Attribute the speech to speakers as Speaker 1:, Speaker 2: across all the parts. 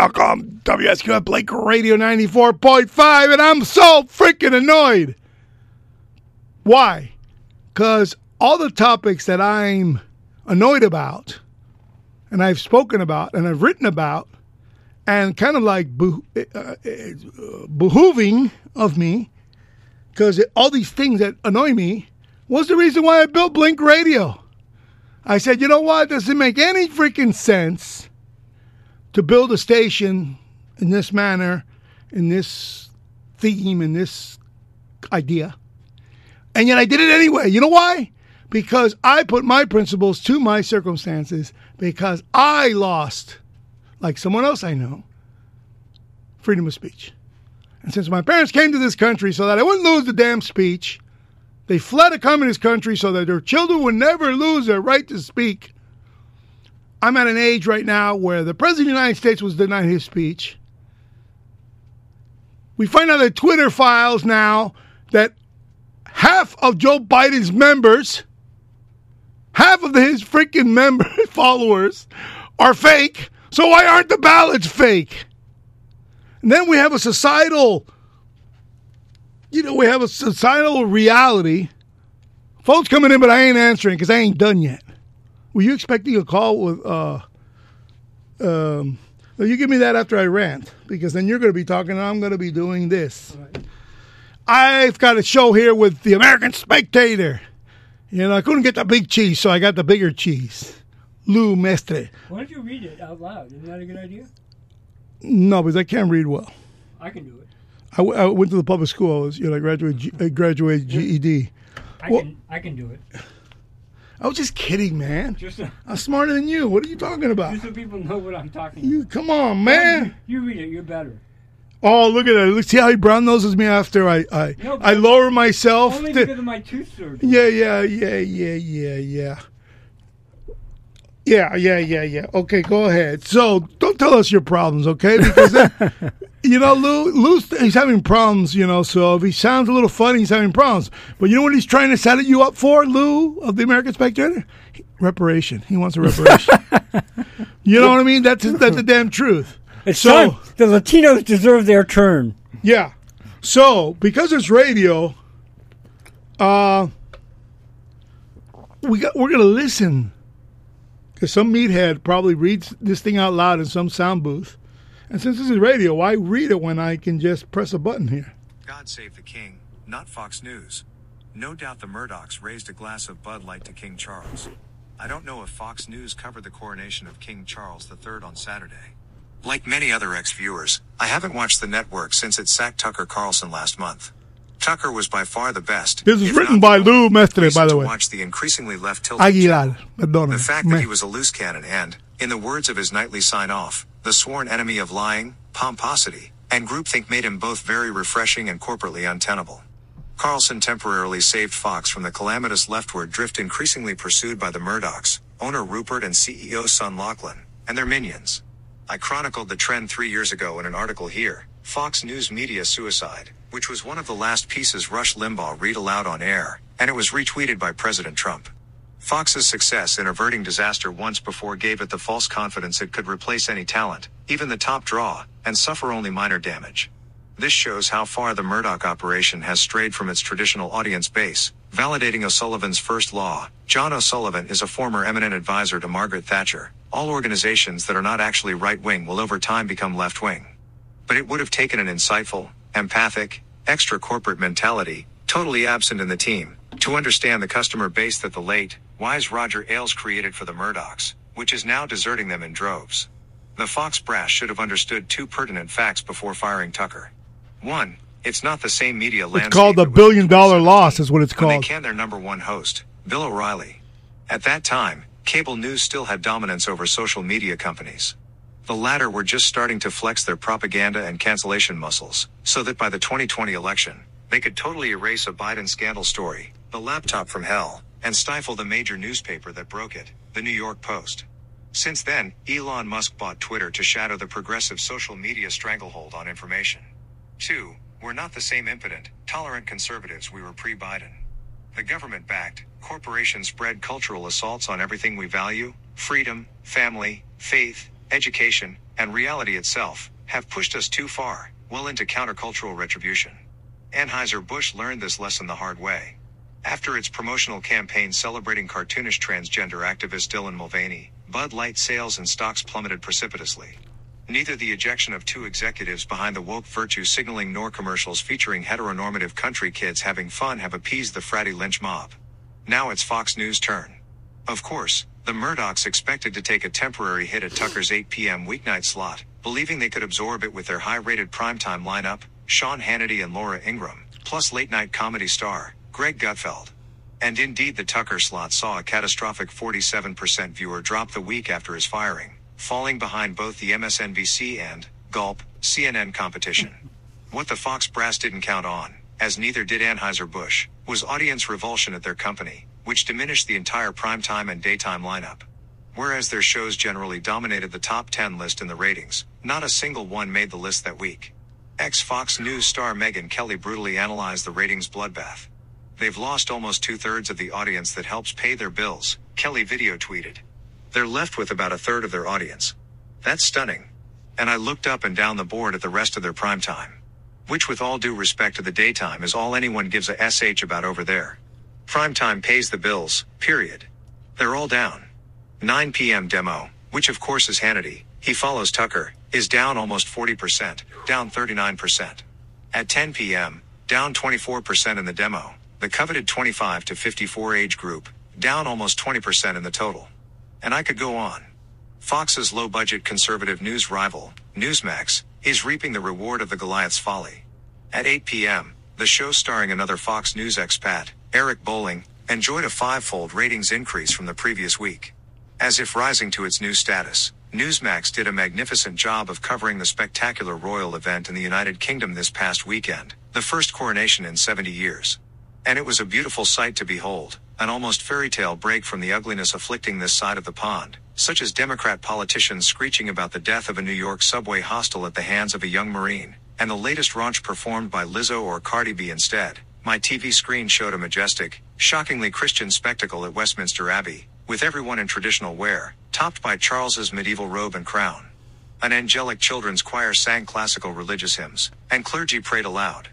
Speaker 1: Welcome, WSQF Blake Radio 94.5, and I'm so freaking annoyed. Why? Because all the topics that I'm annoyed about, and I've spoken about, and I've written about, and kind of like beh- uh, uh, behooving of me, because all these things that annoy me was the reason why I built Blink Radio. I said, you know what? Doesn't make any freaking sense to build a station in this manner, in this theme, in this idea. And yet I did it anyway. You know why? Because I put my principles to my circumstances because I lost, like someone else I know, freedom of speech. And since my parents came to this country so that I wouldn't lose the damn speech, they fled a communist country so that their children would never lose their right to speak. I'm at an age right now where the President of the United States was denied his speech. We find out that Twitter files now that half of Joe Biden's members, half of his freaking member followers are fake. So why aren't the ballots fake? And then we have a societal, you know, we have a societal reality. Phone's coming in, but I ain't answering because I ain't done yet. Were you expecting a call with? Uh, um, no, you give me that after I rant, because then you're going to be talking, and I'm going to be doing this. I've got a show here with the American Spectator. You know, I couldn't get the big cheese, so I got the bigger cheese. Lou Mestre.
Speaker 2: Why don't you read it out loud? Isn't that a good idea?
Speaker 1: No, because I can't read well.
Speaker 2: I can do it.
Speaker 1: I, w- I went to the public school. I was, you know, I graduated, G- E I graduated GED.
Speaker 2: I
Speaker 1: Well-
Speaker 2: can. I can do it.
Speaker 1: I was just kidding, man.
Speaker 2: Just so,
Speaker 1: I'm smarter than you. What are you talking about?
Speaker 2: just so people know what I'm talking.
Speaker 1: You come on, man.
Speaker 2: about. You read it. You're better.
Speaker 1: Oh, look at that. Look, see how he brown noses me after I I,
Speaker 2: No,
Speaker 1: I lower myself.
Speaker 2: Only
Speaker 1: to-
Speaker 2: because of my tooth surgery.
Speaker 1: yeah, yeah, yeah, yeah, yeah, yeah. Yeah, yeah, yeah, yeah. Okay, go ahead. So don't tell us your problems, okay? Because that, you know, Lou, Lou's he's having problems. You know, so if he sounds a little funny, he's having problems. But you know what he's trying to set you up for, Lou of the American Spectator? Reparation. He wants a reparation. you know what I mean? That's that's the damn truth.
Speaker 2: It's
Speaker 1: So-
Speaker 2: time. The Latinos deserve their turn.
Speaker 1: Yeah. So because it's radio, uh, we got we're gonna listen because some meathead probably reads this thing out loud in some sound booth, and since this is radio, why read it when I can just press a button here?
Speaker 3: God save the king, not Fox News. No doubt the Murdochs raised a glass of Bud Light to King Charles. I don't know if Fox News covered the coronation of King Charles III on Saturday. Like many other ex viewers, I haven't watched the network since it sacked Tucker Carlson last month. Tucker was by far the best.
Speaker 1: This is
Speaker 3: if
Speaker 1: written
Speaker 3: not
Speaker 1: by
Speaker 3: the only
Speaker 1: Lou Mestre,
Speaker 3: reason
Speaker 1: by the
Speaker 3: to
Speaker 1: way.
Speaker 3: Watch the increasingly left tilted.
Speaker 1: Aguilar,
Speaker 3: The
Speaker 1: perdona.
Speaker 3: fact that
Speaker 1: Me-
Speaker 3: he was a loose cannon and, in the words of his nightly sign off, the sworn enemy of lying, pomposity, and groupthink made him both very refreshing and corporately untenable. Carlson temporarily saved Fox from the calamitous leftward drift increasingly pursued by the Murdochs, owner Rupert and CEO Son Lachlan, and their minions. I chronicled the trend three years ago in an article here, Fox News Media Suicide, which was one of the last pieces Rush Limbaugh read aloud on air, and it was retweeted by President Trump. Fox's success in averting disaster once before gave it the false confidence it could replace any talent, even the top draw, and suffer only minor damage. This shows how far the Murdoch operation has strayed from its traditional audience base, validating O'Sullivan's first law. John O'Sullivan is a former eminent advisor to Margaret Thatcher. All organizations that are not actually right wing will over time become left wing but it would have taken an insightful, empathic, extra corporate mentality, totally absent in the team, to understand the customer base that the late, wise Roger Ailes created for the Murdochs, which is now deserting them in droves. The Fox brass should have understood two pertinent facts before firing Tucker. One, it's not the same media landscape.
Speaker 1: It's called the
Speaker 3: it was in
Speaker 1: billion dollar loss, is what it's
Speaker 3: when they
Speaker 1: called.
Speaker 3: canned their number one host, Bill O'Reilly. At that time, cable news still had dominance over social media companies. The latter were just starting to flex their propaganda and cancellation muscles, so that by the 2020 election, they could totally erase a Biden scandal story, the laptop from hell, and stifle the major newspaper that broke it, the New York Post. Since then, Elon Musk bought Twitter to shadow the progressive social media stranglehold on information. Two, we're not the same impotent, tolerant conservatives we were pre Biden. The government backed, corporation spread cultural assaults on everything we value freedom, family, faith, education, and reality itself, have pushed us too far, well into countercultural retribution. Anheuser-Busch learned this lesson the hard way. After its promotional campaign celebrating cartoonish transgender activist Dylan Mulvaney, Bud Light sales and stocks plummeted precipitously. Neither the ejection of two executives behind the woke virtue signaling nor commercials featuring heteronormative country kids having fun have appeased the fratty lynch mob. Now it's Fox News' turn. Of course, the Murdochs expected to take a temporary hit at Tucker's 8 p.m. weeknight slot, believing they could absorb it with their high rated primetime lineup, Sean Hannity and Laura Ingram, plus late night comedy star, Greg Gutfeld. And indeed, the Tucker slot saw a catastrophic 47% viewer drop the week after his firing, falling behind both the MSNBC and, gulp, CNN competition. What the Fox brass didn't count on, as neither did Anheuser-Busch, was audience revulsion at their company, which diminished the entire primetime and daytime lineup. Whereas their shows generally dominated the top 10 list in the ratings, not a single one made the list that week. Ex Fox News star Megyn Kelly brutally analyzed the ratings bloodbath. They've lost almost two thirds of the audience that helps pay their bills, Kelly video tweeted. They're left with about a third of their audience. That's stunning. And I looked up and down the board at the rest of their prime time. Which, with all due respect to the daytime, is all anyone gives a SH about over there. Prime time pays the bills, period. They're all down. 9 p.m. demo, which of course is Hannity, he follows Tucker, is down almost 40%, down 39%. At 10 p.m., down 24% in the demo, the coveted 25 to 54 age group, down almost 20% in the total. And I could go on. Fox's low budget conservative news rival, Newsmax, is reaping the reward of the Goliath's folly. At 8 p.m., the show starring another Fox News expat, Eric Bowling, enjoyed a five fold ratings increase from the previous week. As if rising to its new status, Newsmax did a magnificent job of covering the spectacular royal event in the United Kingdom this past weekend, the first coronation in 70 years. And it was a beautiful sight to behold, an almost fairy tale break from the ugliness afflicting this side of the pond, such as Democrat politicians screeching about the death of a New York subway hostel at the hands of a young Marine, and the latest raunch performed by Lizzo or Cardi B instead. My TV screen showed a majestic, shockingly Christian spectacle at Westminster Abbey, with everyone in traditional wear, topped by Charles's medieval robe and crown. An angelic children's choir sang classical religious hymns, and clergy prayed aloud.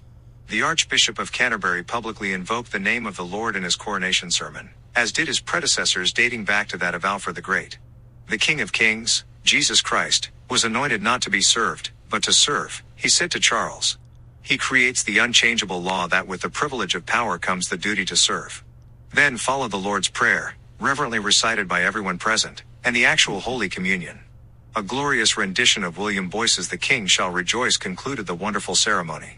Speaker 3: The Archbishop of Canterbury publicly invoked the name of the Lord in his coronation sermon, as did his predecessors dating back to that of Alfred the Great. The King of Kings, Jesus Christ, was anointed not to be served, but to serve, he said to Charles. He creates the unchangeable law that with the privilege of power comes the duty to serve. Then followed the Lord's Prayer, reverently recited by everyone present, and the actual Holy Communion. A glorious rendition of William Boyce's The King Shall Rejoice concluded the wonderful ceremony.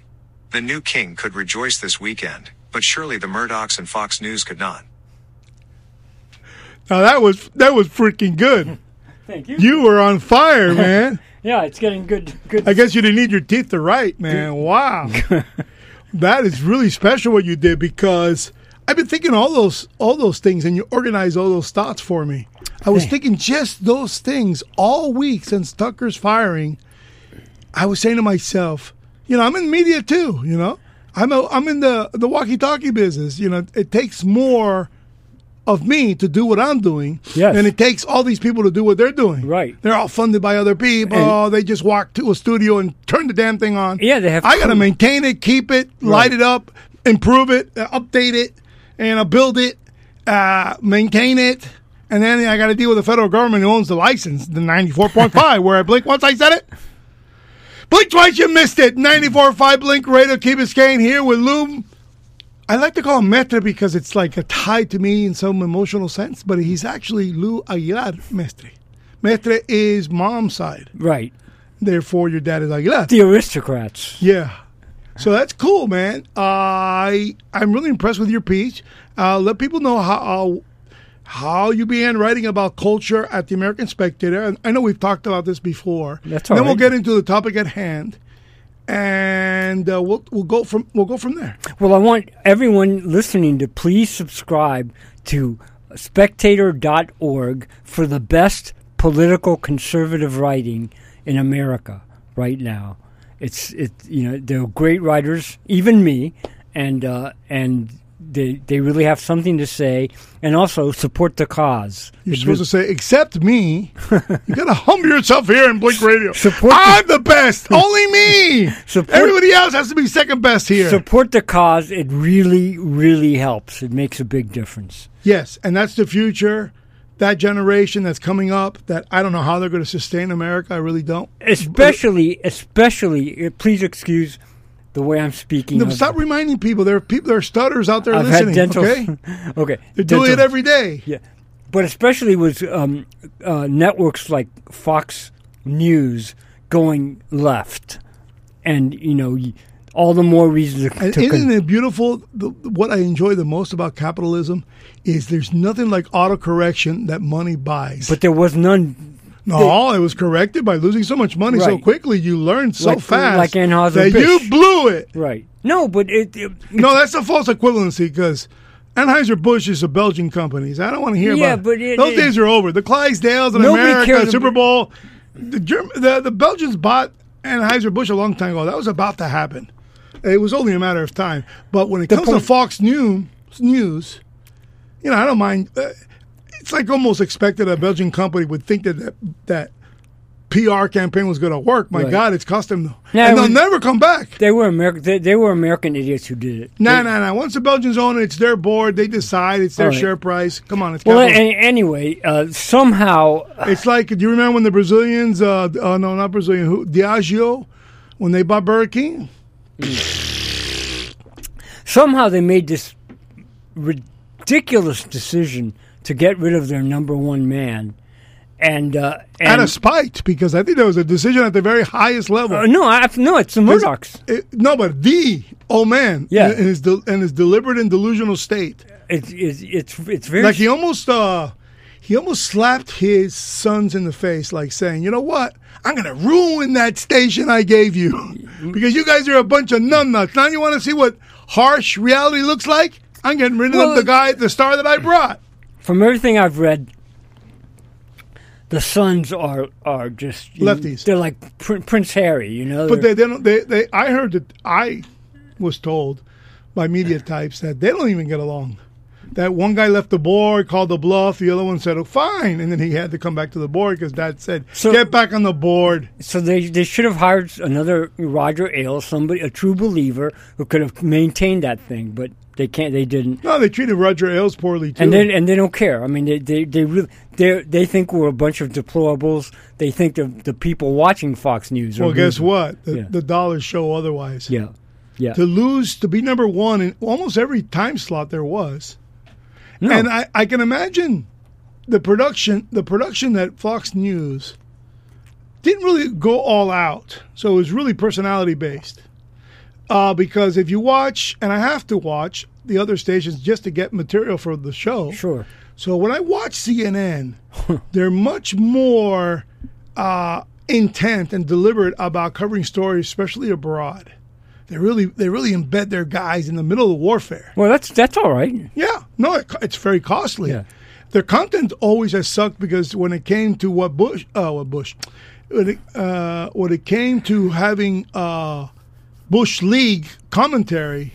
Speaker 3: The new king could rejoice this weekend, but surely the Murdochs and Fox News could not.
Speaker 1: Now that was that was freaking good.
Speaker 2: Thank you.
Speaker 1: You were on fire, man.
Speaker 2: Yeah, it's getting good. Good.
Speaker 1: I guess you didn't need your teeth to write, man. Wow. that is really special what you did because I've been thinking all those all those things and you organized all those thoughts for me. I was thinking just those things all week since Tucker's firing. I was saying to myself, you know, I'm in media too, you know. I'm a, I'm in the the walkie-talkie business, you know. It takes more of me to do what I'm doing,
Speaker 2: Yes.
Speaker 1: and it takes all these people to do what they're doing.
Speaker 2: Right.
Speaker 1: They're all funded by other people.
Speaker 2: And-
Speaker 1: Oh, they just walk to a studio and turn the damn thing on.
Speaker 2: Yeah, they have
Speaker 1: I got to
Speaker 2: crew.
Speaker 1: maintain it, keep it, light it up, improve it, uh, update it, and uh, build it, uh, maintain it. And then I got to deal with the federal government who owns the license, the 94.5, where I blink once I said it. Blink twice, you missed it. 94.5 Blink Radio, Key Biscayne here with Lou. I like to call him Mestre because it's like a tie to me in some emotional sense, but he's actually Lou Aguilar Mestre. Mestre is mom's side
Speaker 2: right.
Speaker 1: therefore your dad is Aguilar.
Speaker 2: The aristocrats.
Speaker 1: Yeah. So that's cool, man. I I'm really impressed with your piece. Uh, let people know how how you began writing about culture at the American Spectator. And I know we've talked about this before.
Speaker 2: That's
Speaker 1: then
Speaker 2: all
Speaker 1: we'll
Speaker 2: right.
Speaker 1: get into the topic at hand, and uh, we'll we'll go from we'll go from there.
Speaker 2: Well, I want everyone listening to please subscribe to spectator.org for the best political conservative writing in America right now. It's it you know they're great writers, even me, and uh, and they they really have something to say, and also support the cause.
Speaker 1: You're supposed to say, except me. you gotta humble yourself here in Blink Radio.
Speaker 2: Support-
Speaker 1: I'm the best. Only me.
Speaker 2: Support-
Speaker 1: Everybody else has to be second best here.
Speaker 2: Support the cause. It really, really helps. It makes a big difference.
Speaker 1: yes, and that's the future. That generation that's coming up, that I don't know how they're going to sustain America. I really don't.
Speaker 2: Especially, especially. uh, Please excuse the way I'm speaking.
Speaker 1: No,
Speaker 2: of-
Speaker 1: Stop reminding people. There are people. There are stutters out there
Speaker 2: I've
Speaker 1: listening.
Speaker 2: had dental.
Speaker 1: Okay,
Speaker 2: okay.
Speaker 1: they're doing
Speaker 2: dental-
Speaker 1: it every day.
Speaker 2: Yeah, but especially with um, uh, networks like Fox News going left, and you know, y- all the more reason to.
Speaker 1: And
Speaker 2: to con-
Speaker 1: isn't it beautiful? The, what I enjoy the most about capitalism is there's nothing like autocorrection that money buys.
Speaker 2: but there was none.
Speaker 1: no, it was corrected by losing so much money so
Speaker 2: Right.
Speaker 1: quickly. You learn so
Speaker 2: Like-
Speaker 1: fast
Speaker 2: like Anheuser-Busch.
Speaker 1: that you blew it.
Speaker 2: Right. No, but it. it
Speaker 1: No, that's a false equivalency because Anheuser Busch is a Belgian company. So I don't want to hear
Speaker 2: Yeah,
Speaker 1: about.
Speaker 2: but it-
Speaker 1: those
Speaker 2: it-
Speaker 1: days are over. The Clydesdales and
Speaker 2: Nobody
Speaker 1: America
Speaker 2: cares
Speaker 1: Super
Speaker 2: ab-
Speaker 1: Bowl. The, Germ- the the Belgians bought Anheuser Busch a long time ago. That was about to happen. It was only a matter of time. But when it comes
Speaker 2: point-
Speaker 1: to Fox News, news, you know, I don't mind. Uh, it's like almost expected a Belgian company would think that that. that PR campaign was going to work. My
Speaker 2: Right.
Speaker 1: God, it's custom,
Speaker 2: Yeah,
Speaker 1: and
Speaker 2: it
Speaker 1: they'll
Speaker 2: was-
Speaker 1: never come back.
Speaker 2: they were American. They, they were American idiots who did it.
Speaker 1: No, no, no. Once the Belgians own it, it's their board. They decide. It's their
Speaker 2: All right.
Speaker 1: share price. Come on, it's
Speaker 2: Well, a-
Speaker 1: capital.
Speaker 2: anyway, uh, somehow
Speaker 1: it's like. Do you remember when the Brazilians? Uh, uh, no, not Brazilian. Who, Diageo, when they bought Burger King.
Speaker 2: somehow they made this ridiculous decision to get rid of their number one man, and uh, and
Speaker 1: Out of spite, because I think there was a decision at the very highest level.
Speaker 2: Uh, no, I, no, it's the Murdochs.
Speaker 1: It- no, but the old man,
Speaker 2: Yeah.
Speaker 1: in, his del in his deliberate and delusional state,
Speaker 2: It's it's it's, it's very
Speaker 1: like he almost, uh, he almost slapped his sons in the face, like saying, "You know what? I'm gonna ruin that station I gave you because you guys are a bunch of nun nuts. Now you want to see what harsh reality looks like? I'm getting rid of
Speaker 2: Well,
Speaker 1: the guy, the star that I brought."
Speaker 2: from everything I've read. The sons are are just you
Speaker 1: Lefties.
Speaker 2: They're like Prin- Prince Harry, you know.
Speaker 1: But
Speaker 2: they're-
Speaker 1: they, they don't. They, they. I heard that. I was told by media types that they don't even get along. That one guy left the board, called the bluff. The other one said, "Oh, fine," and then he had to come back to the board because Dad said,
Speaker 2: So-
Speaker 1: "Get back on the board."
Speaker 2: so they they should have hired another Roger Ailes, somebody a true believer who could have maintained that thing, but they can't. They didn't.
Speaker 1: No, they treated Roger Ailes poorly too.
Speaker 2: and they and they don't care. I mean, they they they really they they think we're a bunch of deplorables. They think the the people watching Fox News. Are
Speaker 1: well, guess
Speaker 2: losers.
Speaker 1: what? The,
Speaker 2: Yeah.
Speaker 1: the dollars show otherwise.
Speaker 2: Yeah, yeah.
Speaker 1: To lose, to be number one in almost every time slot there was,
Speaker 2: no,
Speaker 1: and I, I can imagine the production the production that Fox News didn't really go all out, so it was really personality based. Uh, because if you watch, and I have to watch the other stations just to get material for the show.
Speaker 2: sure.
Speaker 1: So when I watch CNN, they're much more uh, intent and deliberate about covering stories, especially abroad. They really they really embed their guys in the middle of warfare.
Speaker 2: Well, that's that's all right.
Speaker 1: Yeah, no, it, co- it's very costly.
Speaker 2: Yeah.
Speaker 1: Their content always has sucked because when it came to what Bush, uh, what Bush, when it, uh, when it came to having uh, Bush League commentary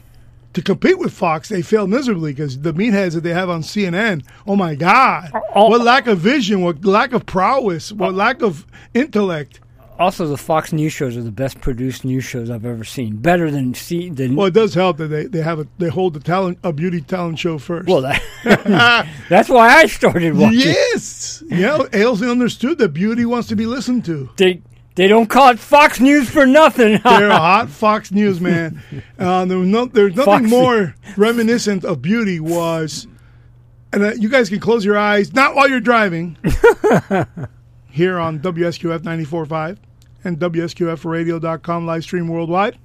Speaker 1: to compete with Fox, they failed miserably because the meatheads that they have on CNN, oh my God,
Speaker 2: all-
Speaker 1: what lack of vision, what lack of prowess, what lack of intellect.
Speaker 2: Also, the Fox News shows are the best produced news shows I've ever seen. Better than see than
Speaker 1: Well, it does help that they, they have a, they hold the talent a beauty talent show first.
Speaker 2: well. That, that's why I started watching.
Speaker 1: Yes. Yeah, Ailes understood that beauty wants to be listened to.
Speaker 2: They they don't call it Fox News for nothing.
Speaker 1: They're a hot Fox News man. Uh, there was no, there's nothing
Speaker 2: Foxy.
Speaker 1: more reminiscent of beauty was, and uh, you guys can close your eyes, not while you're driving, here on WSQF 94.5 and WSQFradio.com live stream worldwide.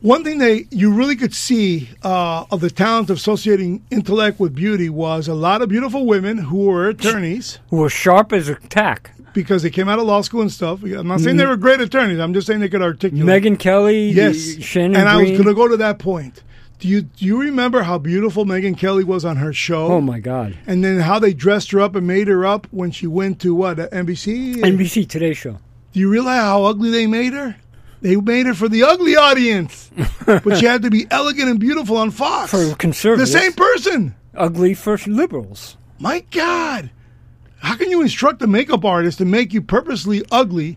Speaker 1: One thing they you really could see uh, of the talent of associating intellect with beauty was a lot of beautiful women who were attorneys
Speaker 2: Who are sharp as a tack.
Speaker 1: because they came out of law school and stuff. I'm not
Speaker 2: Mm-hmm.
Speaker 1: saying they were great attorneys. I'm just saying they could articulate.
Speaker 2: Megan Kelly,
Speaker 1: Yes,
Speaker 2: Shannon
Speaker 1: and I was
Speaker 2: Green.
Speaker 1: going to go to that point. Do you do you remember how beautiful Megan Kelly was on her show?
Speaker 2: oh my God!
Speaker 1: And then how they dressed her up and made her up when she went to what uh, NBC?
Speaker 2: NBC Today Show.
Speaker 1: do you realize how ugly they made her? They made it for the ugly audience, but you had to be elegant and beautiful on Fox.
Speaker 2: For
Speaker 1: the
Speaker 2: conservatives,
Speaker 1: same person.
Speaker 2: ugly for liberals.
Speaker 1: My God. How can you instruct a makeup artist to make you purposely ugly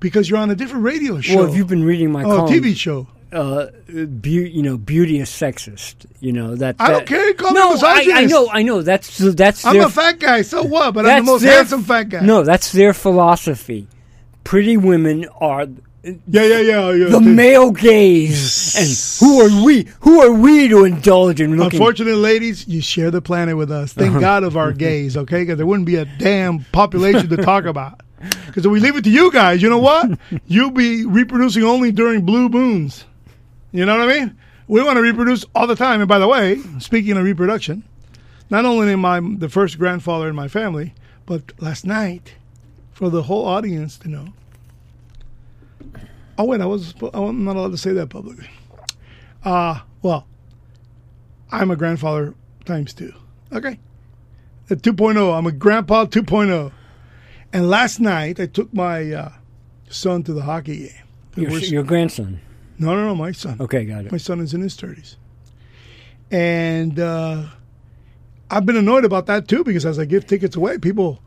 Speaker 1: because you're on a different radio show?
Speaker 2: Well, if you've been reading my
Speaker 1: oh,
Speaker 2: column,
Speaker 1: TV show.
Speaker 2: uh, beauty, you know, beauty is sexist. You know that.
Speaker 1: I don't
Speaker 2: that-
Speaker 1: care, call me
Speaker 2: no, I, I
Speaker 1: misogynist.
Speaker 2: know, I know. That's that's.
Speaker 1: I'm
Speaker 2: their,
Speaker 1: a fat guy, so what? But
Speaker 2: that's
Speaker 1: I'm the most
Speaker 2: their-
Speaker 1: handsome fat guy.
Speaker 2: No, that's their philosophy. Pretty women are
Speaker 1: Yeah, yeah, yeah. yeah
Speaker 2: the male gaze, and who are we? Who are we to indulge in looking?
Speaker 1: Unfortunately, ladies, you share the planet with us. Thank God of our gays, okay? Because there wouldn't be a damn population to talk about. Because if we leave it to you guys, you know what? You'll be reproducing only during blue moons. You know what I mean? We want to reproduce all the time. And by the way, speaking of reproduction, not only am I the first grandfather in my family, but last night, for the whole audience to know. Oh wait, I was I'm not allowed to say that publicly. Uh well, I'm a grandfather times two. Okay. At 2.0, oh, I'm a grandpa 2.0. And last night, I took my uh, son to the hockey game.
Speaker 2: your, your grandson.
Speaker 1: No, no, no, my son.
Speaker 2: Okay, got it.
Speaker 1: My son is in his 30s. And uh, I've been annoyed about that too because as I give tickets away, people,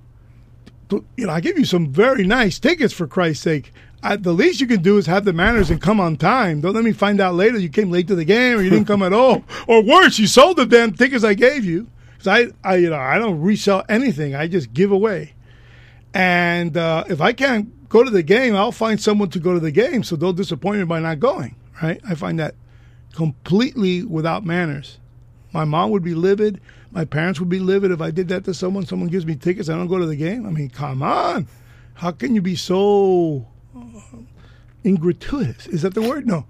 Speaker 1: you know, I give you some very nice tickets for Christ's sake. I, the least you can do is have the manners and come on time. Don't let me find out later you came late to the game or you didn't come at all. Or worse, you sold the damn tickets I gave you. 'Cause I, I, you know, I don't resell anything. I just give away. And uh, if I can't go to the game, I'll find someone to go to the game, so they'll disappoint me by not going. Right? I find that completely without manners. My mom would be livid. My parents would be livid if I did that to someone. Someone gives me tickets, I don't go to the game. I mean, come on. How can you be so uh, ingratuitous? Is that the word? No.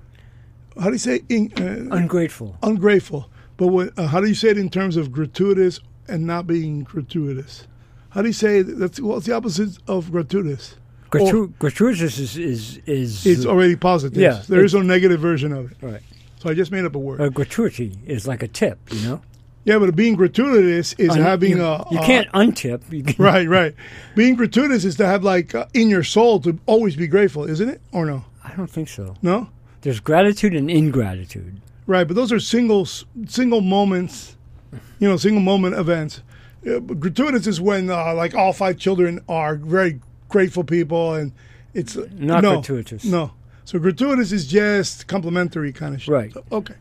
Speaker 1: How do you say in, uh,
Speaker 2: Ungrateful.
Speaker 1: ungrateful? But what, uh, how do you say it in terms of gratuitous and not being gratuitous? How do you say that's what's the opposite of gratuitous?
Speaker 2: Gratu- gratuitous is is is
Speaker 1: It's already positive.
Speaker 2: Yeah, Uh,
Speaker 1: there is no negative version of it.
Speaker 2: right.
Speaker 1: So I just made up a word.
Speaker 2: A gratuity is like a tip, you know.
Speaker 1: yeah, but being gratuitous is
Speaker 2: Un-
Speaker 1: having
Speaker 2: you,
Speaker 1: a
Speaker 2: you
Speaker 1: a-
Speaker 2: can't untip. You can,
Speaker 1: right, right. Being gratuitous is to have like uh, in your soul to always be grateful, isn't it? Or no?
Speaker 2: I don't think so.
Speaker 1: No.
Speaker 2: There's gratitude and ingratitude.
Speaker 1: Right, but those are single single moments, you know, single moment events. Uh, but gratuitous is when uh, like all five children are very grateful people, and it's uh,
Speaker 2: Not
Speaker 1: no,
Speaker 2: gratuitous.
Speaker 1: No, so gratuitous is just complimentary kind of shit.
Speaker 2: Right.
Speaker 1: Okay.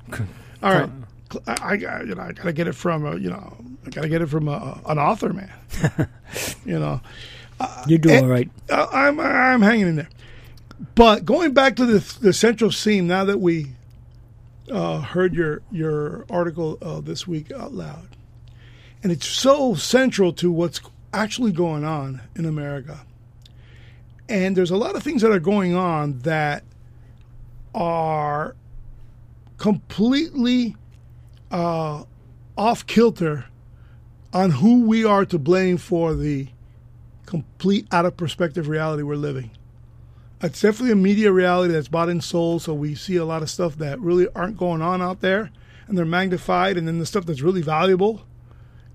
Speaker 1: All right. Cl- I, I got- you know I gotta get it from uh, you know I gotta get it from uh, an author man. you know.
Speaker 2: You do
Speaker 1: eh,
Speaker 2: all right.
Speaker 1: Uh, I'm I'm hanging in there. But going back to the the central scene, now that we uh, heard your your article uh, this week out loud, and it's so central to what's actually going on in America. And there's a lot of things that are going on that are completely uh, off kilter on who we are to blame for the complete out of perspective reality we're living. It's definitely a media reality that's bought and sold, so we see a lot of stuff that really aren't going on out there, and they're magnified, and then the stuff that's really valuable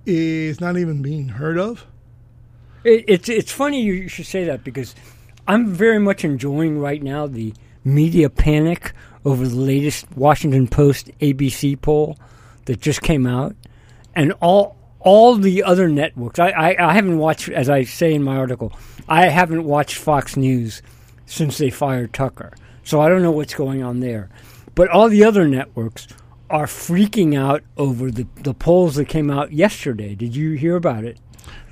Speaker 1: is not even being heard of.
Speaker 2: It, it's it's funny you should say that because I'm very much enjoying right now the media panic over the latest Washington Post ABC poll that just came out, and all all the other networks. I, I, I haven't watched, as I say in my article, I haven't watched Fox News since they fired Tucker, so I don't know what's going on there. But all the other networks are freaking out over the, the polls that came out yesterday. Did you hear about it?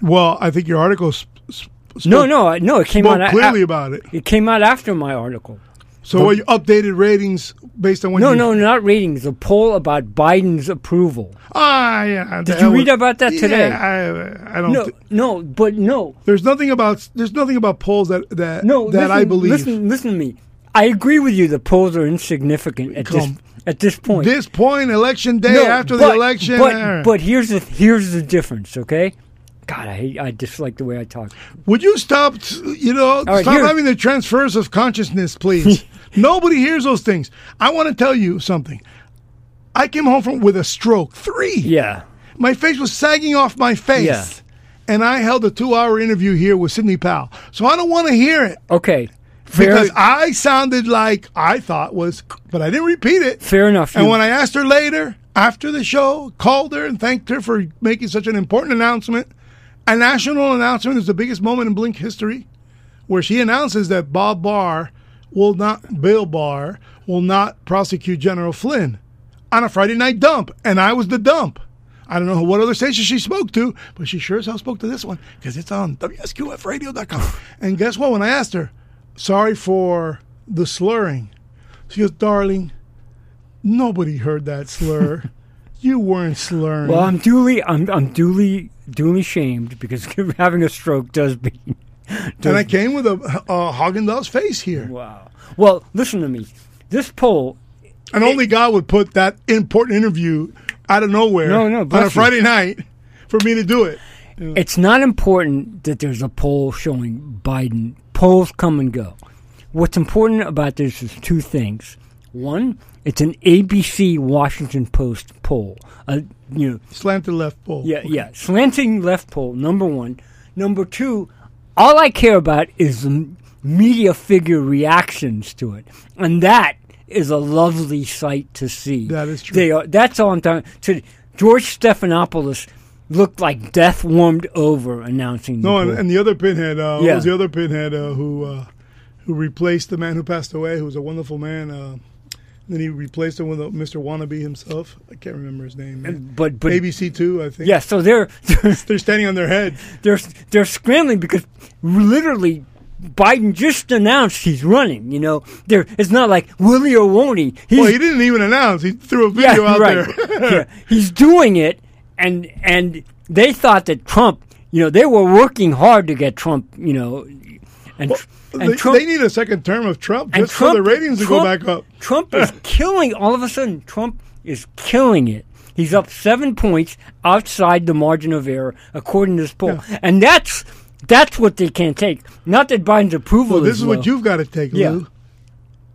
Speaker 1: Well, I think your article sp- sp- spoke,
Speaker 2: No, no, I- no. It came
Speaker 1: spoke
Speaker 2: out a-
Speaker 1: clearly
Speaker 2: a-
Speaker 1: about it.
Speaker 2: It came out after my article.
Speaker 1: So, what you updated ratings based on when
Speaker 2: No,
Speaker 1: you,
Speaker 2: no, not ratings. A poll about Biden's approval.
Speaker 1: Ah, yeah.
Speaker 2: Did you read about that today?
Speaker 1: Yeah, I, I don't.
Speaker 2: No,
Speaker 1: thi-
Speaker 2: no, but no,
Speaker 1: there's nothing about there's nothing about polls that that
Speaker 2: no.
Speaker 1: that
Speaker 2: listen,
Speaker 1: I believe.
Speaker 2: Listen, listen to me. I agree with you. The polls are insignificant at
Speaker 1: Come.
Speaker 2: this at this point.
Speaker 1: This point, election day,
Speaker 2: No,
Speaker 1: after the
Speaker 2: but-
Speaker 1: election, eh.
Speaker 2: but, but here's the here's the difference. Okay, God, I hate, I dislike the way I talk.
Speaker 1: Would you stop, you know,
Speaker 2: right,
Speaker 1: stop
Speaker 2: here-
Speaker 1: having the transfers of consciousness, please? Nobody hears those things. I want to tell you something. I came home from with a stroke, three.
Speaker 2: Yeah,
Speaker 1: My face was sagging off my face.
Speaker 2: Yeah.
Speaker 1: And I held a two hour interview here with Sidney Powell. So I don't want to hear it.
Speaker 2: Okay. Fair,
Speaker 1: because I sounded like I thought was, but I didn't repeat it.
Speaker 2: fair enough.
Speaker 1: And
Speaker 2: You-
Speaker 1: when I asked her later, after the show, called her and thanked her for making such an important announcement. A national announcement is the biggest moment in Blink history, where she announces that Bob Barr will not, Bill Barr will not prosecute General Flynn on a Friday night dump. And I was the dump. I don't know what other station she spoke to, but she sure as hell spoke to this one because it's on WSQFradio.com. And guess what? When I asked her, sorry for the slurring, she goes, darling, Nobody heard that slur. you weren't slurring.
Speaker 2: well, I'm duly, I'm, I'm duly, duly shamed because having a stroke does be.
Speaker 1: and I came with a, a Haagen Dazs face here.
Speaker 2: Wow. Well, listen to me. This poll
Speaker 1: And only God would put that important interview out of nowhere
Speaker 2: No, no,
Speaker 1: on
Speaker 2: bless
Speaker 1: a
Speaker 2: you.
Speaker 1: Friday night for me to do it.
Speaker 2: It's not important that there's a poll showing Biden. Polls come and go. What's important about this is two things. One, it's an ABC Washington Post poll. Uh, you know,
Speaker 1: Slanted left pole.
Speaker 2: yeah, yeah, slanting left poll. Number one. Number two. All I care about is the m- media figure reactions to it, and that is a lovely sight to see.
Speaker 1: That is true.
Speaker 2: They are. That's all I'm talking. To George Stephanopoulos looked like death warmed over announcing.
Speaker 1: No,
Speaker 2: the
Speaker 1: and,
Speaker 2: poll.
Speaker 1: and the other pinhead. Uh, what
Speaker 2: Yeah.
Speaker 1: was the other pinhead uh, who uh, who replaced the man who passed away? Who was a wonderful man. Uh, then he replaced him with a Mr. Wannabe himself. I can't remember his name. man.
Speaker 2: but but
Speaker 1: ABC two, I think.
Speaker 2: yeah, so they're they're
Speaker 1: they're standing on their heads.
Speaker 2: they're, they're scrambling because literally. Biden just announced he's running. You know, there. It's not like will he or won't he. He's
Speaker 1: Well, he didn't even announce. He threw a video out there.
Speaker 2: yeah. He's doing it, and and they thought that Trump, you know, they were working hard to get Trump, you know, and and
Speaker 1: they,
Speaker 2: Trump
Speaker 1: they need a second term of Trump
Speaker 2: and
Speaker 1: just for the ratings to go back up.
Speaker 2: Trump is killing. All of a sudden, Trump is killing it. He's up seven points outside the margin of error, according to this poll, and that's that's what they can't take. Not that Biden's approval.
Speaker 1: Well, this is
Speaker 2: low.
Speaker 1: what you've got to take,
Speaker 2: uh, Yeah.
Speaker 1: Lou.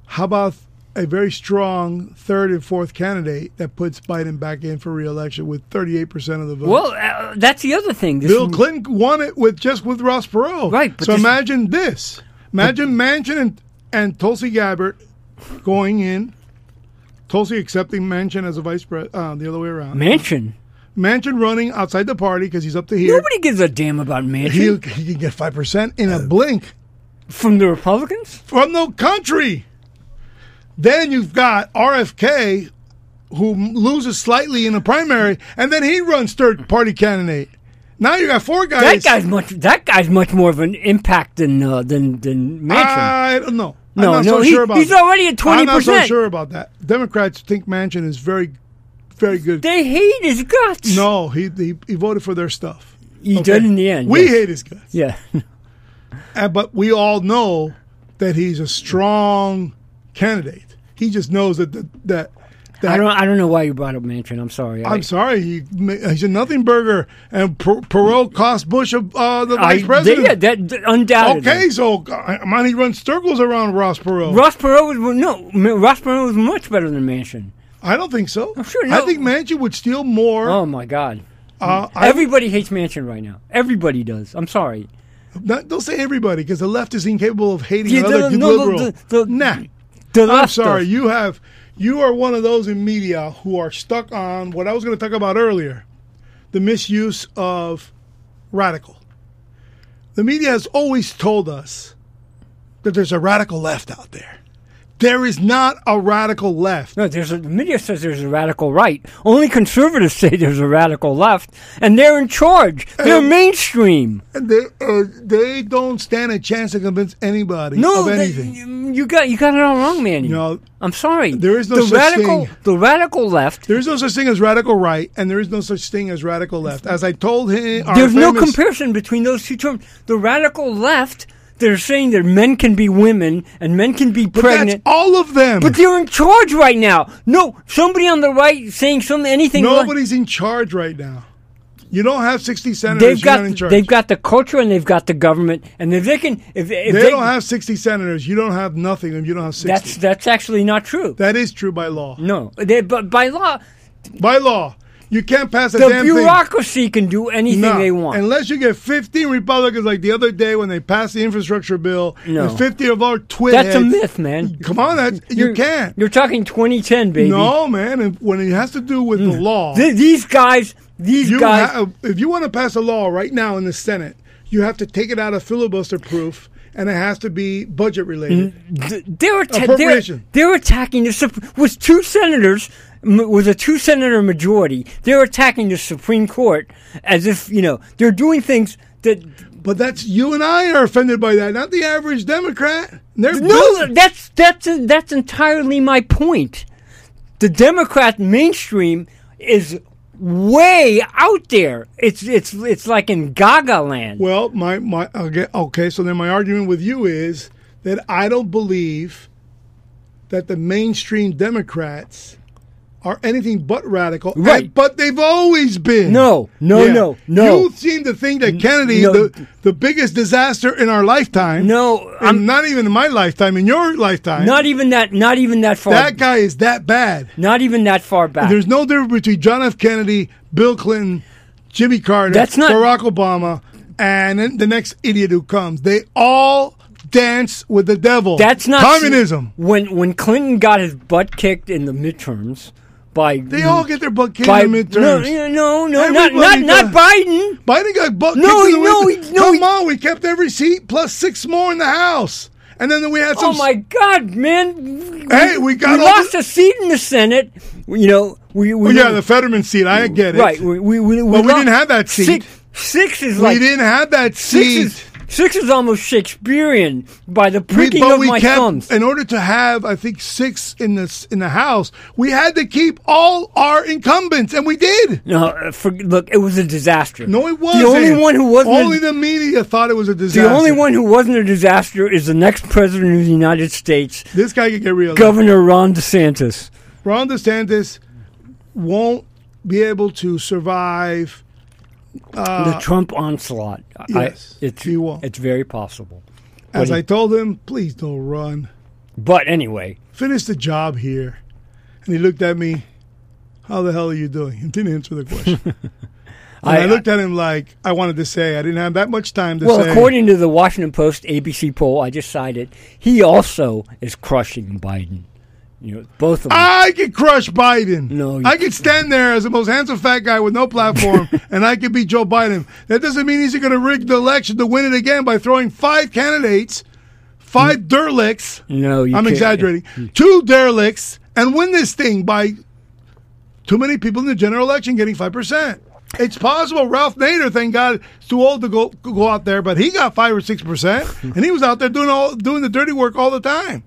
Speaker 1: How about a very strong third and fourth candidate that puts Biden back in for reelection with 38% of the vote?
Speaker 2: Well, uh, that's the other thing. This
Speaker 1: Bill Clinton won it with just with Ross Perot.
Speaker 2: Right, but
Speaker 1: So
Speaker 2: this-
Speaker 1: imagine this. Imagine Manchin and, and Tulsi Gabbard going in. Tulsi accepting Manchin as a vice president, uh, the other way around.
Speaker 2: Mansion.
Speaker 1: Manchin running outside the party because he's up to here.
Speaker 2: Nobody gives a damn about
Speaker 1: He,
Speaker 2: Mansion
Speaker 1: he can get 5% in a blink.
Speaker 2: from the Republicans.
Speaker 1: from the country. Then you've got RFK, who m- loses slightly in the primary, and then he runs third party candidate. Now you got four
Speaker 2: That
Speaker 1: guys.
Speaker 2: guy's much. That guy's much more of an impact than uh, than than Manchin.
Speaker 1: I don't know.
Speaker 2: No,
Speaker 1: I'm not
Speaker 2: no,
Speaker 1: so
Speaker 2: he-
Speaker 1: sure about
Speaker 2: he's
Speaker 1: that.
Speaker 2: already at
Speaker 1: I'm not so
Speaker 2: 20%.
Speaker 1: sure about that. Democrats think Manchin is very, very good.
Speaker 2: they hate his guts.
Speaker 1: no, he, he he voted for their stuff.
Speaker 2: he did in the end.
Speaker 1: We
Speaker 2: yes.
Speaker 1: hate his guts.
Speaker 2: Yeah.
Speaker 1: Uh, but we all know that he's a strong candidate. He just knows that that that, that
Speaker 2: I don't. I don't know why you brought up Manchin. I'm sorry. I,
Speaker 1: I'm sorry, he, ma- he's a nothing burger, and per- Perot cost Bush of uh, the
Speaker 2: I-
Speaker 1: vice president.
Speaker 2: yeah, that, that undoubtedly.
Speaker 1: okay, so uh, man, he runs circles around Ross Perot.
Speaker 2: Ross Perot was no. Ma- Ross Perot was much better than Manchin.
Speaker 1: I don't think so.
Speaker 2: sure,
Speaker 1: I
Speaker 2: no.
Speaker 1: think Manchin would steal more.
Speaker 2: Oh my God.
Speaker 1: uh, I,
Speaker 2: Everybody hates Manchin right now. Everybody does. I'm sorry.
Speaker 1: not, don't say everybody, because the left is incapable of hating
Speaker 2: Yeah,
Speaker 1: another
Speaker 2: the- no, the-
Speaker 1: liberal.
Speaker 2: the- the-
Speaker 1: nah,
Speaker 2: The
Speaker 1: I'm
Speaker 2: left
Speaker 1: sorry.
Speaker 2: does.
Speaker 1: You have you are one of those in media who are stuck on what I was going to talk about earlier, the misuse of radical. The media has always told us that there's a radical left out there. There is not a radical left.
Speaker 2: No, there's a, the media says there's a radical right. Only conservatives say there's a radical left, and they're in charge. They're mainstream.
Speaker 1: And They uh, they don't stand a chance to convince anybody
Speaker 2: No,
Speaker 1: of
Speaker 2: they-
Speaker 1: anything.
Speaker 2: you- you got you got it all wrong, Manny.
Speaker 1: No.
Speaker 2: I'm sorry.
Speaker 1: There is no
Speaker 2: the
Speaker 1: such
Speaker 2: radical
Speaker 1: thing.
Speaker 2: the radical left.
Speaker 1: there is no such thing as radical right, and there is no such thing as radical left. As I told him, our
Speaker 2: There's no
Speaker 1: famous-
Speaker 2: comparison between those two terms. The radical left they're saying that men can be women and men can be
Speaker 1: But
Speaker 2: pregnant.
Speaker 1: That's all of them.
Speaker 2: But they're in charge right now. No, somebody on the right saying something anything. like-
Speaker 1: Nobody's in charge right now. You don't have 60 senators.
Speaker 2: they've
Speaker 1: you're
Speaker 2: got
Speaker 1: not in charge.
Speaker 2: they've got the culture and they've got the government and if they can if, if
Speaker 1: they, don't have 60 senators. You don't have nothing, and you don't have 60.
Speaker 2: That's that's actually not true.
Speaker 1: that is true by law.
Speaker 2: no, they, but by law,
Speaker 1: By law, You can't pass a
Speaker 2: The
Speaker 1: damn thing.
Speaker 2: bureaucracy can do anything
Speaker 1: No,
Speaker 2: they want.
Speaker 1: Unless you get 15 Republicans like the other day when they passed the infrastructure bill.
Speaker 2: No.
Speaker 1: And 50 of our twit
Speaker 2: That's a
Speaker 1: heads-
Speaker 2: myth, man.
Speaker 1: Come on, that's, you
Speaker 2: You're-
Speaker 1: can't.
Speaker 2: You're talking 2010, baby. Mm.
Speaker 1: No, man. And when it has to do with the law,
Speaker 2: Th- these guys, these
Speaker 1: you
Speaker 2: guys.
Speaker 1: ha- if you want to pass a law right now in the Senate, you have to take it out of filibuster proof and it has to be budget related.
Speaker 2: th- they're, atta- they're,
Speaker 1: Appropriation.
Speaker 2: they're attacking the Sup- with two senators m- with a two senator majority. They're attacking the Supreme Court as if you know they're doing things that
Speaker 1: But that's you and I are offended by that, not the average Democrat. They're
Speaker 2: no.
Speaker 1: built-
Speaker 2: That's that's that's entirely my point. The Democrat mainstream is way out there. It's it's it's like in Gaga land.
Speaker 1: Well, my my okay, okay. So then my argument with you is that I don't believe that the mainstream Democrats are anything but radical. and-
Speaker 2: Right.
Speaker 1: but they've always been.
Speaker 2: No, no, no, no.
Speaker 1: You seem to think that Kennedy,
Speaker 2: no.
Speaker 1: the the biggest disaster in our lifetime.
Speaker 2: No,
Speaker 1: and
Speaker 2: I'm-
Speaker 1: not even in my lifetime. In your lifetime,
Speaker 2: Not even that. Not even that far.
Speaker 1: that guy is that bad.
Speaker 2: not even that far back.
Speaker 1: There's no difference between John F. Kennedy, Bill Clinton, Jimmy Carter,
Speaker 2: That's not-
Speaker 1: Barack Obama, and then the next idiot who comes. They all dance with the devil.
Speaker 2: That's not
Speaker 1: communism.
Speaker 2: When when Clinton got his butt kicked in the midterms by
Speaker 1: They all get their butt kicked
Speaker 2: by
Speaker 1: in the midterms.
Speaker 2: No, no, no, not not,
Speaker 1: Everybody
Speaker 2: not
Speaker 1: does.
Speaker 2: Biden.
Speaker 1: Biden got butt
Speaker 2: No,
Speaker 1: kicked in
Speaker 2: he-
Speaker 1: the
Speaker 2: no,
Speaker 1: midterms.
Speaker 2: he- no,
Speaker 1: Come
Speaker 2: he-
Speaker 1: on, we kept every seat plus six more in the House, and then we had some.
Speaker 2: Oh my God, man!
Speaker 1: Hey, we got all
Speaker 2: lost
Speaker 1: the-
Speaker 2: a seat in the Senate. You know, we, we
Speaker 1: Oh, yeah, the Fetterman seat. I get it.
Speaker 2: right. We we we,
Speaker 1: But we
Speaker 2: lo-
Speaker 1: didn't have that
Speaker 2: six-
Speaker 1: seat.
Speaker 2: Six, is
Speaker 1: we
Speaker 2: like
Speaker 1: didn't have that
Speaker 2: six
Speaker 1: seat.
Speaker 2: is six is almost Shakespearean by the
Speaker 1: We-
Speaker 2: pricking
Speaker 1: but
Speaker 2: of
Speaker 1: we
Speaker 2: my
Speaker 1: kept,
Speaker 2: thumbs.
Speaker 1: In order to have, I think six in this in the house, we had to keep all our incumbents, and we did.
Speaker 2: No, uh, for, look, it was a disaster.
Speaker 1: No, it wasn't.
Speaker 2: The only one who wasn't a-
Speaker 1: Only the media thought it was a
Speaker 2: The
Speaker 1: disaster.
Speaker 2: only one who wasn't a disaster is the next president of the United States,
Speaker 1: This guy could get real.
Speaker 2: Governor Ron DeSantis.
Speaker 1: Ron DeSantis won't be able to survive.
Speaker 2: the Trump onslaught. I-
Speaker 1: Uh, yes,
Speaker 2: it's,
Speaker 1: he won't.
Speaker 2: It's very possible.
Speaker 1: As
Speaker 2: But
Speaker 1: I
Speaker 2: he-
Speaker 1: told him, please don't run.
Speaker 2: But anyway,
Speaker 1: Finish the job here. And he looked at me. How the hell are you doing? He didn't answer the question. And I,
Speaker 2: I-
Speaker 1: looked at him like I wanted to say I didn't have that much time to
Speaker 2: well,
Speaker 1: say.
Speaker 2: according to the Washington Post ABC poll I just cited, he also is crushing Biden. You know, both of them.
Speaker 1: I could crush Biden.
Speaker 2: No, you
Speaker 1: I could stand there as the most handsome fat guy with no platform, and I could beat Joe Biden. That doesn't mean he's going to rig the election to win it again by throwing five candidates, five
Speaker 2: Mm.
Speaker 1: derelicts.
Speaker 2: no, you
Speaker 1: I'm
Speaker 2: can't-
Speaker 1: exaggerating. Two derelicts and win this thing by too many people in the general election getting five percent. It's possible. Ralph Nader, thank God, is too old to go go out there, but he got five or six percent, and he was out there doing all doing the dirty work all the time.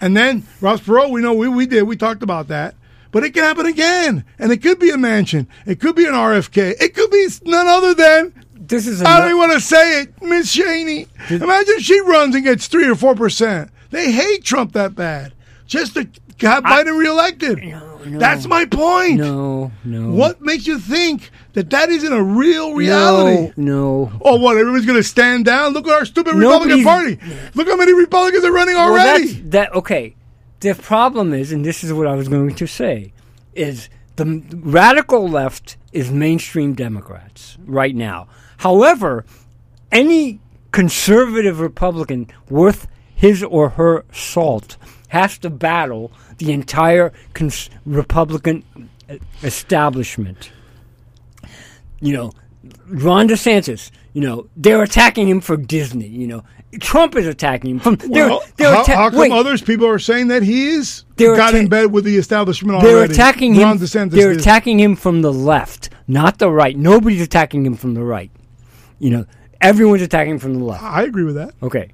Speaker 1: And then Ross Perot, we know we we did. We talked about that. But it can happen again, and it could be a mansion. It could be an RFK. It could be none other than
Speaker 2: This is
Speaker 1: I
Speaker 2: ano-
Speaker 1: don't even want to say it, Miss Cheney. Imagine she runs and gets three or four percent. They hate Trump that bad, just to have Biden reelected.
Speaker 2: no.
Speaker 1: That's my point.
Speaker 2: no, no.
Speaker 1: What makes you think that that isn't a real reality?
Speaker 2: No, no.
Speaker 1: Oh, what? Everyone's going to stand down? Look at our stupid Republican
Speaker 2: Nobody's-
Speaker 1: Party. Look how many Republicans are running
Speaker 2: Well,
Speaker 1: already.
Speaker 2: that's, that okay. The problem is, and this is what I was going to say, is the m- radical left is mainstream Democrats right now. However, any conservative Republican worth his or her salt has to battle the entire cons- Republican uh, establishment you know, Ron DeSantis, you know, they're attacking him for Disney, you know. Trump is attacking him from they're,
Speaker 1: Well,
Speaker 2: they're
Speaker 1: how,
Speaker 2: atta-
Speaker 1: how come
Speaker 2: wait,
Speaker 1: others people are saying that he is
Speaker 2: They're
Speaker 1: got
Speaker 2: atta-
Speaker 1: in bed with the establishment already?
Speaker 2: they're attacking him
Speaker 1: Ron DeSantis
Speaker 2: they're
Speaker 1: is.
Speaker 2: attacking him from the left, not the right. Nobody's attacking him from the right. You know, everyone's attacking him from the left.
Speaker 1: I agree with that.
Speaker 2: Okay.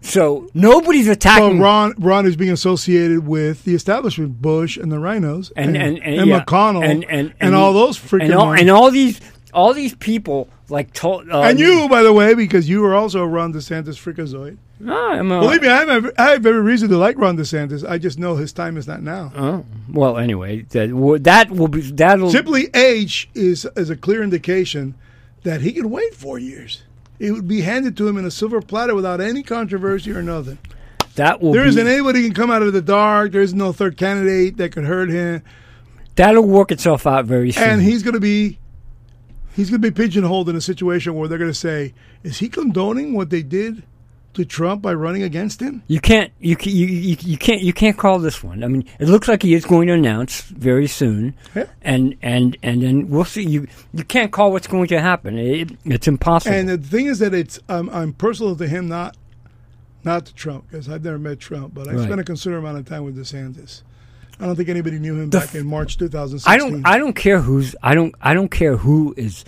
Speaker 2: So nobody's
Speaker 1: Well,
Speaker 2: attacking
Speaker 1: Ron Ron is being associated with the establishment, Bush and the Rhinos,
Speaker 2: and and, and, yeah,
Speaker 1: McConnell,
Speaker 2: and and,
Speaker 1: all those freaking
Speaker 2: and all,
Speaker 1: ones.
Speaker 2: and all these all these people like told uh,
Speaker 1: And you, by the way, because you were also a Ron DeSantis freakazoid.
Speaker 2: No, Ah, I'm a-
Speaker 1: Believe me, I have, every, I have every reason to like Ron DeSantis. I just know his time is not now.
Speaker 2: Um. well anyway that w- that will be that'll
Speaker 1: Simply, age is is a clear indication that he can wait four years. It would be handed to him in a silver platter without any controversy or nothing.
Speaker 2: that will
Speaker 1: There
Speaker 2: be,
Speaker 1: isn't anybody can come out of the dark. There is no third candidate that could hurt him.
Speaker 2: That'll work itself out very soon.
Speaker 1: and he's going to be he's going to be pigeonholed in a situation where they're going to say, "Is he condoning what they did to Trump by running against him?"
Speaker 2: You can't you, ca- you you you can't you can't call this one. I mean, it looks like he is going to announce very soon,
Speaker 1: Yeah.
Speaker 2: and and and then we'll see. You you can't call what's going to happen. It, it's impossible.
Speaker 1: And uh, the thing is that it's um, I'm personal to him, not not to Trump, because I've never met Trump, but I
Speaker 2: Right.
Speaker 1: spent a considerable amount of time with DeSantis. I don't think anybody knew him back in March 2016.
Speaker 2: I don't I don't care who's I don't I don't care who is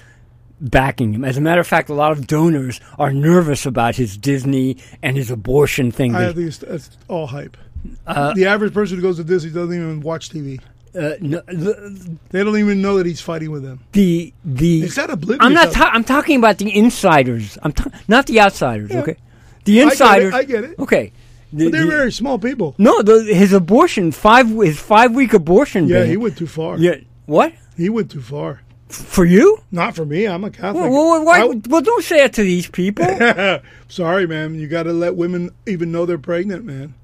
Speaker 2: backing him. As a matter of fact, a lot of donors are nervous about his Disney and his abortion thing.
Speaker 1: I
Speaker 2: that-
Speaker 1: think it's, it's all hype. the average person who goes to Disney doesn't even watch TV.
Speaker 2: uh, no, the
Speaker 1: They don't even know that he's fighting with them.
Speaker 2: the, the
Speaker 1: Is that oblivious?
Speaker 2: I'm not.
Speaker 1: of-
Speaker 2: Ta- I'm talking about the insiders. I'm ta- not the outsiders. Okay, the
Speaker 1: I get it,
Speaker 2: insiders.
Speaker 1: I get it.
Speaker 2: Okay. The-
Speaker 1: But they're
Speaker 2: the-
Speaker 1: very small people.
Speaker 2: No, the, his abortion five his five week abortion.
Speaker 1: Yeah,
Speaker 2: ban.
Speaker 1: he went too far.
Speaker 2: Yeah, what
Speaker 1: He went too far.
Speaker 2: for you?
Speaker 1: Not for me. I'm a Catholic.
Speaker 2: Well, well, why,
Speaker 1: I-
Speaker 2: well, don't say that to these people.
Speaker 1: sorry, man. You got to let women even know they're pregnant, man.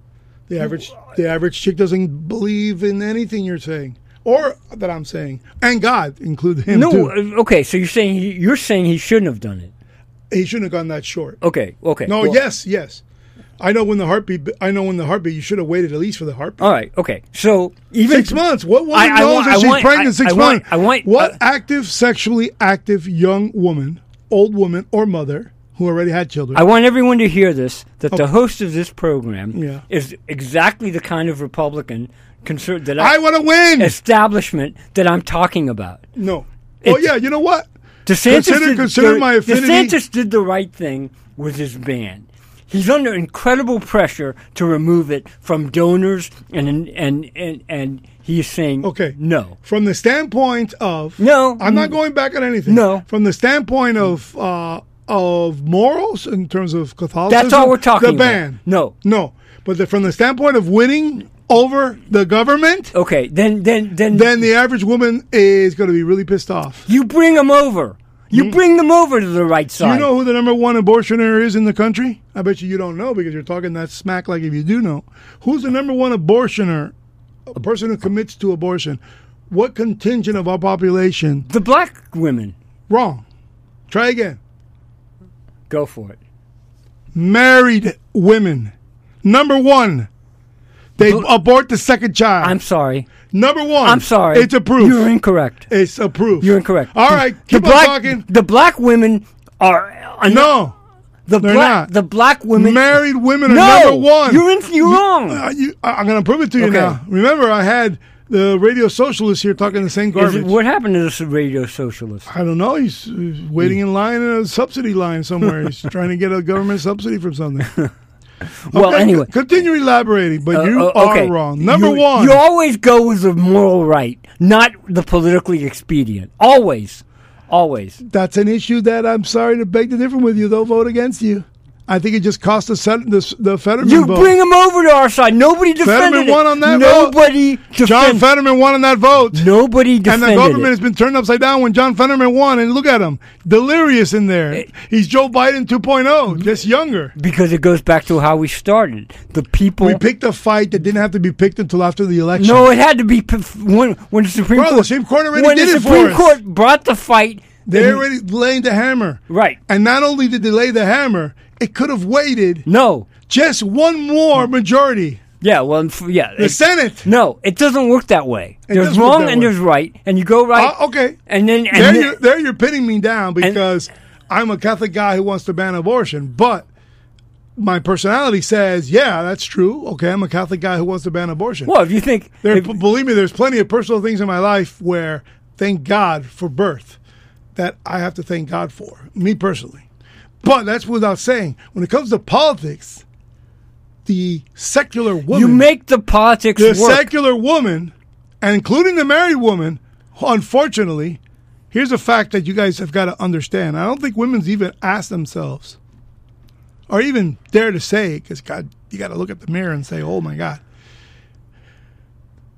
Speaker 1: The average
Speaker 2: uh,
Speaker 1: the average chick doesn't believe in anything you're saying or that I'm saying, and God include him
Speaker 2: no,
Speaker 1: too.
Speaker 2: uh, okay. So you're saying he, you're saying he shouldn't have done it.
Speaker 1: He shouldn't have gone that short.
Speaker 2: Okay, okay.
Speaker 1: No,
Speaker 2: uh, well,
Speaker 1: yes, yes. I know when the heartbeat. I know when the heartbeat. You should have waited at least for the heartbeat.
Speaker 2: All right, okay. So even
Speaker 1: Six months. What woman
Speaker 2: Uh, I- I
Speaker 1: knows
Speaker 2: want-
Speaker 1: that
Speaker 2: I
Speaker 1: she's
Speaker 2: want-
Speaker 1: pregnant
Speaker 2: I-
Speaker 1: six
Speaker 2: I want-
Speaker 1: months?
Speaker 2: I want-
Speaker 1: what
Speaker 2: uh,
Speaker 1: active, sexually active young woman, old woman, or mother who already had children?
Speaker 2: I want everyone to hear this that the host of this program
Speaker 1: Yeah.
Speaker 2: is exactly the kind of Republican conser- that
Speaker 1: I
Speaker 2: I,
Speaker 1: want to win.
Speaker 2: establishment that I'm talking about.
Speaker 1: No. Oh
Speaker 2: It's-
Speaker 1: yeah, you know what?
Speaker 2: DeSantis
Speaker 1: Consider-
Speaker 2: did,
Speaker 1: consider my affinity-
Speaker 2: DeSantis did the right thing with his ban. He's under incredible pressure to remove it from donors, and and and and he's saying,
Speaker 1: Okay.
Speaker 2: no,
Speaker 1: From the standpoint of
Speaker 2: No.
Speaker 1: I'm not going back on anything.
Speaker 2: No.
Speaker 1: From the standpoint of uh, of morals in terms of Catholicism,
Speaker 2: that's all we're talking
Speaker 1: The
Speaker 2: about.
Speaker 1: ban.
Speaker 2: No,
Speaker 1: no. But the, from the standpoint of winning over the government,
Speaker 2: okay, then then then,
Speaker 1: then the average woman is going to be really pissed off.
Speaker 2: you bring them over. You bring them over to the right
Speaker 1: Do
Speaker 2: side.
Speaker 1: Mm. you know who the number one abortioner is in the country? I bet you you don't know because you're talking that smack like if you do know. Who's the number one abortioner? A person who commits to abortion. What contingent of our population?
Speaker 2: the black women.
Speaker 1: Wrong. Try again.
Speaker 2: Go for it.
Speaker 1: Married women. Number one. They abort the second child.
Speaker 2: I'm sorry.
Speaker 1: number one.
Speaker 2: I'm sorry.
Speaker 1: It's approved.
Speaker 2: You're incorrect.
Speaker 1: it's approved.
Speaker 2: You're incorrect.
Speaker 1: All right.
Speaker 2: The
Speaker 1: Keep
Speaker 2: black,
Speaker 1: on talking.
Speaker 2: The black women are are not-
Speaker 1: No.
Speaker 2: The
Speaker 1: They're
Speaker 2: black
Speaker 1: not.
Speaker 2: the black women
Speaker 1: Married women are
Speaker 2: no,
Speaker 1: number one.
Speaker 2: You're in, you're wrong.
Speaker 1: Uh, you, I- I'm going to prove it to you
Speaker 2: Okay.
Speaker 1: now. Remember, I had the radio socialist here talking the same
Speaker 2: Is
Speaker 1: garbage.
Speaker 2: it, what happened to this radio socialist?
Speaker 1: I don't know. He's, he's waiting in line in a subsidy line somewhere. he's trying to get a government subsidy from something.
Speaker 2: well,
Speaker 1: Okay,
Speaker 2: anyway,
Speaker 1: c- continue elaborating, but
Speaker 2: uh,
Speaker 1: you
Speaker 2: uh, okay.
Speaker 1: are wrong. Number
Speaker 2: You-
Speaker 1: one,
Speaker 2: you always go with the moral right, not the politically expedient. Always, always.
Speaker 1: that's an issue that I'm sorry to beg to differ with you. They'll vote against you. I think it just cost the Sen- the, s- the Fetterman
Speaker 2: You
Speaker 1: vote.
Speaker 2: bring them over to our side. Nobody defended
Speaker 1: Fetterman
Speaker 2: it.
Speaker 1: won on that vote.
Speaker 2: Nobody
Speaker 1: John
Speaker 2: defended.
Speaker 1: Fetterman won on that vote.
Speaker 2: Nobody
Speaker 1: And
Speaker 2: defended.
Speaker 1: the government
Speaker 2: it.
Speaker 1: has been turned upside down when John Fetterman won. And look at him, delirious in
Speaker 2: Eh.
Speaker 1: there. He's Joe Biden 2.0, just younger.
Speaker 2: because it goes back to how we started. The people.
Speaker 1: We picked a fight that didn't have to be picked until after the election.
Speaker 2: no, it had to be p- f- when when the Supreme
Speaker 1: Bro, the
Speaker 2: Court.
Speaker 1: Supreme Court already
Speaker 2: when
Speaker 1: did
Speaker 2: the
Speaker 1: it for
Speaker 2: Supreme
Speaker 1: us.
Speaker 2: Court brought the fight.
Speaker 1: they
Speaker 2: then-
Speaker 1: already laying the hammer.
Speaker 2: Right.
Speaker 1: And not only did they lay the hammer, it could have waited
Speaker 2: No.
Speaker 1: just one more majority.
Speaker 2: Yeah. Well. f- Yeah.
Speaker 1: The
Speaker 2: it-
Speaker 1: Senate.
Speaker 2: No, it doesn't work that way.
Speaker 1: It
Speaker 2: there's
Speaker 1: doesn't work
Speaker 2: wrong
Speaker 1: that
Speaker 2: and
Speaker 1: way.
Speaker 2: there's right, and you go right.
Speaker 1: Uh, okay.
Speaker 2: And then Eh. and
Speaker 1: There
Speaker 2: then-
Speaker 1: you're, there you're pinning me down because I'm a Catholic guy who wants to ban abortion, but my personality says, yeah, that's true. Okay, I'm a Catholic guy who wants to ban abortion.
Speaker 2: well, if you think
Speaker 1: There,
Speaker 2: if-
Speaker 1: b- believe me, there's plenty of personal things in my life where, thank God for birth, that I have to thank God for, me personally. But that's without saying. When it comes to politics, the secular woman,
Speaker 2: you make the politics
Speaker 1: the
Speaker 2: work,
Speaker 1: secular woman, and including the married woman, unfortunately, here's a fact that you guys have got to understand. I don't think women's even ask themselves, or even dare to say, because God, you got to look at the mirror and say, "Oh my God."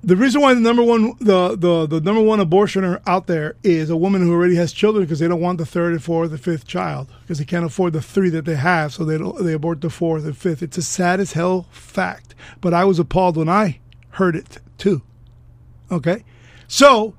Speaker 1: The reason why the number one the, the, the number one abortioner out there is a woman who already has children because they don't want the third and fourth and fifth child because they can't afford the three that they have so they don't, they abort the fourth and fifth. It's a sad as hell fact, but I was appalled when I heard it too. Okay, So,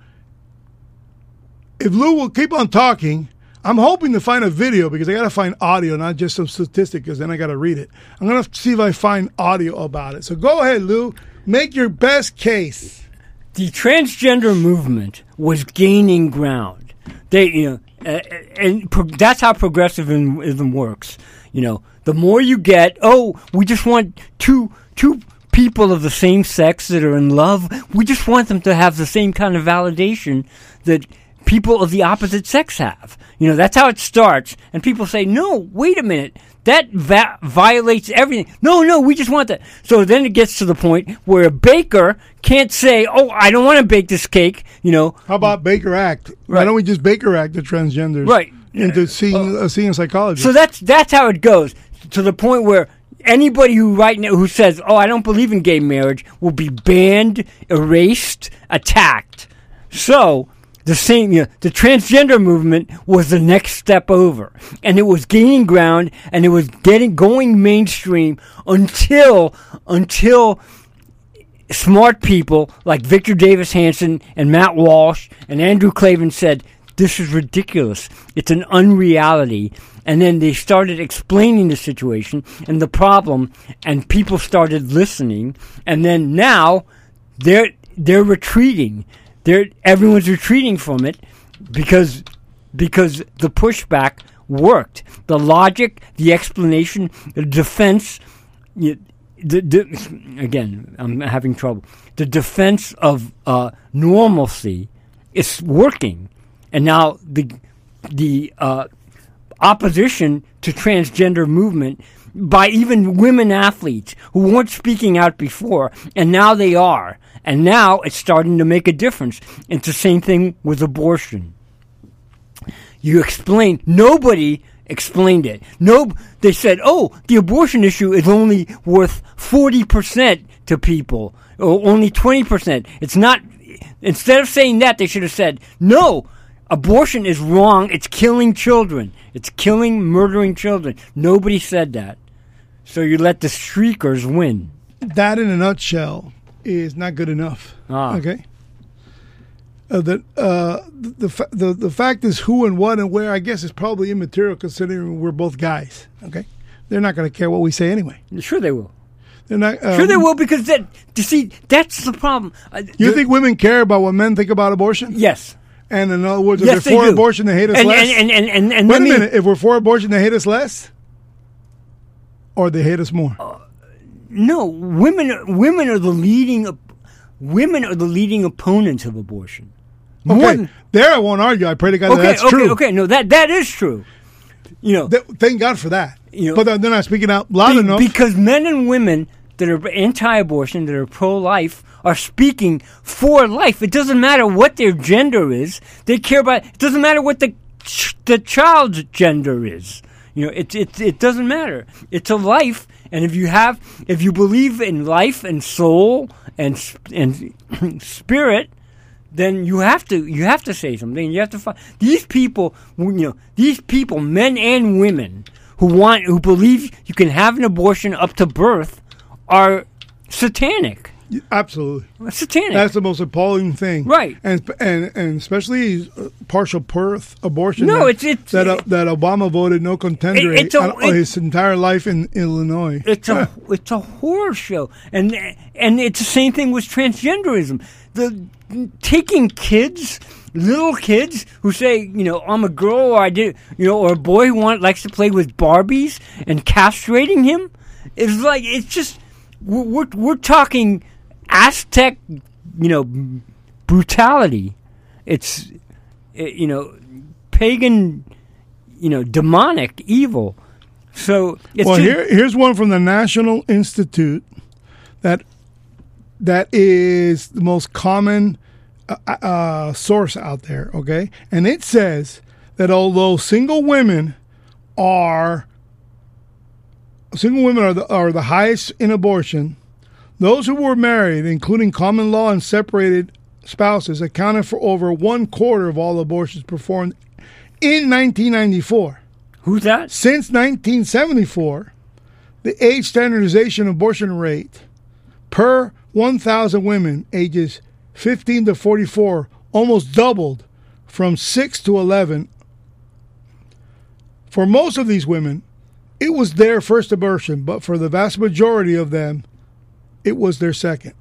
Speaker 1: if Lou will keep on talking, I'm hoping to find a video because I got to find audio, not just some statistic, because then I got to read it. I'm going to see if I find audio about it. So go ahead, Lou. Make your best case.
Speaker 2: the transgender movement was gaining ground. They, you know, uh, and pro- that's how progressivism works. You know, the more you get, oh, we just want two two people of the same sex that are in love. We just want them to have the same kind of validation that people of the opposite sex have. You know, that's how it starts. And people say, no, wait a minute. That va- violates everything. No, no, we just want that. So then it gets to the point where a baker can't say, oh, I don't want to bake this cake. You know,
Speaker 1: How about Baker Act? Why
Speaker 2: Mm. Right.
Speaker 1: don't we just Baker Act the transgenders
Speaker 2: Right. Oh.
Speaker 1: into seeing uh, seeing a psychologist?
Speaker 2: So that's that's how it goes to the point where anybody who right now who says, "Oh, I don't believe in gay marriage," will be banned, erased, attacked. So the same, you know, the transgender movement was the next step over, and it was gaining ground, and it was getting going mainstream until until smart people like Victor Davis Hanson and Matt Walsh and Andrew Clavin said, This is ridiculous. It's an unreality. And then they started explaining the situation and the problem, and people started listening. And then now they're they're retreating. They're everyone's retreating from it because because the pushback worked. The logic, the explanation, the defense. y- The, the- again, I'm having trouble. The defense of uh, normalcy is working, and now the the uh, opposition to transgender movement by even women athletes who weren't speaking out before and now they are and now it's starting to make a difference it's the same thing with abortion you explained. Nobody explained it. No, they said, "Oh, the abortion issue is only worth forty percent to people, or only twenty percent." It's not. Instead of saying that, they should have said, "No, abortion is wrong. It's killing children. It's killing, murdering children." Nobody said that. So you let the shriekers win.
Speaker 1: that in a nutshell is not good enough.
Speaker 2: Ah.
Speaker 1: Okay. Uh, the, uh, the, the fa- the the fact is who and what and where I guess is probably immaterial considering we're both guys. Okay, they're not going to care what we say anyway.
Speaker 2: Sure they will.
Speaker 1: They're not. Um,
Speaker 2: Sure they will because that. You see, that's the problem. Uh,
Speaker 1: You think women care about what men think about abortion?
Speaker 2: Yes.
Speaker 1: And in other words, if
Speaker 2: Yes,
Speaker 1: they're
Speaker 2: they
Speaker 1: for
Speaker 2: do.
Speaker 1: abortion, they hate us
Speaker 2: and,
Speaker 1: less.
Speaker 2: And, and, and, and, and
Speaker 1: Wait
Speaker 2: let
Speaker 1: a
Speaker 2: me-
Speaker 1: minute. If we're for abortion, they hate us less, or they hate us more.
Speaker 2: No, women are- women are the leading op- women are the leading opponents of abortion. More
Speaker 1: okay,
Speaker 2: than-
Speaker 1: there I won't argue. I pray to God that
Speaker 2: okay,
Speaker 1: that's
Speaker 2: okay,
Speaker 1: true.
Speaker 2: okay. No, that that is true. You know,
Speaker 1: Th- thank God for that.
Speaker 2: You know-
Speaker 1: but they're- they're not speaking out loud
Speaker 2: be-
Speaker 1: enough.
Speaker 2: because men and women that are anti-abortion, that are pro-life, are speaking for life. It doesn't matter what their gender is. They care about. It doesn't matter what the ch- the child's gender is. You know, it it it doesn't matter. It's a life, and if you have, if you believe in life and soul and s- and spirit, then you have to you have to say something. You have to find these people. You know, these people, men and women, who want who believe you can have an abortion up to birth, are satanic.
Speaker 1: Absolutely,
Speaker 2: Satanic.
Speaker 1: that's the most appalling thing.
Speaker 2: Right.
Speaker 1: and and and especially uh, partial birth abortion.
Speaker 2: No,
Speaker 1: that,
Speaker 2: it's- it's-
Speaker 1: that uh, that Obama voted no contender
Speaker 2: It- it's a-
Speaker 1: on- on
Speaker 2: it-
Speaker 1: his entire life in Illinois.
Speaker 2: it's a it's a horror show, and and it's the same thing with transgenderism. The taking kids, little kids who say, you know, I'm a girl, or I did, you know, or a boy who want, likes to play with Barbies, and castrating him is like it's just we're we're, we're talking Aztec, you know, brutality. It's eh, you know, pagan, you know, demonic evil. So it's
Speaker 1: well,
Speaker 2: just-
Speaker 1: here here's one from the National Institute that that is the most common uh, uh, source out there. Okay, and it says that although single women are single women are the, are the highest in abortion, those who were married, including common law and separated spouses, accounted for over one quarter of all abortions performed in 1994.
Speaker 2: who's that?
Speaker 1: Since 1974, the age standardization abortion rate per 1,000 women ages 15 to 44, almost doubled from 6 to 11. For most of these women, it was their first abortion, but for the vast majority of them, it was their second.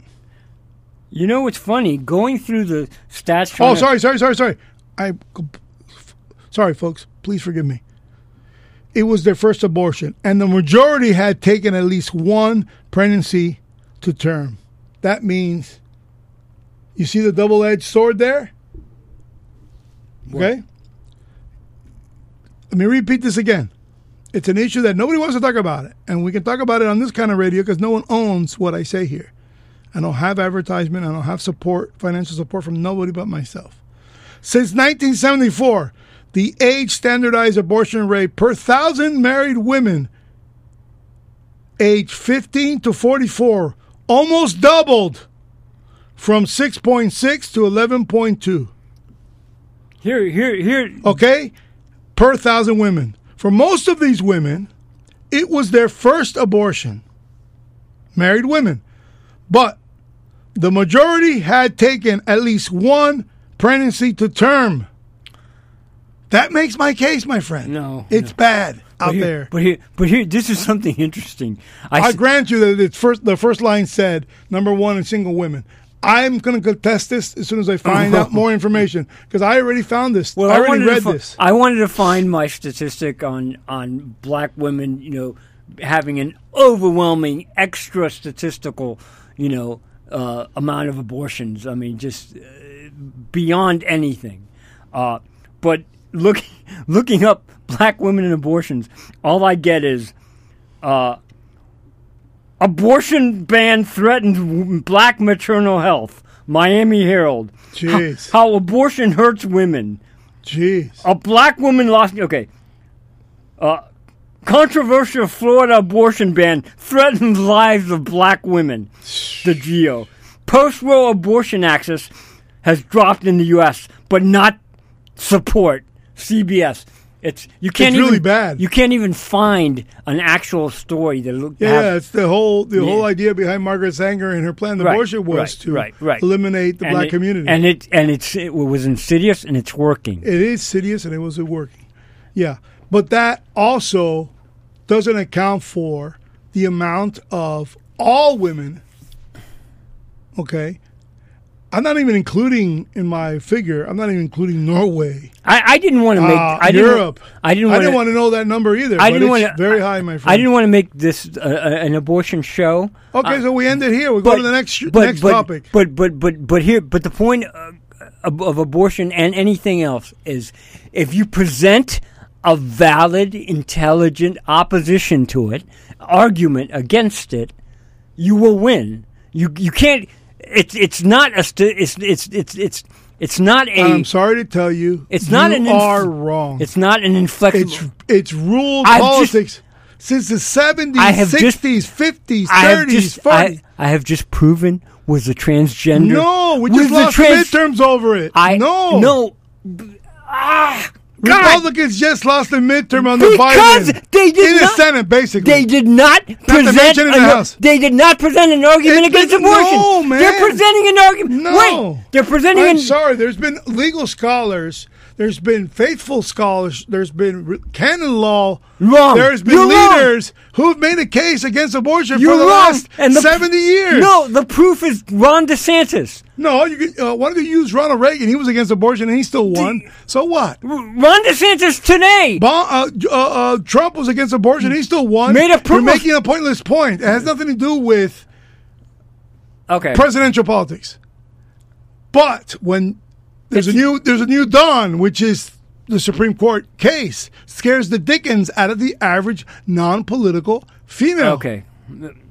Speaker 2: You know what's funny? Going through the stats.
Speaker 1: Oh,
Speaker 2: trying
Speaker 1: sorry,
Speaker 2: to-
Speaker 1: sorry, sorry, sorry. I, sorry, folks. Please forgive me. It was their first abortion, and the majority had taken at least one pregnancy to term. That means, you see the double-edged sword there. Okay. Let me repeat this again. It's an issue that nobody wants to talk about it, and we can talk about it on this kind of radio because no one owns what I say here. I don't have advertisement. I don't have support, financial support from nobody but myself. Since 1974, the age standardized abortion rate per thousand married women aged 15 to 44 almost doubled from 6.6 to 11.2
Speaker 2: Here, here, here.
Speaker 1: okay, per thousand women. For most of these women, it was their first abortion, married women. But the majority had taken at least one pregnancy to term. That makes my case, my friend.
Speaker 2: No,
Speaker 1: It's
Speaker 2: no.
Speaker 1: bad out
Speaker 2: here,
Speaker 1: there.
Speaker 2: But here, but here, this is something interesting.
Speaker 1: I
Speaker 2: s-
Speaker 1: grant you that it's first, the first line said number one in single women. I'm going to contest this as soon as I find out more information because I already found this. I already
Speaker 2: wanted to
Speaker 1: read
Speaker 2: fi-
Speaker 1: this.
Speaker 2: I wanted to find my statistic on on black women, you know, having an overwhelming extra statistical, you know, uh, amount of abortions. I mean, just uh, beyond anything. Uh, but look, looking up black women and abortions, all I get is. Uh, Abortion ban threatens w- black maternal health. Miami Herald. How-
Speaker 1: Jeez.
Speaker 2: how abortion hurts women.
Speaker 1: Jeez.
Speaker 2: A black woman lost. Okay. Uh, controversial Florida abortion ban threatens lives of black women. The Geo. Post Roe abortion access has dropped in the U.S., but not support. CBS. It's you can't
Speaker 1: really
Speaker 2: even,
Speaker 1: bad.
Speaker 2: You can't even find an actual story that look.
Speaker 1: Yeah,
Speaker 2: have-
Speaker 1: it's the whole the whole
Speaker 2: Yeah.
Speaker 1: idea behind Margaret Sanger and her planned
Speaker 2: Right,
Speaker 1: abortion was
Speaker 2: right,
Speaker 1: to
Speaker 2: right, right.
Speaker 1: eliminate the
Speaker 2: and
Speaker 1: black
Speaker 2: it-
Speaker 1: community.
Speaker 2: and it and it's it was insidious and it's working.
Speaker 1: it is serious and it wasn't working. Yeah, but that also doesn't account for the amount of all women. Okay, I'm not even including in my figure. I'm not even including Norway,
Speaker 2: I, I didn't want to make
Speaker 1: uh,
Speaker 2: I didn't,
Speaker 1: Europe.
Speaker 2: I didn't.
Speaker 1: I
Speaker 2: Wanna,
Speaker 1: didn't want to know that number either.
Speaker 2: I
Speaker 1: but
Speaker 2: didn't
Speaker 1: it's
Speaker 2: wanna-
Speaker 1: Very high, my friend.
Speaker 2: I didn't want to make this uh, uh, an abortion show.
Speaker 1: okay, so we end it here. We go to the next sh- next
Speaker 2: but,
Speaker 1: topic.
Speaker 2: But but but but here, but the point uh, of, of abortion and anything else is, if you present a valid, intelligent opposition to it, argument against it, you will win. You you can't. It's it's not a st- it's it's it's it's it's not a.
Speaker 1: I'm sorry to tell you,
Speaker 2: it's not
Speaker 1: you
Speaker 2: an inf-
Speaker 1: are wrong.
Speaker 2: It's not an inflexible.
Speaker 1: It's it's ruled
Speaker 2: I've just-
Speaker 1: politics since the seventies,
Speaker 2: I have just-
Speaker 1: sixties, fifties,
Speaker 2: I have
Speaker 1: thirties,
Speaker 2: just
Speaker 1: forties.
Speaker 2: I, I have just proven was a transgender.
Speaker 1: No, we
Speaker 2: was
Speaker 1: just
Speaker 2: the
Speaker 1: lost
Speaker 2: trans-
Speaker 1: midterms over it.
Speaker 2: I
Speaker 1: no,
Speaker 2: no. B- Ah, God,
Speaker 1: Republicans just lost the midterm on the
Speaker 2: because
Speaker 1: Biden
Speaker 2: they did
Speaker 1: in the
Speaker 2: not,
Speaker 1: Senate, basically.
Speaker 2: They did not present.
Speaker 1: mention in the
Speaker 2: an ar-
Speaker 1: House.
Speaker 2: They did not present an argument
Speaker 1: It's
Speaker 2: against
Speaker 1: been-
Speaker 2: abortion.
Speaker 1: no, man.
Speaker 2: They're presenting an argument.
Speaker 1: No.
Speaker 2: Wait, they're presenting.
Speaker 1: I'm
Speaker 2: an,
Speaker 1: sorry. There's been legal scholars. There's been faithful scholars. There's been re- canon law.
Speaker 2: Wrong.
Speaker 1: There's been
Speaker 2: You're wrong.
Speaker 1: leaders who've made a case against abortion
Speaker 2: You're
Speaker 1: for the
Speaker 2: wrong.
Speaker 1: last
Speaker 2: and the,
Speaker 1: seventy years.
Speaker 2: No, the proof is Ron DeSantis.
Speaker 1: No, you could, uh, why don't you use Ronald Reagan? He was against abortion and he still won. so what?
Speaker 2: R- Ron DeSantis today.
Speaker 1: Bon, uh, uh, uh, Trump was against abortion. He still won.
Speaker 2: Made a proof
Speaker 1: You're
Speaker 2: of-
Speaker 1: making a pointless point. It has nothing to do with
Speaker 2: Okay.
Speaker 1: presidential politics. But when there's a new there's a new dawn, which is the Supreme Court case, scares the dickens out of the average non-political female.
Speaker 2: Okay.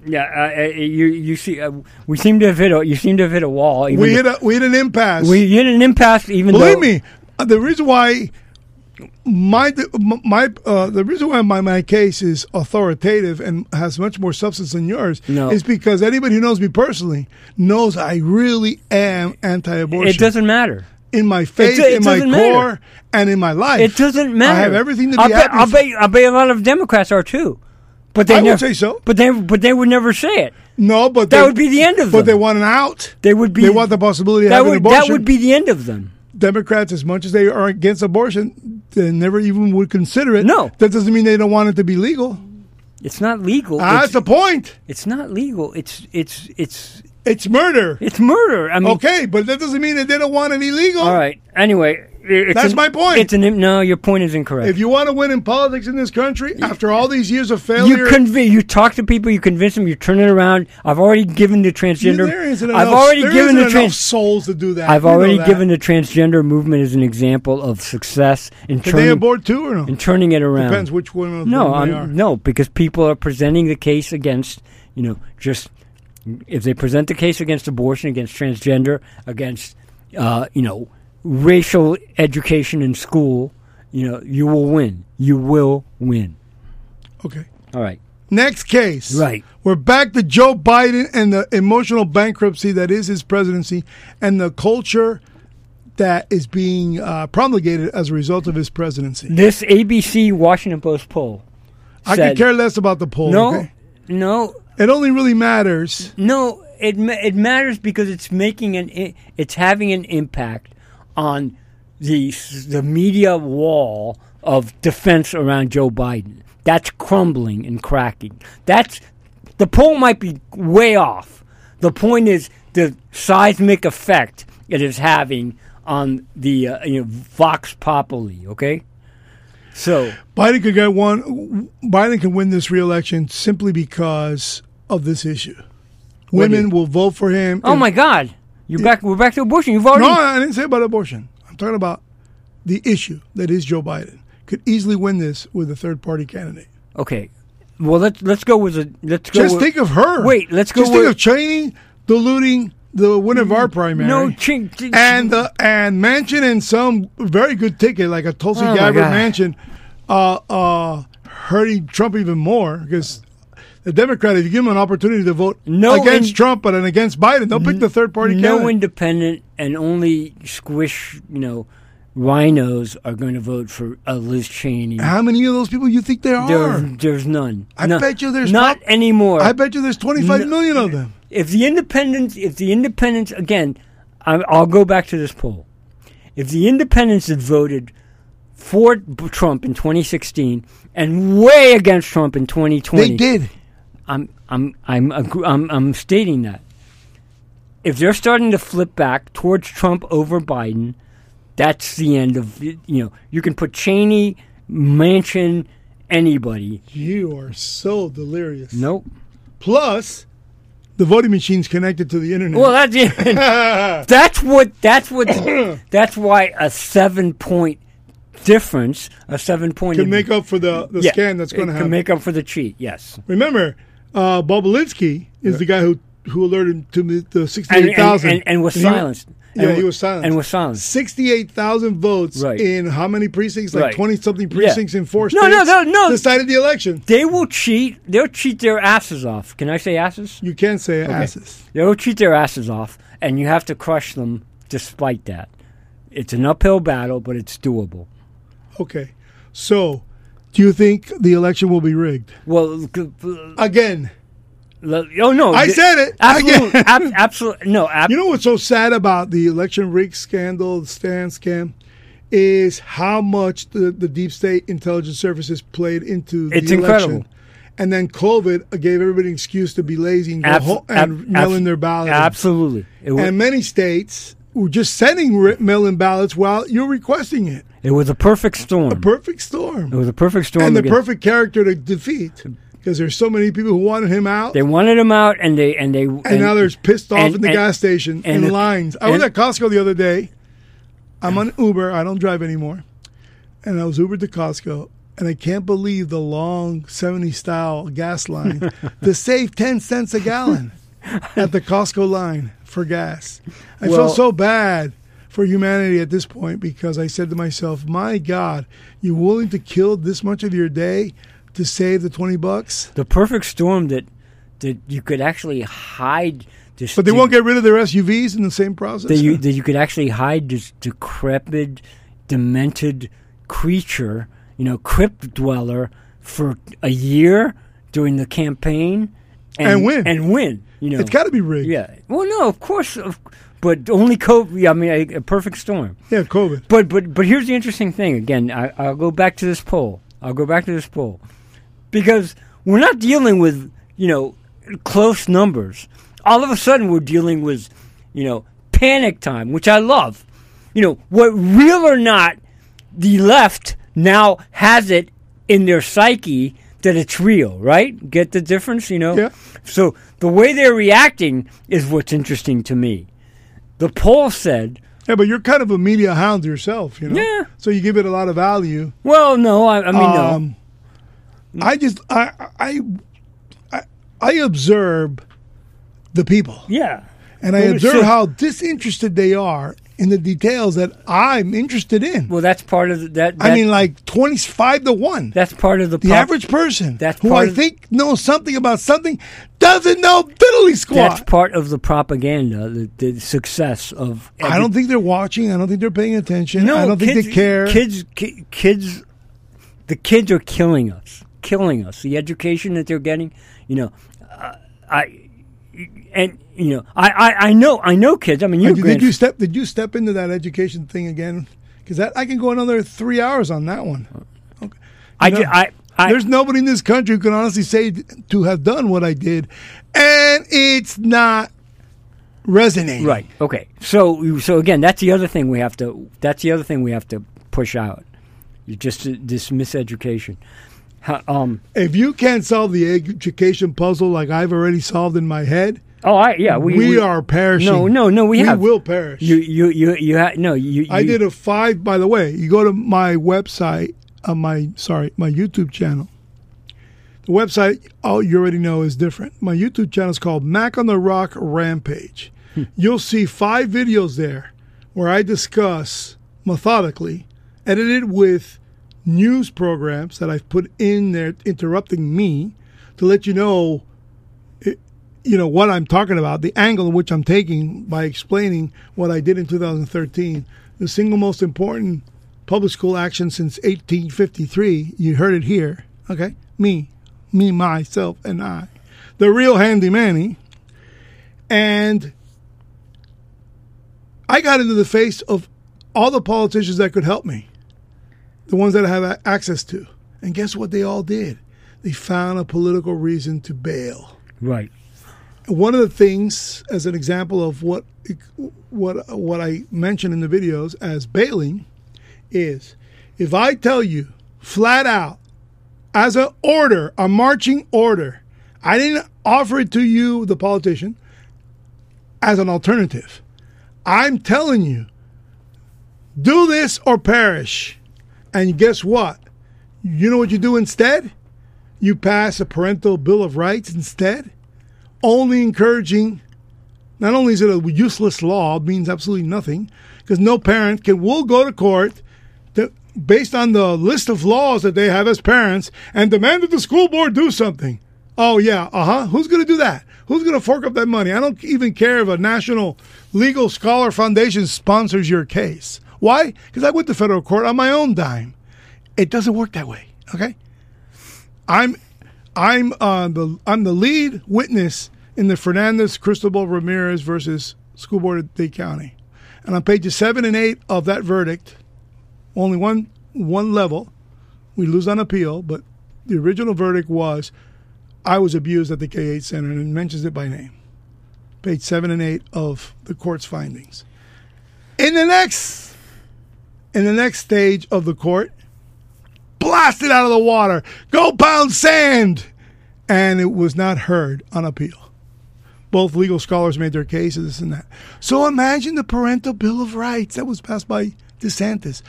Speaker 2: Yeah, uh, uh, you you see, uh, we seem to have hit a you seem to have hit a wall. Even
Speaker 1: we
Speaker 2: though-
Speaker 1: hit a, we hit an impasse.
Speaker 2: we hit an impasse. Even
Speaker 1: Believe
Speaker 2: though,
Speaker 1: me, uh, the reason why my my uh, the reason why my, my case is authoritative and has much more substance than yours
Speaker 2: No.
Speaker 1: is because anybody who knows me personally knows I really am anti-abortion.
Speaker 2: it doesn't matter.
Speaker 1: in my faith,
Speaker 2: it
Speaker 1: in my core,
Speaker 2: doesn't matter.
Speaker 1: and in my life.
Speaker 2: It doesn't matter.
Speaker 1: I have everything to be
Speaker 2: I bet,
Speaker 1: happy.
Speaker 2: I bet I bet a lot of Democrats are too, but they
Speaker 1: I would
Speaker 2: never
Speaker 1: say so.
Speaker 2: But they but they would never say it.
Speaker 1: No, but
Speaker 2: That
Speaker 1: they-
Speaker 2: would be the end of them.
Speaker 1: But they want an out.
Speaker 2: They would be.
Speaker 1: They want the possibility of
Speaker 2: that
Speaker 1: having
Speaker 2: would
Speaker 1: an abortion.
Speaker 2: that would be the end of them.
Speaker 1: Democrats, as much as they are against abortion, they never even would consider it.
Speaker 2: No.
Speaker 1: that doesn't mean they don't want it to be legal.
Speaker 2: It's not legal.
Speaker 1: Ah,
Speaker 2: it's,
Speaker 1: that's the point.
Speaker 2: it's not legal. It's it's it's
Speaker 1: It's murder.
Speaker 2: it's murder. I mean,
Speaker 1: Okay, but that doesn't mean that they don't want it illegal.
Speaker 2: all right. Anyway, it's
Speaker 1: That's
Speaker 2: an-
Speaker 1: my point.
Speaker 2: It's an no. Your point is incorrect.
Speaker 1: If you want to win in politics in this country, after all these years of
Speaker 2: You
Speaker 1: failure,
Speaker 2: conv- you talk to people, you convince them, you turn it around. I've already given the transgender.
Speaker 1: there isn't enough,
Speaker 2: I've already
Speaker 1: there
Speaker 2: given
Speaker 1: isn't
Speaker 2: the
Speaker 1: enough
Speaker 2: trans.
Speaker 1: souls to do that.
Speaker 2: I've
Speaker 1: You know
Speaker 2: already
Speaker 1: that.
Speaker 2: given the transgender movement as an example of success in
Speaker 1: Did they
Speaker 2: turning
Speaker 1: abort too or no?
Speaker 2: in turning it around.
Speaker 1: Depends which one of
Speaker 2: no,
Speaker 1: them they
Speaker 2: I'm-
Speaker 1: are.
Speaker 2: no, because people are presenting the case against you know just if they present the case against abortion, against transgender, against uh, you know racial education in school, you know you will win. You will win.
Speaker 1: Okay.
Speaker 2: All right.
Speaker 1: Next case.
Speaker 2: Right.
Speaker 1: We're back to Joe Biden and the emotional bankruptcy that is his presidency and the culture that is being uh, promulgated as a result of his presidency.
Speaker 2: This ABC Washington Post poll.
Speaker 1: I
Speaker 2: said-
Speaker 1: could care less about the poll.
Speaker 2: No,
Speaker 1: okay?
Speaker 2: no,
Speaker 1: It only really matters.
Speaker 2: no. It ma- it matters because it's making an i- it's having an impact on the s- the media wall of defense around Joe Biden. That's crumbling and cracking. That's the poll might be way off. The point is the seismic effect it is having on the uh, you know Vox Populi. Okay, so
Speaker 1: Biden could get one. Biden can win this reelection simply because of this issue.
Speaker 2: do you-
Speaker 1: Women will vote for him.
Speaker 2: oh
Speaker 1: in
Speaker 2: my God, you're back. We're back to abortion. You've already
Speaker 1: No, I didn't say about abortion. I'm talking about the issue that is Joe Biden could easily win this with a third party candidate.
Speaker 2: Okay. Well, let's let's go with the let's go.
Speaker 1: Just
Speaker 2: with,
Speaker 1: think of her.
Speaker 2: Wait, let's go
Speaker 1: Just think
Speaker 2: with- Mm,
Speaker 1: of Cheney diluting the winner of our primary.
Speaker 2: no ching. ching-
Speaker 1: and the and Mansion and some very good ticket like a Tulsi
Speaker 2: Oh, my
Speaker 1: Gabbard
Speaker 2: God.
Speaker 1: Mansion, uh, uh, hurting Trump even more because. The Democrat, if you give them an opportunity to vote
Speaker 2: No,
Speaker 1: against
Speaker 2: and-
Speaker 1: Trump but and against Biden, they'll pick the third party
Speaker 2: no
Speaker 1: candidate.
Speaker 2: independent and only squish. You know, rhinos are going to vote for uh, Liz Cheney.
Speaker 1: How many of those people you think there are?
Speaker 2: There, there's none.
Speaker 1: I
Speaker 2: No-
Speaker 1: bet you there's
Speaker 2: not
Speaker 1: prob-
Speaker 2: anymore.
Speaker 1: I bet you there's 25 million of them.
Speaker 2: if the independents, if the independents, again, I, I'll go back to this poll. If the independents had voted for B- Trump in 2016 and way against Trump in 2020,
Speaker 1: They did.
Speaker 2: I'm I'm I'm agr- I'm I'm stating that if they're starting to flip back towards Trump over Biden, that's the end of you know you can put Cheney, Manchin, anybody.
Speaker 1: You are so delirious.
Speaker 2: Nope.
Speaker 1: Plus, the voting machine's connected to the internet.
Speaker 2: Well, that's it. that's what that's what that's why a seven point difference, a seven point
Speaker 1: can make up for the, the
Speaker 2: yeah,
Speaker 1: scan that's going to
Speaker 2: it
Speaker 1: happen.
Speaker 2: can make up for the cheat. Yes.
Speaker 1: Remember, uh, Bobolinsky is the guy who who alerted to the- the
Speaker 2: And, and,
Speaker 1: 68,000.
Speaker 2: and- and was
Speaker 1: he-
Speaker 2: silenced.
Speaker 1: Yeah,
Speaker 2: and,
Speaker 1: he was silenced.
Speaker 2: And was silenced.
Speaker 1: 68,000 votes
Speaker 2: Right.
Speaker 1: in how many precincts? Like
Speaker 2: Right.
Speaker 1: 20 something precincts in four
Speaker 2: No,
Speaker 1: states.
Speaker 2: no, no, no.
Speaker 1: Decided the election.
Speaker 2: They will cheat. They'll cheat their asses off. Can I say asses?
Speaker 1: You can't say asses.
Speaker 2: They'll cheat their asses off, and you have to crush them despite that. It's an uphill battle, but it's doable.
Speaker 1: Okay. So, do you think the election will be rigged?
Speaker 2: Well, g- b-
Speaker 1: Again.
Speaker 2: l- oh no,
Speaker 1: I
Speaker 2: the-
Speaker 1: said it.
Speaker 2: Absolutely,
Speaker 1: Again.
Speaker 2: ab- absolutely, no, ab-
Speaker 1: You know what's so sad about the election rig scandal, the Stan scam, is how much the, the deep state intelligence services played into the
Speaker 2: It's
Speaker 1: election.
Speaker 2: incredible.
Speaker 1: And then COVID gave everybody an excuse to be lazy and, go
Speaker 2: abs-
Speaker 1: ho-
Speaker 2: ab-
Speaker 1: and mail in
Speaker 2: abs-
Speaker 1: their ballots.
Speaker 2: Absolutely, it was,
Speaker 1: And many states were just sending ri mail in ballots while you're requesting it.
Speaker 2: it was a perfect storm.
Speaker 1: Perfect storm.
Speaker 2: it was a perfect storm.
Speaker 1: and the
Speaker 2: against-
Speaker 1: perfect character to defeat because there's so many people who wanted him out.
Speaker 2: They wanted him out, and they and they and,
Speaker 1: and, now there's pissed off
Speaker 2: and-
Speaker 1: in the
Speaker 2: and-
Speaker 1: gas station
Speaker 2: and
Speaker 1: in
Speaker 2: the-
Speaker 1: lines. I was
Speaker 2: and-
Speaker 1: at Costco the other day. I'm on Uber. I don't drive anymore, and I was Ubered to Costco, and I can't believe the long '70s style gas line to save ten cents a gallon at the Costco line for gas. I feel
Speaker 2: Well-
Speaker 1: so bad for humanity at this point because I said to myself, "My God, you're willing to kill this much of your day to save the twenty bucks."
Speaker 2: the perfect storm that that you could actually hide this.
Speaker 1: But they won't get rid of their SUVs in the same process.
Speaker 2: that you that you could actually hide this decrepit, demented creature, you know, crypt dweller for a year during the campaign,
Speaker 1: And win.
Speaker 2: and win. You know,
Speaker 1: It's got to be rigged.
Speaker 2: yeah. Well, no, of course, of, but only COVID. I mean, a, a perfect storm.
Speaker 1: Yeah, COVID.
Speaker 2: But but but here's the interesting thing. Again, I, I'll go back to this poll. I'll go back to this poll because we're not dealing with you know close numbers. All of a sudden, we're dealing with you know panic time, which I love. You know what, real or not, the left now has it in their psyche that it's real. Right? Get the difference? You know.
Speaker 1: Yeah.
Speaker 2: So the way they're reacting is what's interesting to me. The poll said
Speaker 1: Yeah, but you're kind of a media hound yourself, you know?
Speaker 2: Yeah.
Speaker 1: So you give it a lot of value.
Speaker 2: Well, no, I, I mean, no.
Speaker 1: Um, I just, I, I, I, I observe the people.
Speaker 2: Yeah.
Speaker 1: And I
Speaker 2: Well,
Speaker 1: observe
Speaker 2: so-
Speaker 1: how disinterested they are in the details that I'm interested in.
Speaker 2: Well, that's part of the, that,
Speaker 1: I
Speaker 2: that-
Speaker 1: mean, like 25 to 1.
Speaker 2: that's part of the,
Speaker 1: the
Speaker 2: pop-
Speaker 1: average person
Speaker 2: that's
Speaker 1: who
Speaker 2: part
Speaker 1: I
Speaker 2: of-
Speaker 1: think knows something about something doesn't know diddly
Speaker 2: That's
Speaker 1: squat.
Speaker 2: part of the propaganda, the, the success of.
Speaker 1: I don't think they're watching. I don't think they're paying attention.
Speaker 2: No,
Speaker 1: I don't
Speaker 2: kids,
Speaker 1: think they care.
Speaker 2: Kids, ki- kids, the kids are killing us, killing us. The education that they're getting, you know, uh, I, and you know, I, I, I know, I know kids. I mean, you
Speaker 1: Did,
Speaker 2: grand-
Speaker 1: did you step? Did you step into that education thing again? Because that I can go another three hours on that one.
Speaker 2: I,
Speaker 1: know,
Speaker 2: ju- I, I,
Speaker 1: There's nobody in this country who can honestly say to have done what I did, and it's not resonating.
Speaker 2: Right. Okay. So so again, that's the other thing we have to. That's the other thing we have to push out. You just this miseducation. How- Um.
Speaker 1: If you can't solve the education puzzle like I've already solved in my head,
Speaker 2: Oh, I yeah. We
Speaker 1: we, are perishing.
Speaker 2: No, no, no.
Speaker 1: we
Speaker 2: We, have.
Speaker 1: will perish.
Speaker 2: You you you you ha- no. You,
Speaker 1: I
Speaker 2: you-
Speaker 1: did a five. By the way, you go to my website, uh, my sorry, my YouTube channel. The website, oh, you already know, is different. My YouTube channel is called Mac on the Rock Rampage.
Speaker 2: Hmm.
Speaker 1: You'll see five videos there where I discuss methodically, edited with news programs that I've put in there, interrupting me to let you know you know what I'm talking about, the angle in which I'm taking by explaining what I did in 2013, the single most important public school action since 1853. You heard it here, okay? Me, me, myself, and I, the real Handy Manny, and I got into the face of all the politicians that could help me, the ones that I have a- access to, and guess what? They all did. They found a political reason to bail
Speaker 2: right.
Speaker 1: one of the things as an example of what what what I mentioned in the videos as bailing is if I tell you flat out as an order, a marching order, I didn't offer it to you the politician as an alternative. I'm telling you do this or perish. And guess what? You know what you do instead? You pass a parental bill of rights instead only encouraging. Not only is it a useless law, it means absolutely nothing, because no parent can will go to court to, based on the list of laws that they have as parents and demand that the school board do something. Oh yeah, uh huh. Who's going to do that? Who's going to fork up that money? I don't even care if a national legal scholar foundation sponsors your case. Why? Because I went to federal court on my own dime. It doesn't work that way. Okay. I'm I'm uh, the I'm the lead witness in the Fernandez Cristobal Ramirez versus School Board of Dade County, and on pages seven and eight of that verdict, only one one level, we lose on appeal, but the original verdict was I was abused at the K eight center, and it mentions it by name. Page seven and eight of the court's findings. In the next in the next stage of the court, blasted out of the water. Go pound sand. And it was not heard on appeal. Both legal scholars made their cases this and that. So imagine the parental bill of rights that was passed by DeSantis.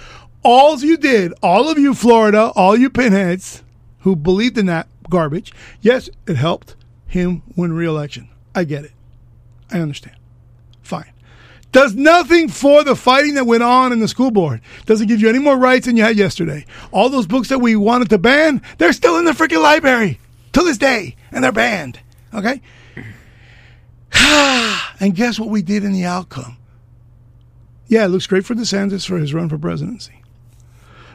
Speaker 1: All you did, all of you Florida, all you pinheads who believed in that garbage, yes, it helped him win re-election. I get it. I understand. Fine does nothing for the fighting that went on in the school board. Doesn't give you any more rights than you had yesterday. All those books that we wanted to ban, they're still in the freaking library to this day, and they're banned. Okay? and guess what we did in the outcome? Yeah, it looks great for DeSantis for his run for presidency.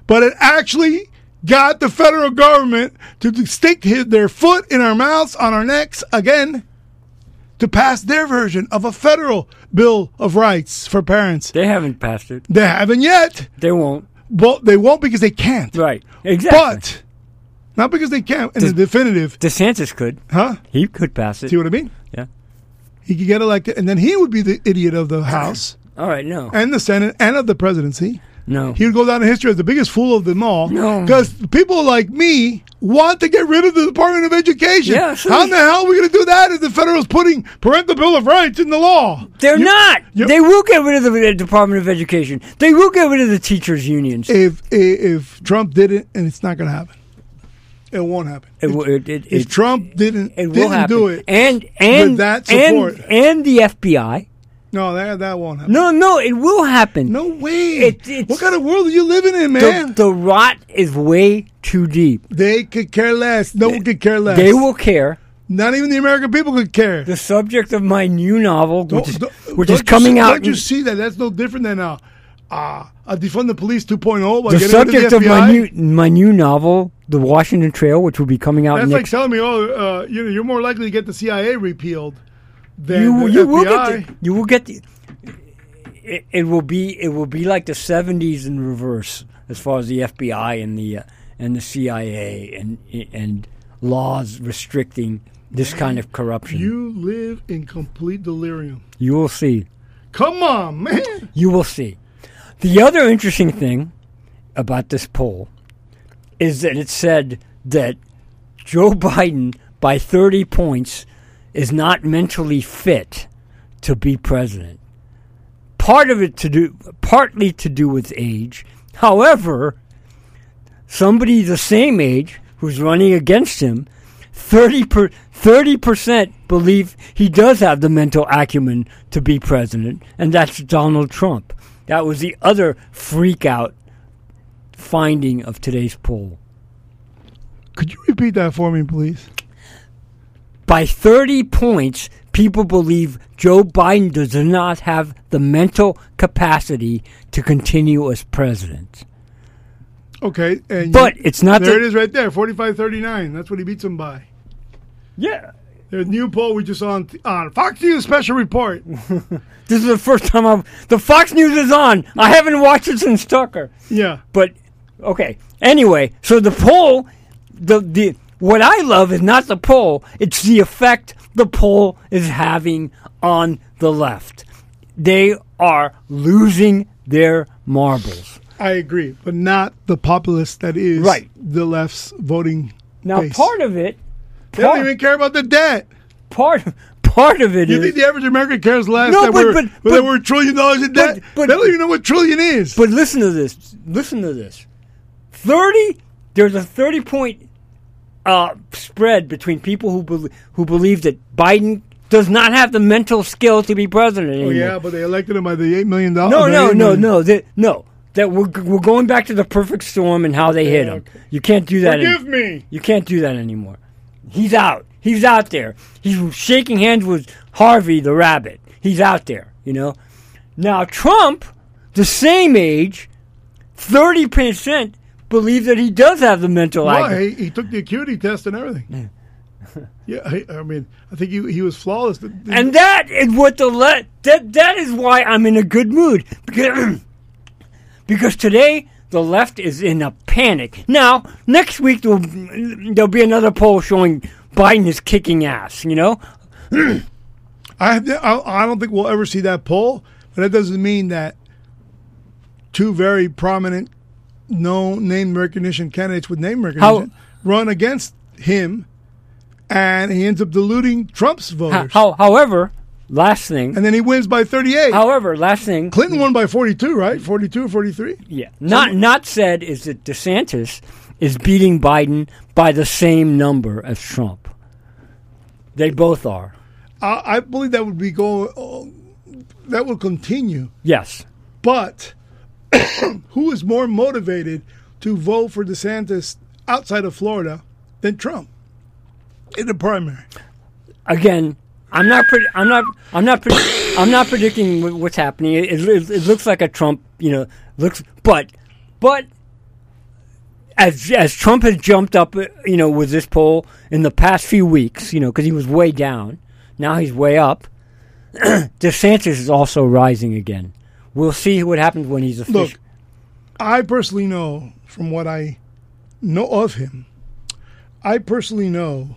Speaker 1: But it actually got the federal government to stick his, their foot in our mouths, on our necks again, to pass their version of a federal bill of rights for parents.
Speaker 2: They haven't passed it.
Speaker 1: They haven't yet.
Speaker 2: They won't.
Speaker 1: Well, they won't because they can't.
Speaker 2: Right. Exactly.
Speaker 1: But not because they can't. In the definitive,
Speaker 2: DeSantis could.
Speaker 1: huh?
Speaker 2: He could pass it.
Speaker 1: See what I mean?
Speaker 2: Yeah.
Speaker 1: He could get elected, and then he would be the idiot of the House
Speaker 2: All right. No.
Speaker 1: and the Senate and of the presidency.
Speaker 2: No.
Speaker 1: He would go down in history as the biggest fool of them all.
Speaker 2: No.
Speaker 1: Because people like me want to get rid of the Department of Education.
Speaker 2: Yeah, so-
Speaker 1: How in the hell are we going to do that if the federal's putting parental bill of rights in the law?
Speaker 2: They're
Speaker 1: You-
Speaker 2: not.
Speaker 1: you-
Speaker 2: they will get rid of the uh, Department of Education. They will get rid of the teachers' unions. It,
Speaker 1: If, if Trump did it, and it's not going to happen. It won't happen.
Speaker 2: will- it, it,
Speaker 1: if
Speaker 2: it-
Speaker 1: Trump didn't,
Speaker 2: it will
Speaker 1: didn't
Speaker 2: happen.
Speaker 1: do it,
Speaker 2: and and
Speaker 1: with that
Speaker 2: and,
Speaker 1: support.
Speaker 2: and the FBI.
Speaker 1: no, that, that won't happen.
Speaker 2: No, no, it will happen.
Speaker 1: No way.
Speaker 2: It- it's-
Speaker 1: what kind of world are you living in,
Speaker 2: the,
Speaker 1: man?
Speaker 2: the rot is way too deep.
Speaker 1: they could care less. No one could care less.
Speaker 2: They will care.
Speaker 1: Not even the American people could care.
Speaker 2: The subject of my new novel,
Speaker 1: Don't-
Speaker 2: which is,
Speaker 1: don't-
Speaker 2: which
Speaker 1: don't
Speaker 2: is
Speaker 1: you
Speaker 2: coming
Speaker 1: see-
Speaker 2: out.
Speaker 1: Don't you
Speaker 2: in-
Speaker 1: see that? That's no different than a, uh, a defund the police 2.0. By
Speaker 2: the
Speaker 1: getting rid
Speaker 2: subject
Speaker 1: the
Speaker 2: of my
Speaker 1: FBI.
Speaker 2: new my new novel, The Washington Trail, which will be coming out
Speaker 1: That's like
Speaker 2: next.
Speaker 1: telling me, oh, uh, you know, you're more likely to get the CIA repealed than
Speaker 2: you
Speaker 1: the
Speaker 2: you
Speaker 1: FBI.
Speaker 2: will get the, you will get the, it, it will be it will be like the seventies in reverse as far as the FBI and the uh, and the CIA and and laws restricting this kind of corruption.
Speaker 1: you live in complete delirium.
Speaker 2: you will see.
Speaker 1: Come on, man.
Speaker 2: You will see. The other interesting thing about this poll is that it said that Joe Biden, by 30 points, is not mentally fit to be president. Part of it to do, partly to do with age. However, somebody the same age who's running against him, 30 per, 30% believe he does have the mental acumen to be president, and that's Donald Trump. That was the other freak out finding of today's poll.
Speaker 1: Could you repeat that for me, please?
Speaker 2: By 30 points, people believe Joe Biden does not have the mental capacity to continue as president.
Speaker 1: Okay, and
Speaker 2: But
Speaker 1: you-
Speaker 2: it's not
Speaker 1: there.
Speaker 2: that-
Speaker 1: It is right there, 45-39. That's what he beats him by.
Speaker 2: Yeah.
Speaker 1: The new poll we just saw on, on Fox News special report.
Speaker 2: This is the first time I've. The Fox News is on. I haven't watched it since Tucker.
Speaker 1: Yeah.
Speaker 2: But okay. Anyway, so the poll, the the what I love is not the poll; it's the effect the poll is having on the left. They are losing their marbles.
Speaker 1: I agree, but not the populace that is
Speaker 2: Right.
Speaker 1: the left's voting.
Speaker 2: Now,
Speaker 1: base.
Speaker 2: part of it,
Speaker 1: they don't
Speaker 2: part,
Speaker 1: even care about the debt.
Speaker 2: part, part of it
Speaker 1: You think
Speaker 2: is.
Speaker 1: the average American cares less
Speaker 2: No,
Speaker 1: that,
Speaker 2: but-
Speaker 1: we're,
Speaker 2: but-
Speaker 1: that
Speaker 2: but-
Speaker 1: we're a trillion dollars in debt?
Speaker 2: but-
Speaker 1: they don't even know what trillion is.
Speaker 2: But listen to this. Listen to this. Thirty. There's a thirty point uh, spread between people who bel who believe that Biden does not have the mental skill to be president
Speaker 1: Oh,
Speaker 2: anymore.
Speaker 1: yeah, but they elected him by the eight million dollars.
Speaker 2: No, no, no, no, that, no. That we're, g- we're going back to the perfect storm and how they hit him.
Speaker 1: okay.
Speaker 2: You can't do that.
Speaker 1: Forgive me.
Speaker 2: You can't do that anymore. He's out. He's out there. He's shaking hands with Harvey the rabbit. He's out there. You know. Now Trump, the same age, thirty percent believe that he does have the mental
Speaker 1: Why?
Speaker 2: acumen.
Speaker 1: he, he took the acuity test and everything. yeah, I, I mean, I think he, he was flawless. The- the-
Speaker 2: And that is what the le- that that is why I'm in a good mood because because today the left is in a panic. Now next week there'll, there'll be another poll showing Biden is kicking ass. You know,
Speaker 1: I, I I don't think we'll ever see that poll, but that doesn't mean that two very prominent, no name recognition candidates with name recognition run against him, and he ends up diluting Trump's voters,
Speaker 2: How, however, last thing.
Speaker 1: and then he wins by 38.
Speaker 2: However, last thing.
Speaker 1: Clinton won by 42, right? 42 or 43?
Speaker 2: Yeah. Not not said is that DeSantis is beating Biden by the same number as Trump. They both are.
Speaker 1: I, I believe that would be going. oh, that will continue.
Speaker 2: Yes.
Speaker 1: But who is more motivated to vote for DeSantis outside of Florida than Trump in the primary?
Speaker 2: again, I'm not pred I'm not. I'm not. Pred- I'm not predicting wh- what's happening. It, it, it looks like a Trump. You know, looks. But, but as as Trump has jumped up, uh, you know, with this poll in the past few weeks, you know, because he was way down, now he's way up. DeSantis is also rising again. We'll see what happens when he's official.
Speaker 1: Look, I personally know from what I know of him, I personally know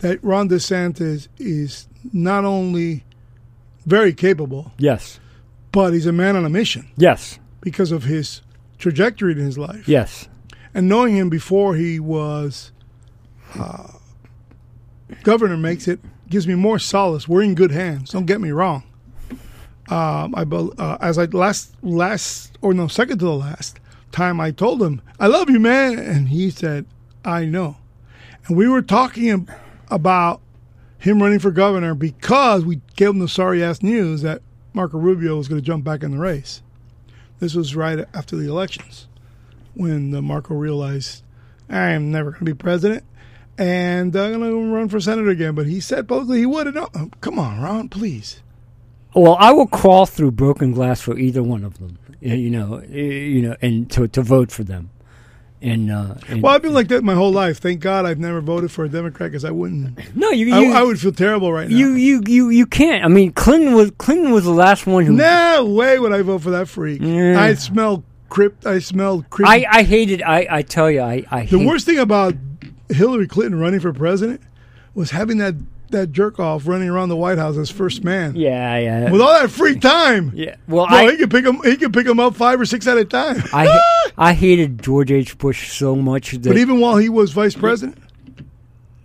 Speaker 1: that Ron DeSantis is not only very capable,
Speaker 2: yes,
Speaker 1: but he's a man on a mission
Speaker 2: yes,
Speaker 1: because of his trajectory in his life.
Speaker 2: yes,
Speaker 1: And knowing him before he was uh, governor makes it gives me more solace. We're in good hands. Don't get me wrong. Um, I bel- uh, as I last last or no second to the last time I told him I love you, man, and he said I know. And we were talking ab- about him running for governor because we gave him the sorry ass news that Marco Rubio was going to jump back in the race. This was right after the elections when uh, Marco realized I am never going to be president and I'm going to run for senator again. But he said publicly he would. No, oh, come on, Ron, please.
Speaker 2: Well, I will crawl through broken glass for either one of them. y- You know, y- you know, and to to vote for them. And, uh, and-
Speaker 1: Well, I've been like that my whole life. Thank God I've never voted for a Democrat because I wouldn't.
Speaker 2: no, you you,
Speaker 1: I, I would feel terrible right now.
Speaker 2: you you you you can't. I mean, Clinton was Clinton was the last one who.
Speaker 1: no way would I vote for that freak.
Speaker 2: Yeah.
Speaker 1: I smell crypt. I smell creep.
Speaker 2: I I hated. I I tell you, I I
Speaker 1: the
Speaker 2: hate-
Speaker 1: worst thing about Hillary Clinton running for president was having that that jerk off running around the White House as first man
Speaker 2: Yeah, yeah,
Speaker 1: with all that free time.
Speaker 2: yeah. Well,
Speaker 1: Bro,
Speaker 2: I
Speaker 1: he can pick him. He can pick him up five or six at a time.
Speaker 2: I I hated George H. Bush so much that
Speaker 1: Ah! but even while he was vice president,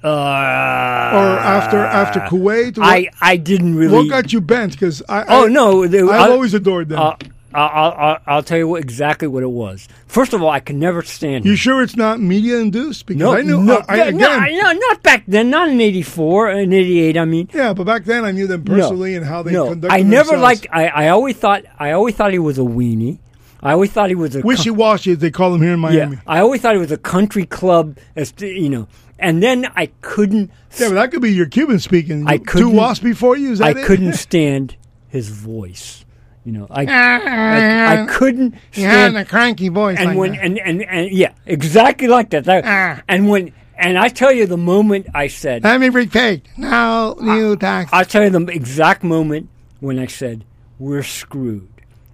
Speaker 2: uh,
Speaker 1: or after after Kuwait, what,
Speaker 2: Ah. I I didn't really.
Speaker 1: Oh, what got you bent? Because I,
Speaker 2: oh
Speaker 1: I-
Speaker 2: no! They,
Speaker 1: I've
Speaker 2: I-
Speaker 1: always adored them.
Speaker 2: Uh, I- I'll, I'll, I'll tell you what, exactly what it was. First of all, I could never stand
Speaker 1: you
Speaker 2: him.
Speaker 1: sure it's not media induced? Because
Speaker 2: No,
Speaker 1: I knew.
Speaker 2: no,
Speaker 1: I, I,
Speaker 2: no,
Speaker 1: again,
Speaker 2: no, not back then, not in '84, in '88. I mean,
Speaker 1: yeah, but back then I knew them personally and how they
Speaker 2: no,
Speaker 1: conducted
Speaker 2: I never
Speaker 1: themselves.
Speaker 2: liked. I, I always thought. I always thought he was a weenie. I always thought he was a
Speaker 1: wishy washy, as they call them here in
Speaker 2: Yeah,
Speaker 1: Miami. Yeah,
Speaker 2: I always thought it was a country club, as you know. And then I couldn't,
Speaker 1: but that could be your Cuban speaking.
Speaker 2: I
Speaker 1: two
Speaker 2: couldn't-
Speaker 1: wasps before you. Is
Speaker 2: I
Speaker 1: that it?
Speaker 2: couldn't stand his voice. You know, I,
Speaker 1: Ah.
Speaker 2: I, I couldn't stand.
Speaker 1: cranky voice.
Speaker 2: and when and, and and yeah, exactly like that. That-
Speaker 1: Ah.
Speaker 2: And when and I tell you the moment I said,
Speaker 1: let me repeat, now new tax.
Speaker 2: I'll tell you the exact moment when I said we're screwed,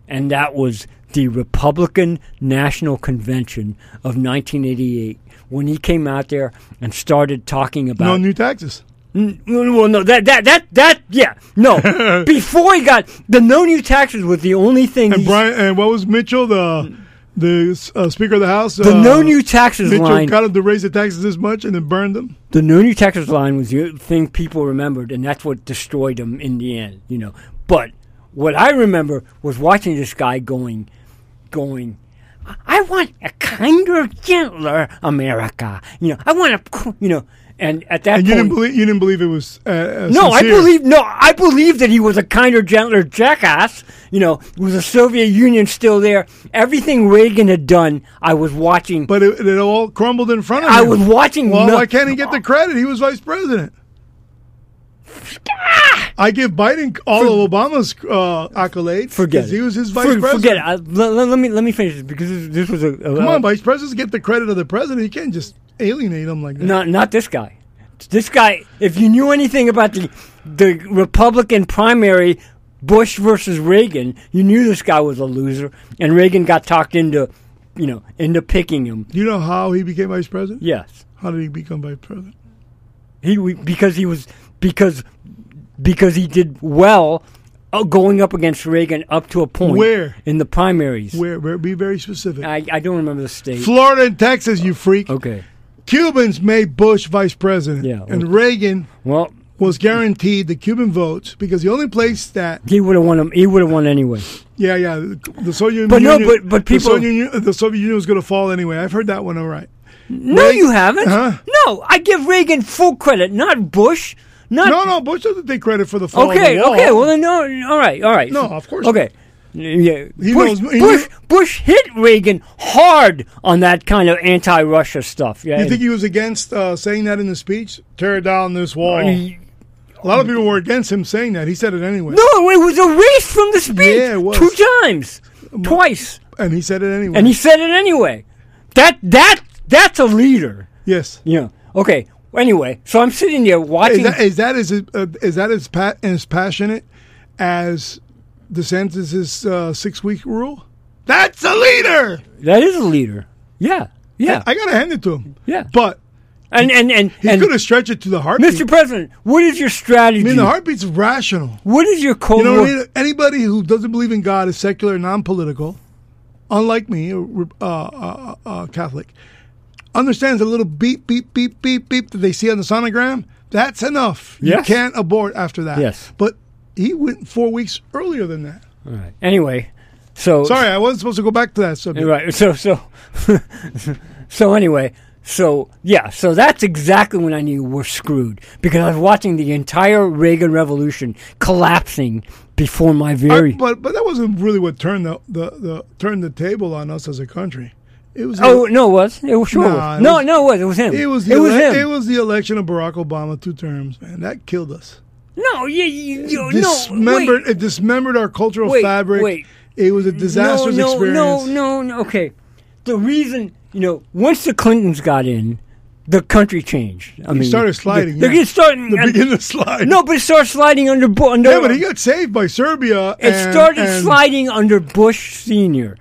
Speaker 2: and that was the Republican National Convention of 1988 when he came out there and started talking about
Speaker 1: no new taxes.
Speaker 2: Well, no, that that that that yeah, no. Before he got the no new taxes was the only thing.
Speaker 1: And
Speaker 2: he-
Speaker 1: Brian, and what was Mitchell, the the uh, Speaker of the House?
Speaker 2: the
Speaker 1: uh,
Speaker 2: no new taxes
Speaker 1: Mitchell
Speaker 2: line.
Speaker 1: got him to raise the taxes this much and then burned them.
Speaker 2: the no new taxes line was the thing people remembered, and that's what destroyed him in the end. You know, but what I remember was watching this guy going, going. I want a kinder, gentler America. You know, I want a, you know, and at that
Speaker 1: And you
Speaker 2: point,
Speaker 1: didn't believe you didn't believe it was uh, uh,
Speaker 2: No, I
Speaker 1: sincere.
Speaker 2: believe no, I believe that he was a kinder, gentler jackass. You know, with the Soviet Union still there, everything Reagan had done, I was watching.
Speaker 1: but it, it all crumbled in front of him.
Speaker 2: I was watching.
Speaker 1: Well,
Speaker 2: no-
Speaker 1: why can't he get the credit? He was vice president.
Speaker 2: Ah!
Speaker 1: I give Biden all of Obama's uh, accolades.
Speaker 2: Forget
Speaker 1: 'cause
Speaker 2: it.
Speaker 1: He was his vice
Speaker 2: For-
Speaker 1: president.
Speaker 2: Forget it. I, let, let- let me let me finish this because this, this was a, a
Speaker 1: Come on, vice presidents get the credit of the president. You can't just alienate him like that.
Speaker 2: not not this guy. This guy. If you knew anything about the the Republican primary, Bush versus Reagan, you knew this guy was a loser, and Reagan got talked into, you know, into picking him.
Speaker 1: You know how he became vice president?
Speaker 2: Yes.
Speaker 1: How did he become vice president?
Speaker 2: He we- because he was because because he did well uh, going up against Reagan up to a point.
Speaker 1: Where?
Speaker 2: in the primaries?
Speaker 1: Where? where be very specific.
Speaker 2: I, I don't remember the state.
Speaker 1: Florida and Texas, you freak.
Speaker 2: okay.
Speaker 1: Cubans made Bush vice president.
Speaker 2: Oh. Yeah.
Speaker 1: And Reagan
Speaker 2: Well,
Speaker 1: was guaranteed the Cuban votes because the only place that
Speaker 2: he would have won him. He would have won anyway.
Speaker 1: yeah yeah the Soviet
Speaker 2: But no,
Speaker 1: Union
Speaker 2: but- but people-
Speaker 1: the Soviet Union, the Soviet Union was going to fall anyway. I've heard that one all right.
Speaker 2: No, you haven't.
Speaker 1: Huh?
Speaker 2: No, I give Reagan full credit, not Bush, not.
Speaker 1: No, no, Bush doesn't take credit for the fall. of
Speaker 2: Okay,
Speaker 1: the wall.
Speaker 2: okay. Well, then, no. All right, all right.
Speaker 1: No, of course
Speaker 2: Okay. Yeah,
Speaker 1: He knows-
Speaker 2: Bush,
Speaker 1: he
Speaker 2: Bush,
Speaker 1: knew-
Speaker 2: Bush hit Reagan hard on that kind of anti-Russia stuff. Yeah,
Speaker 1: You think he was against uh, saying that in the speech? Tear down this wall. A lot of people were against him saying that. He said it anyway.
Speaker 2: No, it was erased from the speech
Speaker 1: Yeah, it was.
Speaker 2: two times, twice,
Speaker 1: And he said it anyway.
Speaker 2: and he said it anyway. That that That's a leader.
Speaker 1: Yes.
Speaker 2: You know. Okay. Anyway, so I'm sitting there
Speaker 1: Is
Speaker 2: watching.
Speaker 1: that, is that as uh, is that as, pa- as passionate as DeSantis' uh, six week rule? That's a leader.
Speaker 2: that is a leader. Yeah. Yeah.
Speaker 1: I gotta hand it to him.
Speaker 2: Yeah.
Speaker 1: but
Speaker 2: and and and,
Speaker 1: he
Speaker 2: and
Speaker 1: could have stretched it to the heartbeat.
Speaker 2: Mr. President, what is your strategy?
Speaker 1: I mean, the heartbeat's rational.
Speaker 2: what is your cold
Speaker 1: You know,
Speaker 2: war?
Speaker 1: what I mean? anybody who doesn't believe in God is secular, non-political, unlike me, a re- uh, uh, uh, uh, Catholic, understands a little beep, beep, beep, beep, beep that they see on the sonogram. That's enough.
Speaker 2: Yes.
Speaker 1: You can't abort after that.
Speaker 2: Yes.
Speaker 1: But he went four weeks earlier than that.
Speaker 2: All right. Anyway, so
Speaker 1: Sorry, I wasn't supposed to go back to that subject.
Speaker 2: Right. So so so anyway, so yeah, so that's exactly when I knew we're screwed because I was watching the entire Reagan Revolution collapsing before my very.
Speaker 1: I- but but that wasn't really what turned the, the, the turned the table on us as a country. It was
Speaker 2: oh no, it was it was sure
Speaker 1: Nah,
Speaker 2: was.
Speaker 1: it
Speaker 2: no
Speaker 1: was-
Speaker 2: no it was it was him
Speaker 1: It was the
Speaker 2: it was
Speaker 1: ele-
Speaker 2: him
Speaker 1: it was the election of Barack Obama two terms, man. That killed us.
Speaker 2: no you, you, you no
Speaker 1: dismembered
Speaker 2: wait.
Speaker 1: it dismembered our cultural
Speaker 2: Wait,
Speaker 1: fabric.
Speaker 2: wait.
Speaker 1: It was a disastrous
Speaker 2: no, no,
Speaker 1: experience.
Speaker 2: No, no, no. Okay, the reason you know once the Clintons got in, the country changed. I mean,
Speaker 1: started sliding,
Speaker 2: They're
Speaker 1: yeah.
Speaker 2: starting.
Speaker 1: The
Speaker 2: and-
Speaker 1: beginning slide.
Speaker 2: no, but it started sliding under Bu- under.
Speaker 1: Yeah, but he got saved by Serbia.
Speaker 2: it
Speaker 1: and-
Speaker 2: started
Speaker 1: and
Speaker 2: sliding under Bush Senior.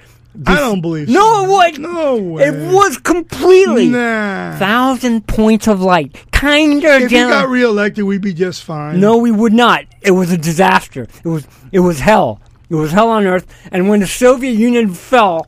Speaker 1: I don't believe.
Speaker 2: No,
Speaker 1: so.
Speaker 2: it was
Speaker 1: No way.
Speaker 2: It was completely
Speaker 1: Nah.
Speaker 2: thousand points of light, kinder,
Speaker 1: if he
Speaker 2: gentler.
Speaker 1: got reelected, we'd be just fine.
Speaker 2: No, we would not. It was a disaster. It was it was hell. It was hell on earth. And when the Soviet Union fell,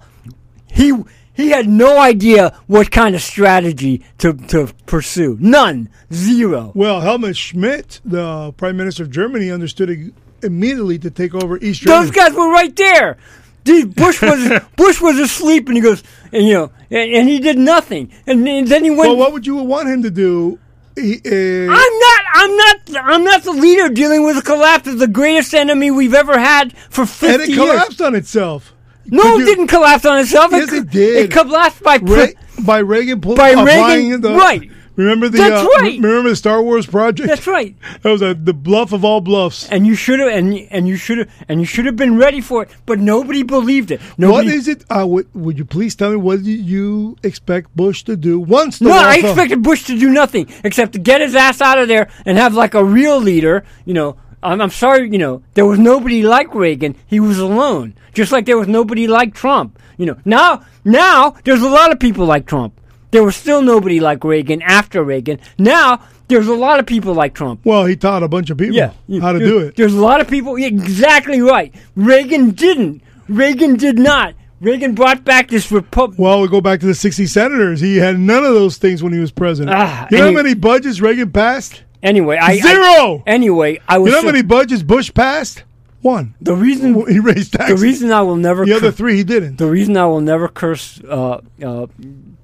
Speaker 2: he he had no idea what kind of strategy to, to pursue. None. Zero.
Speaker 1: Well, Helmut Schmidt, the prime minister of Germany, understood it immediately to take over East Germany.
Speaker 2: Those guys were right there. These Bush was Bush was asleep, and he goes, and you know, and, and he did nothing. And, then- then he went.
Speaker 1: well, what would you want him to do? He, uh,
Speaker 2: I'm not. I'm not. I'm not the leader dealing with the collapse of the greatest enemy we've ever had for
Speaker 1: and
Speaker 2: fifty
Speaker 1: it
Speaker 2: years.
Speaker 1: collapsed on itself.
Speaker 2: No,
Speaker 1: Could
Speaker 2: it
Speaker 1: you-
Speaker 2: didn't collapse on itself.
Speaker 1: Yes,
Speaker 2: co-
Speaker 1: it did.
Speaker 2: It collapsed by pre-
Speaker 1: Re- by Reagan pull-
Speaker 2: By
Speaker 1: applying
Speaker 2: Reagan,
Speaker 1: the
Speaker 2: right.
Speaker 1: Remember the
Speaker 2: That's
Speaker 1: uh, re-
Speaker 2: right.
Speaker 1: remember the Star Wars project?
Speaker 2: That's right.
Speaker 1: That was a, the bluff of all bluffs.
Speaker 2: And you should have and and you should have and you should have been ready for it, but nobody believed it.
Speaker 1: What
Speaker 2: Nobody.
Speaker 1: is it? Uh, would, would you please tell me what do you expect Bush to do once the
Speaker 2: no,
Speaker 1: wall
Speaker 2: I
Speaker 1: fell?
Speaker 2: expected Bush to do nothing except to get his ass out of there and have like a real leader. You know, I'm, I'm sorry. You know, there was nobody like Reagan. He was alone, just like there was nobody like Trump. You know, now now there's a lot of people like Trump. There was still nobody like Reagan after Reagan. Now there's a lot of people like Trump.
Speaker 1: Well, he taught a bunch of people
Speaker 2: Yeah,
Speaker 1: how to
Speaker 2: There-
Speaker 1: do it.
Speaker 2: There's a lot of people. yeah, Exactly right. Reagan didn't. Reagan did not. Reagan brought back this republic.
Speaker 1: Well, we go back to the 60 senators. He had none of those things when he was president.
Speaker 2: Ah,
Speaker 1: you know how
Speaker 2: and he-
Speaker 1: many budgets Reagan passed?
Speaker 2: Anyway, I I-
Speaker 1: Zero!
Speaker 2: anyway, I was
Speaker 1: You know how
Speaker 2: so-
Speaker 1: many budgets Bush passed? One.
Speaker 2: the reason.
Speaker 1: He raised
Speaker 2: The
Speaker 1: taxes.
Speaker 2: reason I will never.
Speaker 1: the other
Speaker 2: cur-
Speaker 1: three he didn't.
Speaker 2: the reason I will never curse uh, uh,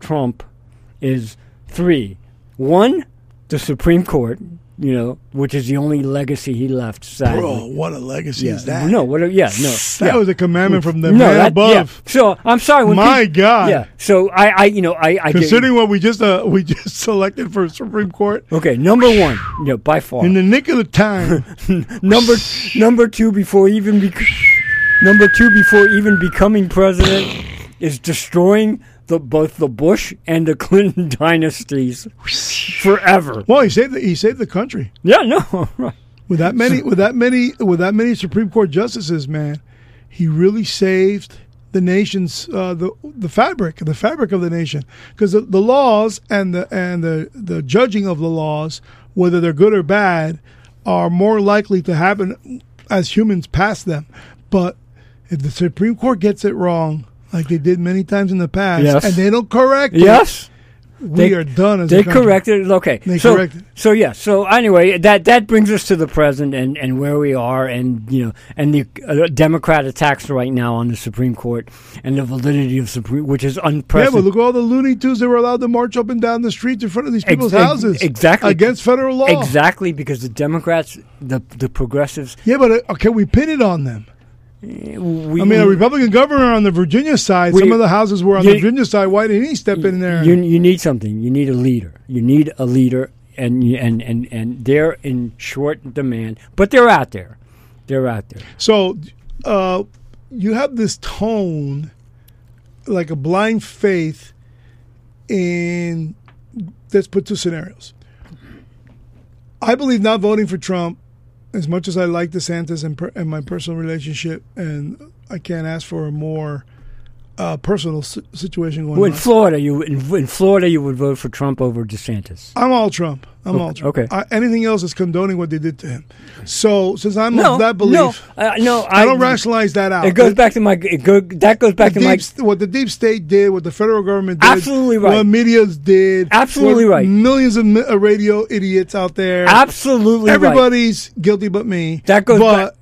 Speaker 2: Trump is three. One, the Supreme Court. You know, which is the only legacy he left. Sadly.
Speaker 1: Bro, what a legacy is that?
Speaker 2: No, what? Yeah, no.
Speaker 1: That
Speaker 2: yeah.
Speaker 1: was a commandment from the
Speaker 2: no,
Speaker 1: man
Speaker 2: that-
Speaker 1: above.
Speaker 2: Yeah. So I'm sorry. When
Speaker 1: My
Speaker 2: peop-
Speaker 1: God.
Speaker 2: Yeah. So I, I, you know, I, I get-
Speaker 1: Considering what we just uh, we just selected for Supreme Court
Speaker 2: Okay, number one, you know, by far.
Speaker 1: in the nick of the time,
Speaker 2: number number two before even bec- number two before even becoming president is destroying the both the Bush and the Clinton dynasties forever.
Speaker 1: well, he saved the, he saved the country
Speaker 2: Yeah, no, right.
Speaker 1: with that many with that many with that many Supreme Court justices. Man, he really saved the nation's uh, the the fabric the fabric of the nation because the, the laws and the and the the judging of the laws, whether they're good or bad, are more likely to happen as humans pass them. But if the Supreme Court gets it wrong. Like they did many times in the past,
Speaker 2: Yes.
Speaker 1: and they don't correct it,
Speaker 2: Yes.
Speaker 1: we
Speaker 2: They-
Speaker 1: are done as
Speaker 2: They
Speaker 1: a country.
Speaker 2: corrected it. Okay.
Speaker 1: They
Speaker 2: so,
Speaker 1: corrected.
Speaker 2: So yeah. So anyway, that that brings us to the present and, and where we are, and you know, and the uh, Democrat attacks right now on the Supreme Court and the validity of Supreme, which is
Speaker 1: Yeah,
Speaker 2: unprecedented.
Speaker 1: but look at all the Looney Tunes that were allowed to march up and down the streets in front of these people's
Speaker 2: ex-
Speaker 1: houses.
Speaker 2: exactly.
Speaker 1: Against federal law.
Speaker 2: Exactly, because the Democrats, the the progressives,
Speaker 1: Yeah, but uh, can we pin it on them?
Speaker 2: we,
Speaker 1: I mean, a Republican governor on the Virginia side,
Speaker 2: Mm. We-
Speaker 1: some of the houses were on
Speaker 2: you-
Speaker 1: the Virginia side. Why didn't he step in there?
Speaker 2: you you need something. You need a leader. You need a leader, and you- and and and they're in short demand, but they're out there. They're out there.
Speaker 1: so uh, you have this tone, like a blind faith in let's put two scenarios. I believe not voting for Trump, as much as I like DeSantis and, per, and my personal relationship, and I can't ask for a more uh, personal s- situation going
Speaker 2: Well, in
Speaker 1: on.
Speaker 2: Florida, you in, in Florida you would vote for Trump over DeSantis.
Speaker 1: I'm all Trump. I'm all Trump.
Speaker 2: okay.
Speaker 1: I, anything else is condoning what they did to him. So since I'm
Speaker 2: No,
Speaker 1: of that belief,
Speaker 2: no, uh, no. I,
Speaker 1: I don't rationalize that out.
Speaker 2: It goes back to my. It go, that goes back
Speaker 1: the
Speaker 2: to my.
Speaker 1: deep, st- what the deep state did, what the federal government did,
Speaker 2: Absolutely right.
Speaker 1: what media's did,
Speaker 2: Absolutely
Speaker 1: what
Speaker 2: right.
Speaker 1: Millions of mi- uh, radio idiots out there.
Speaker 2: Absolutely right.
Speaker 1: Everybody's guilty but me.
Speaker 2: That goes
Speaker 1: But
Speaker 2: back-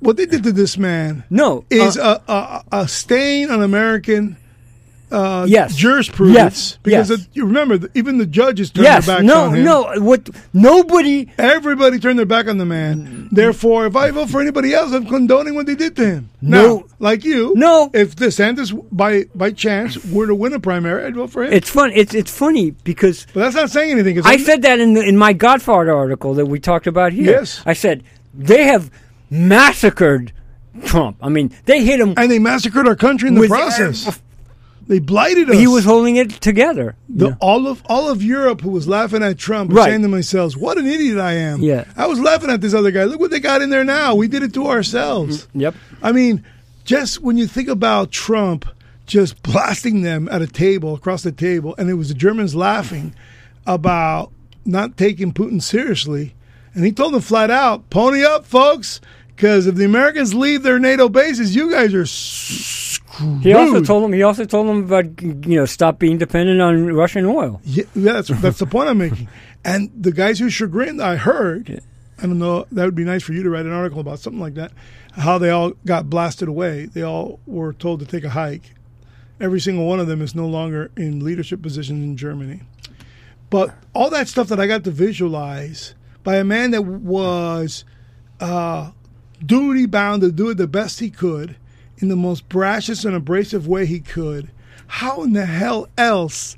Speaker 1: what they did to this man
Speaker 2: No,
Speaker 1: is
Speaker 2: uh,
Speaker 1: a, a a stain on American uh,
Speaker 2: Yes.
Speaker 1: jurisprudence.
Speaker 2: Yes,
Speaker 1: Because
Speaker 2: yes.
Speaker 1: it- you remember, th- even the judges turned
Speaker 2: yes.
Speaker 1: their backs
Speaker 2: No,
Speaker 1: on him.
Speaker 2: no. What? Nobody.
Speaker 1: Everybody turned their back on the
Speaker 2: Mm.
Speaker 1: man. Therefore, if I vote for anybody else, I'm condoning what they did to him.
Speaker 2: No.
Speaker 1: Now, like you,
Speaker 2: No.
Speaker 1: If DeSantis, by by chance, were to win a primary, I'd vote for him.
Speaker 2: It's fun. It's it's funny because
Speaker 1: but that's not saying anything. 'cause
Speaker 2: I
Speaker 1: I'm-
Speaker 2: said that in the, in my Godfather article that we talked about here.
Speaker 1: Yes.
Speaker 2: I said they have massacred Trump. I mean, they hit him.
Speaker 1: and they massacred our country in the
Speaker 2: With-
Speaker 1: process. they blighted us.
Speaker 2: He was holding it together.
Speaker 1: The,
Speaker 2: Yeah.
Speaker 1: All of all of Europe who was laughing at Trump was
Speaker 2: Right.
Speaker 1: saying to themselves, "What an idiot I am!"
Speaker 2: Yeah.
Speaker 1: I was laughing at this other guy. Look what they got in there now. We did it to ourselves.
Speaker 2: Yep.
Speaker 1: I mean, just when you think about Trump just blasting them at a table across the table, and it was the Germans laughing about not taking Putin seriously, and he told them flat out, "Pony up, folks." Because if the Americans leave their NATO bases, you guys are screwed.
Speaker 2: He also told him. He also told him about you know stop being dependent on Russian oil.
Speaker 1: Yeah, yeah, that's that's the point I'm making. And the guys who chagrined, I heard. I don't know. That would be nice for you to write an article about something like that. How they all got blasted away. They all were told to take a hike. Every single one of them is no longer in leadership positions in Germany. But all that stuff that I got to visualize by a man that was uh, duty bound to do it the best he could in the most brashest and abrasive way he could. How in the hell else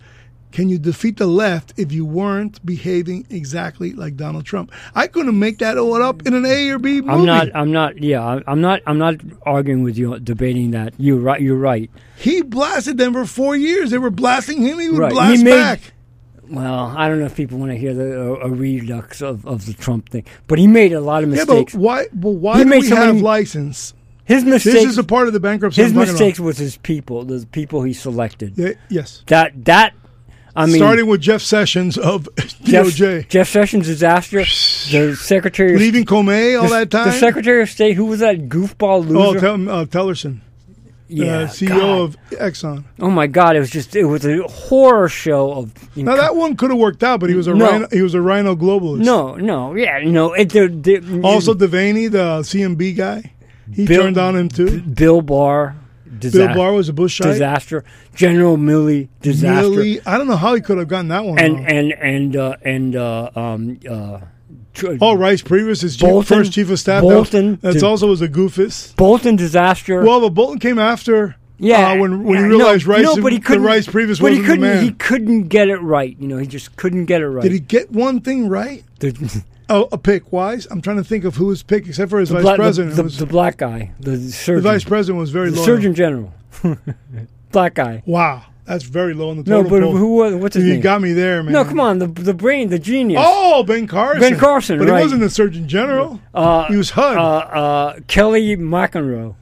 Speaker 1: can you defeat the left if you weren't behaving exactly like Donald Trump? I couldn't make that all up in an A or B movie.
Speaker 2: I'm not. I'm not. Yeah. I- I'm not. I'm not arguing with you, debating that. You're right. You're right.
Speaker 1: He blasted them for four years. They were blasting him. He would
Speaker 2: Right. He
Speaker 1: blast
Speaker 2: made-
Speaker 1: back.
Speaker 2: Well, I don't know if people want to hear the, a, a redux of, of the Trump thing, but he made a lot of
Speaker 1: Yeah, but
Speaker 2: mistakes.
Speaker 1: why? But why
Speaker 2: He
Speaker 1: do
Speaker 2: made
Speaker 1: we
Speaker 2: so
Speaker 1: have
Speaker 2: many-
Speaker 1: license?
Speaker 2: his
Speaker 1: This
Speaker 2: mistakes.
Speaker 1: is a part of the bankruptcy.
Speaker 2: his
Speaker 1: I'm talking about.
Speaker 2: mistakes was his people, the people he selected.
Speaker 1: Yeah, yes.
Speaker 2: That that. I mean,
Speaker 1: starting with Jeff Sessions of DOJ,
Speaker 2: Jeff, Jeff Sessions' disaster, the Secretary of
Speaker 1: leaving Comey all that time.
Speaker 2: the Secretary of State, who was that goofball
Speaker 1: oh,
Speaker 2: loser?
Speaker 1: tell, uh, Tellerson,
Speaker 2: yeah,
Speaker 1: uh, CEO
Speaker 2: God.
Speaker 1: of Exxon.
Speaker 2: Oh my God! It was just it was a horror show of
Speaker 1: Now that one could have worked out, but he was a
Speaker 2: No.
Speaker 1: rhino, he was a rhino globalist.
Speaker 2: no, no, yeah, no. It, they're- they're-
Speaker 1: Also, Devaney, the CMB guy, he
Speaker 2: Bill-
Speaker 1: turned on him too.
Speaker 2: Bill Barr,
Speaker 1: Bill
Speaker 2: disaster,
Speaker 1: Barr was a Bushite.
Speaker 2: disaster, General Milley, disaster,
Speaker 1: Really, I don't know how he could have gotten that one.
Speaker 2: and
Speaker 1: wrong.
Speaker 2: and and uh, and uh, um, uh, tr-
Speaker 1: oh, Rice Previous is chief,
Speaker 2: Bolton-
Speaker 1: first chief of staff.
Speaker 2: Bolton
Speaker 1: that's
Speaker 2: did-
Speaker 1: also was a goofus.
Speaker 2: Bolton disaster.
Speaker 1: Well, but Bolton came after.
Speaker 2: yeah,
Speaker 1: uh, when when
Speaker 2: yeah,
Speaker 1: he realized
Speaker 2: no,
Speaker 1: Rice,
Speaker 2: no, but he
Speaker 1: the
Speaker 2: couldn't,
Speaker 1: Rice Previous
Speaker 2: but
Speaker 1: wasn't
Speaker 2: he couldn't,
Speaker 1: the man.
Speaker 2: he couldn't get it right. You know, he just couldn't get it right.
Speaker 1: Did he get one thing right?
Speaker 2: the,
Speaker 1: Oh, a pick wise. I'm trying to think of who was picked, except for his vice
Speaker 2: black, the,
Speaker 1: president.
Speaker 2: the,
Speaker 1: who was,
Speaker 2: the black guy, the surgeon,
Speaker 1: the vice president was very
Speaker 2: the
Speaker 1: low.
Speaker 2: surgeon general, black guy.
Speaker 1: Wow, that's very low on the
Speaker 2: No,
Speaker 1: total.
Speaker 2: but
Speaker 1: poll.
Speaker 2: who was? What's his
Speaker 1: You
Speaker 2: name?
Speaker 1: got me there, man.
Speaker 2: no, come on, the the brain, the genius.
Speaker 1: Oh, Ben Carson.
Speaker 2: Ben Carson,
Speaker 1: but
Speaker 2: right.
Speaker 1: he wasn't the Surgeon General.
Speaker 2: Uh,
Speaker 1: he was HUD.
Speaker 2: uh, uh, Kelly McEnroe.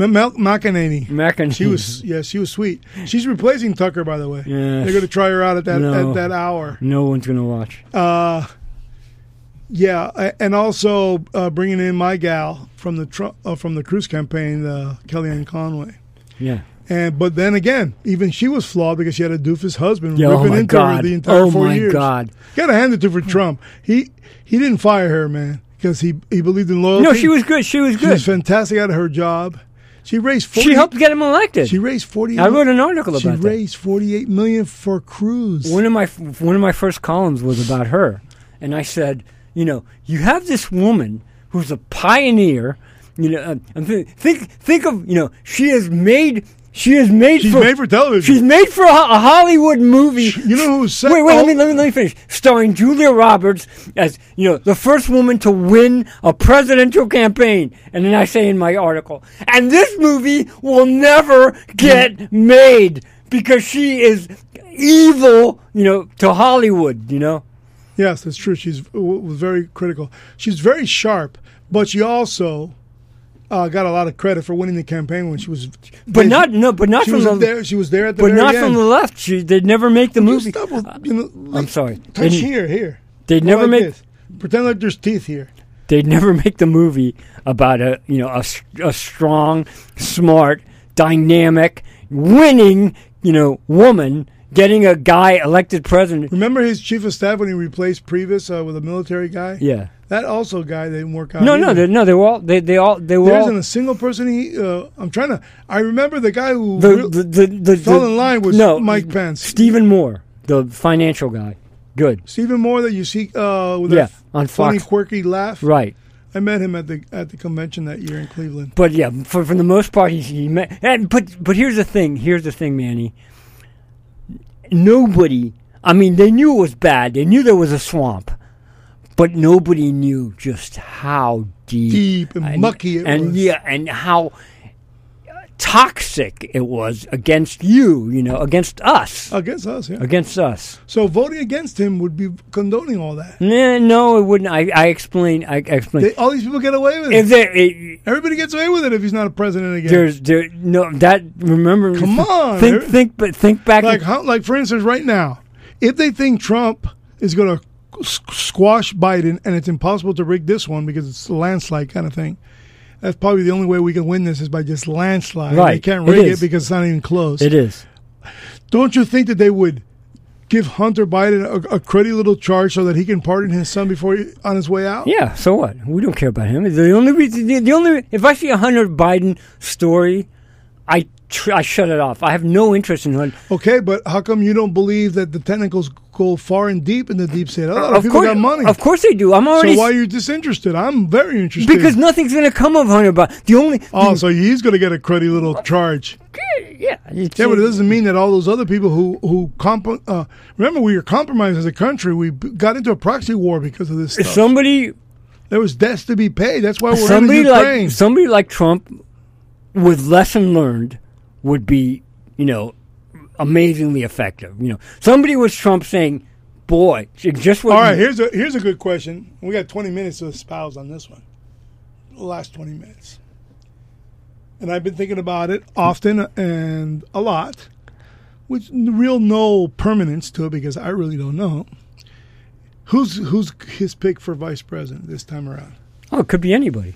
Speaker 1: M- Mel- McEnany.
Speaker 2: McEnroe.
Speaker 1: She was yes, she was sweet. She's replacing Tucker, by the way.
Speaker 2: Yes.
Speaker 1: They're going to try her out at that
Speaker 2: No.
Speaker 1: at that hour.
Speaker 2: No one's gonna watch.
Speaker 1: Uh, yeah, a- and also uh, bringing in my gal from the Trump, uh, from the Cruz campaign, uh, Kellyanne Conway.
Speaker 2: Yeah.
Speaker 1: And but then again, even she was flawed because she had a doofus husband
Speaker 2: Yeah, oh
Speaker 1: ripping
Speaker 2: my
Speaker 1: into her
Speaker 2: God.
Speaker 1: the entire
Speaker 2: Oh
Speaker 1: four
Speaker 2: my
Speaker 1: years.
Speaker 2: God.
Speaker 1: Gotta hand it to for Trump. He he didn't fire her, man, because he he believed in loyalty.
Speaker 2: No, she was good. She was
Speaker 1: she
Speaker 2: good.
Speaker 1: was
Speaker 2: She,
Speaker 1: fantastic at her job. She raised forty.
Speaker 2: helped get him elected.
Speaker 1: She raised forty.
Speaker 2: I wrote an article
Speaker 1: She
Speaker 2: about that.
Speaker 1: raised forty eight million for Cruz.
Speaker 2: One of my one of my first columns was about her, and I said, you know, you have this woman who's a pioneer. You know, uh, and thi- think think of you know, she has made she has made
Speaker 1: She's
Speaker 2: for
Speaker 1: made for television.
Speaker 2: she's made for a, a Hollywood movie.
Speaker 1: you know who's
Speaker 2: Wait, wait, let me, let me let me finish. Starring Julia Roberts as you know the first woman to win a presidential campaign, and then I say in my article, and this movie will never get made because she is evil, you know, to Hollywood, you know.
Speaker 1: Yes, that's true. She's w- was very critical. She's very sharp, but she also uh, got a lot of credit for winning the campaign when she was.
Speaker 2: But not no, but not
Speaker 1: she
Speaker 2: from
Speaker 1: was
Speaker 2: the
Speaker 1: there. She was there at the.
Speaker 2: but
Speaker 1: very
Speaker 2: not
Speaker 1: end.
Speaker 2: from the left. She they never make the
Speaker 1: You
Speaker 2: movie. Uh,
Speaker 1: stop with, you know, like,
Speaker 2: sorry.
Speaker 1: Touch
Speaker 2: They-
Speaker 1: here, here.
Speaker 2: They
Speaker 1: Go
Speaker 2: never
Speaker 1: like
Speaker 2: make
Speaker 1: this. Pretend like there's teeth here.
Speaker 2: they'd never make the movie about a you know a, s- a strong, smart, dynamic, winning you know woman getting a guy elected president.
Speaker 1: Remember his chief of staff when he replaced Previs uh, with a military guy?
Speaker 2: Yeah.
Speaker 1: That also guy they didn't work out.
Speaker 2: No, no,
Speaker 1: either.
Speaker 2: they, no. They were all they they all they were
Speaker 1: there
Speaker 2: all
Speaker 1: isn't a single person he. Uh, I'm trying to. I remember the guy who
Speaker 2: the,
Speaker 1: real-
Speaker 2: the, the, the
Speaker 1: fell
Speaker 2: the-
Speaker 1: in line with
Speaker 2: no
Speaker 1: Mike Pence.
Speaker 2: Stephen Moore, the financial guy. Good.
Speaker 1: Stephen Moore that you see uh, with that
Speaker 2: Yeah, on
Speaker 1: funny,
Speaker 2: Fox.
Speaker 1: quirky laugh.
Speaker 2: Right.
Speaker 1: I met him at the at the convention that year in Cleveland.
Speaker 2: But yeah, for for the most part, he, he met. And, but but here's the thing. Here's the thing, Manny. Nobody. I mean, they knew it was bad. They knew there was a swamp, but nobody knew just how deep,
Speaker 1: Deep and mucky it
Speaker 2: and
Speaker 1: was.
Speaker 2: yeah, and how toxic it was against you. You know, against us,
Speaker 1: Against us, yeah.
Speaker 2: against us.
Speaker 1: So voting against him would be condoning all that.
Speaker 2: Nah, no, it wouldn't. I I explain. I, I explain.
Speaker 1: They, all these people get away with it.
Speaker 2: if there, it,
Speaker 1: Everybody gets away with it if he's not a president again.
Speaker 2: there's there no that remember.
Speaker 1: Come on,
Speaker 2: think
Speaker 1: there-
Speaker 2: think but think back.
Speaker 1: like how, like for instance right now if they think trump is going to squash biden and it's impossible to rig this one because it's a landslide kind of thing that's probably the only way we can win this is by just landslide they
Speaker 2: Right.
Speaker 1: can't
Speaker 2: It
Speaker 1: rig it,
Speaker 2: is.
Speaker 1: because it's not even close
Speaker 2: It is.
Speaker 1: don't you think that they would give hunter biden a, a cruddy little charge so that he can pardon his son before he, on his way out
Speaker 2: Yeah. So what? We don't care about him. The only reason, the, the only if I see a Hunter Biden story, I tr- I shut it off. I have no interest in Hunter.
Speaker 1: okay but how come you don't believe that the tentacles go far and deep in the deep state a lot of,
Speaker 2: of
Speaker 1: people
Speaker 2: course,
Speaker 1: got money
Speaker 2: of course they do. I'm already
Speaker 1: so why are you disinterested i'm very interested
Speaker 2: because nothing's going to come of Hunter Biden. The only
Speaker 1: Oh, so he's going to get a cruddy little charge.
Speaker 2: yeah, it's-
Speaker 1: Yeah, but it doesn't mean that all those other people who who comp- uh, remember we were compromised as a country. We b- got into a proxy war because of this
Speaker 2: if
Speaker 1: stuff.
Speaker 2: somebody
Speaker 1: there was debts to be paid. That's why we're
Speaker 2: somebody
Speaker 1: in Ukraine.
Speaker 2: like somebody like Trump with lesson learned would be, you know, amazingly effective. You know, somebody was Trump saying, "Boy, just what
Speaker 1: all
Speaker 2: you-
Speaker 1: right, here's a here's a good question. We got 20 minutes to espouse on this one. The last 20 minutes, and I've been thinking about it often and a lot, with real no permanence to it because I really don't know. Who's who's his pick for vice president this time around?
Speaker 2: oh, it could be anybody."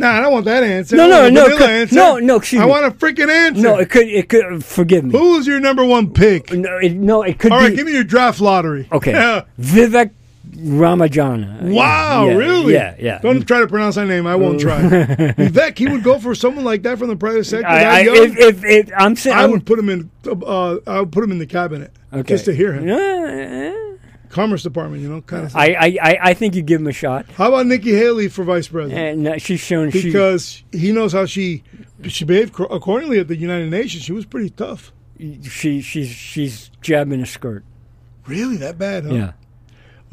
Speaker 1: No, I don't want that answer.
Speaker 2: No,
Speaker 1: I want
Speaker 2: no,
Speaker 1: a
Speaker 2: no,
Speaker 1: vanilla
Speaker 2: c-
Speaker 1: answer.
Speaker 2: no, no, excuse
Speaker 1: I
Speaker 2: me.
Speaker 1: want a freaking answer.
Speaker 2: No, it could. It could. Forgive me.
Speaker 1: Who's your number one pick?
Speaker 2: No, it, no, it could
Speaker 1: All
Speaker 2: be.
Speaker 1: right, give me your draft lottery.
Speaker 2: okay,
Speaker 1: Yeah.
Speaker 2: Vivek Ramajana.
Speaker 1: Wow,
Speaker 2: Yeah,
Speaker 1: really?
Speaker 2: Yeah, yeah.
Speaker 1: Don't try to pronounce that name. I won't try. Vivek, he would go for someone like that from the private sector.
Speaker 2: I,
Speaker 1: that
Speaker 2: I,
Speaker 1: young?
Speaker 2: if, if, if I'm saying,
Speaker 1: I would put him in. Uh, I would put him in the cabinet
Speaker 2: okay.
Speaker 1: just to hear him.
Speaker 2: Yeah,
Speaker 1: Commerce Department, you know, kind of. Thing.
Speaker 2: I, I, I, I think you give him a shot,
Speaker 1: How about Nikki Haley for vice president?
Speaker 2: and uh, she's shown she.
Speaker 1: because he knows how she she behaved cor- accordingly at the United Nations. She was pretty tough.
Speaker 2: she she's she's jabbing a skirt.
Speaker 1: Really, that bad? Huh?
Speaker 2: Yeah.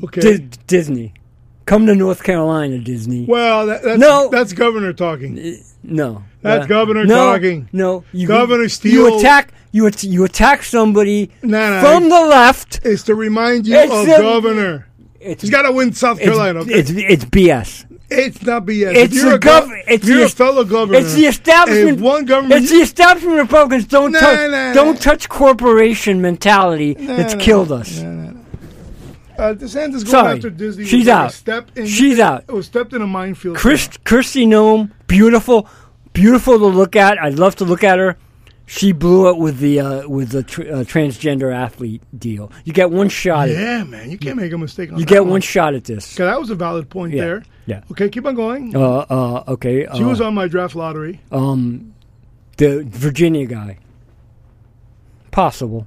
Speaker 1: Okay.
Speaker 2: Dis Disney, come to North Carolina, Disney.
Speaker 1: Well, that, that's,
Speaker 2: No.
Speaker 1: that's governor talking.
Speaker 2: No.
Speaker 1: That's
Speaker 2: Uh,
Speaker 1: governor
Speaker 2: no,
Speaker 1: talking.
Speaker 2: No. You,
Speaker 1: Governor
Speaker 2: You
Speaker 1: Steele-
Speaker 2: attack. You at- you attack somebody
Speaker 1: No, no,
Speaker 2: from the left.
Speaker 1: It's to remind you
Speaker 2: It's
Speaker 1: of
Speaker 2: a-
Speaker 1: governor.
Speaker 2: It's
Speaker 1: He's got to win South
Speaker 2: it's,
Speaker 1: Carolina. okay?
Speaker 2: it's it's BS.
Speaker 1: It's not BS. if
Speaker 2: It's
Speaker 1: you're
Speaker 2: the
Speaker 1: a gov-
Speaker 2: gov-
Speaker 1: if
Speaker 2: it's
Speaker 1: you're
Speaker 2: the
Speaker 1: a
Speaker 2: est-
Speaker 1: fellow governor.
Speaker 2: It's the establishment.
Speaker 1: If one government.
Speaker 2: It's the establishment Republicans don't
Speaker 1: Nah,
Speaker 2: touch.
Speaker 1: nah,
Speaker 2: don't
Speaker 1: nah.
Speaker 2: touch corporation mentality that's
Speaker 1: nah,
Speaker 2: killed us.
Speaker 1: uh, DeSantis going
Speaker 2: Sorry.
Speaker 1: after Disney.
Speaker 2: She's
Speaker 1: was like a
Speaker 2: out.
Speaker 1: Step in,
Speaker 2: She's out.
Speaker 1: It was stepped in a minefield.
Speaker 2: Chris, Christy Nome, beautiful, beautiful to look at. I'd love to look at her. She blew it with the uh, with the tr- uh, transgender athlete deal. You get one shot. At,
Speaker 1: Yeah, man, you can't make a mistake on
Speaker 2: you
Speaker 1: that
Speaker 2: get one shot at this.
Speaker 1: Okay, that was a valid point
Speaker 2: Yeah,
Speaker 1: there.
Speaker 2: yeah.
Speaker 1: Okay, keep on going.
Speaker 2: Uh, uh, okay. Uh,
Speaker 1: she was on my draft lottery.
Speaker 2: um, the Virginia guy. Possible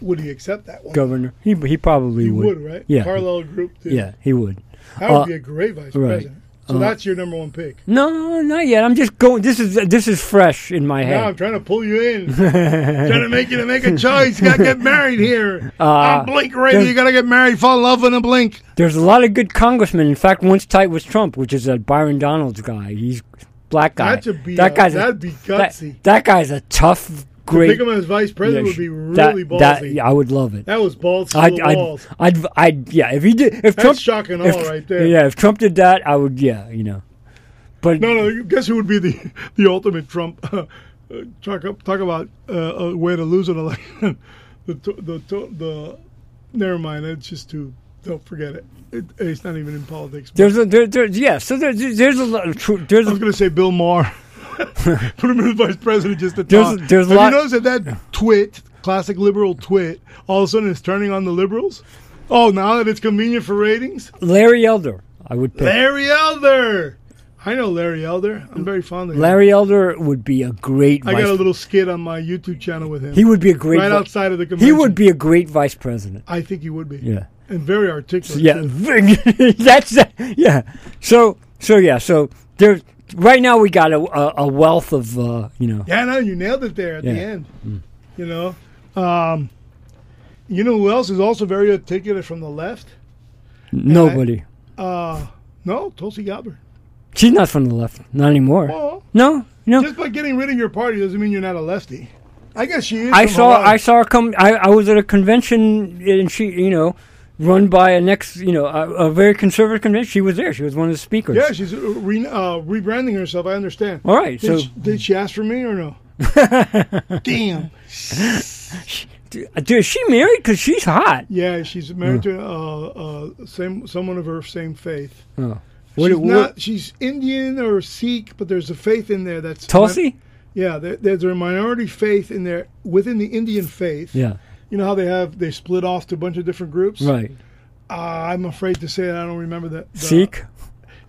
Speaker 1: Would he accept that one?
Speaker 2: governor. He he probably
Speaker 1: He would,
Speaker 2: would.
Speaker 1: right?
Speaker 2: Yeah.
Speaker 1: Parallel group. Too.
Speaker 2: Yeah, he would.
Speaker 1: That would
Speaker 2: Uh,
Speaker 1: be a great vice
Speaker 2: right. Uh-huh.
Speaker 1: president. So that's your number one pick.
Speaker 2: No, not yet. I'm just going. This is this is fresh in my
Speaker 1: Now I'm
Speaker 2: head.
Speaker 1: trying to pull you in, trying to make you to make a choice. You gotta get married here.
Speaker 2: Uh,
Speaker 1: I'm Blink Radio. You gotta get married, fall in love with a Blink.
Speaker 2: There's a lot of good congressmen. In fact, one's tight with Trump, which is a Byron Donalds guy. He's black guy.
Speaker 1: That should be
Speaker 2: that
Speaker 1: a-
Speaker 2: guy's a-
Speaker 1: that'd be
Speaker 2: that-
Speaker 1: gutsy.
Speaker 2: That, guy's a tough great.
Speaker 1: Pick him as vice president
Speaker 2: yeah,
Speaker 1: would be
Speaker 2: that-
Speaker 1: really ballsy.
Speaker 2: that-
Speaker 1: That,
Speaker 2: yeah, I would love it.
Speaker 1: was balls to
Speaker 2: I'd,
Speaker 1: the
Speaker 2: I'd,
Speaker 1: walls.
Speaker 2: I'd, I'd, yeah. If he did, if
Speaker 1: That's
Speaker 2: Trump,
Speaker 1: shock and awe
Speaker 2: if-
Speaker 1: right there.
Speaker 2: Yeah, if Trump did that, I would, yeah, you know. But
Speaker 1: No, no. you Guess who would be the the ultimate Trump? Uh, talk up, talk about uh, a way to lose an election. the to- the to- the. Never mind. It's just too. Don't forget it. it it's not even in politics.
Speaker 2: there's a, there, there's, yeah. So there's, there's a lot of truth. There's,
Speaker 1: I was
Speaker 2: a,
Speaker 1: going to say Bill Maher. Put him in as vice president just to
Speaker 2: There's-
Speaker 1: talk.
Speaker 2: there's a
Speaker 1: Have
Speaker 2: lot-
Speaker 1: you noticed that that twit, classic liberal twit, all of a sudden is turning on the liberals? Oh, now that it's convenient for ratings?
Speaker 2: Larry Elder. I would pick.
Speaker 1: Larry Elder! I know Larry Elder. I'm very fond of him.
Speaker 2: Larry Elder would be a great.
Speaker 1: I
Speaker 2: vice,
Speaker 1: got a little skit on my YouTube channel with him.
Speaker 2: He would be a great.
Speaker 1: right
Speaker 2: vi-
Speaker 1: outside of the convention.
Speaker 2: He would be a great vice president.
Speaker 1: I think he would be.
Speaker 2: Yeah.
Speaker 1: And very articulate.
Speaker 2: Yeah, that's yeah. So so yeah. So there's right now we got a a, a wealth of uh, you know.
Speaker 1: Yeah, no, you nailed it there at the
Speaker 2: Yeah. Mm.
Speaker 1: end. You know, um, you know who else is also very articulate from the left?
Speaker 2: Nobody.
Speaker 1: Uh, no, Tulsi Gabbard.
Speaker 2: She's not from the left, not anymore.
Speaker 1: Well,
Speaker 2: no, no.
Speaker 1: just by getting rid of your party doesn't mean you're not a lefty. I guess she is.
Speaker 2: I
Speaker 1: from
Speaker 2: saw
Speaker 1: Hawaii.
Speaker 2: I saw her come. I, I was at a convention and she you know run by a next you know a, a very conservative convention. She was there. She was one of the speakers.
Speaker 1: Yeah, she's uh, re- uh, rebranding herself. I understand.
Speaker 2: All right.
Speaker 1: Did,
Speaker 2: so
Speaker 1: she, did she ask for me or no? Damn.
Speaker 2: d- d- is she married? Because she's hot.
Speaker 1: Yeah, she's married
Speaker 2: Hmm.
Speaker 1: to uh, uh, same someone of her same faith.
Speaker 2: Oh.
Speaker 1: She's
Speaker 2: What, what,
Speaker 1: not. She's Indian or Sikh, but there's a faith in there that's
Speaker 2: Tulsi?
Speaker 1: Yeah, there, there's a minority faith in there within the Indian faith.
Speaker 2: Yeah.
Speaker 1: You know how they have they split off to a bunch of different groups.
Speaker 2: Right.
Speaker 1: Uh, I'm afraid to say that I don't remember that. the-
Speaker 2: Sikh.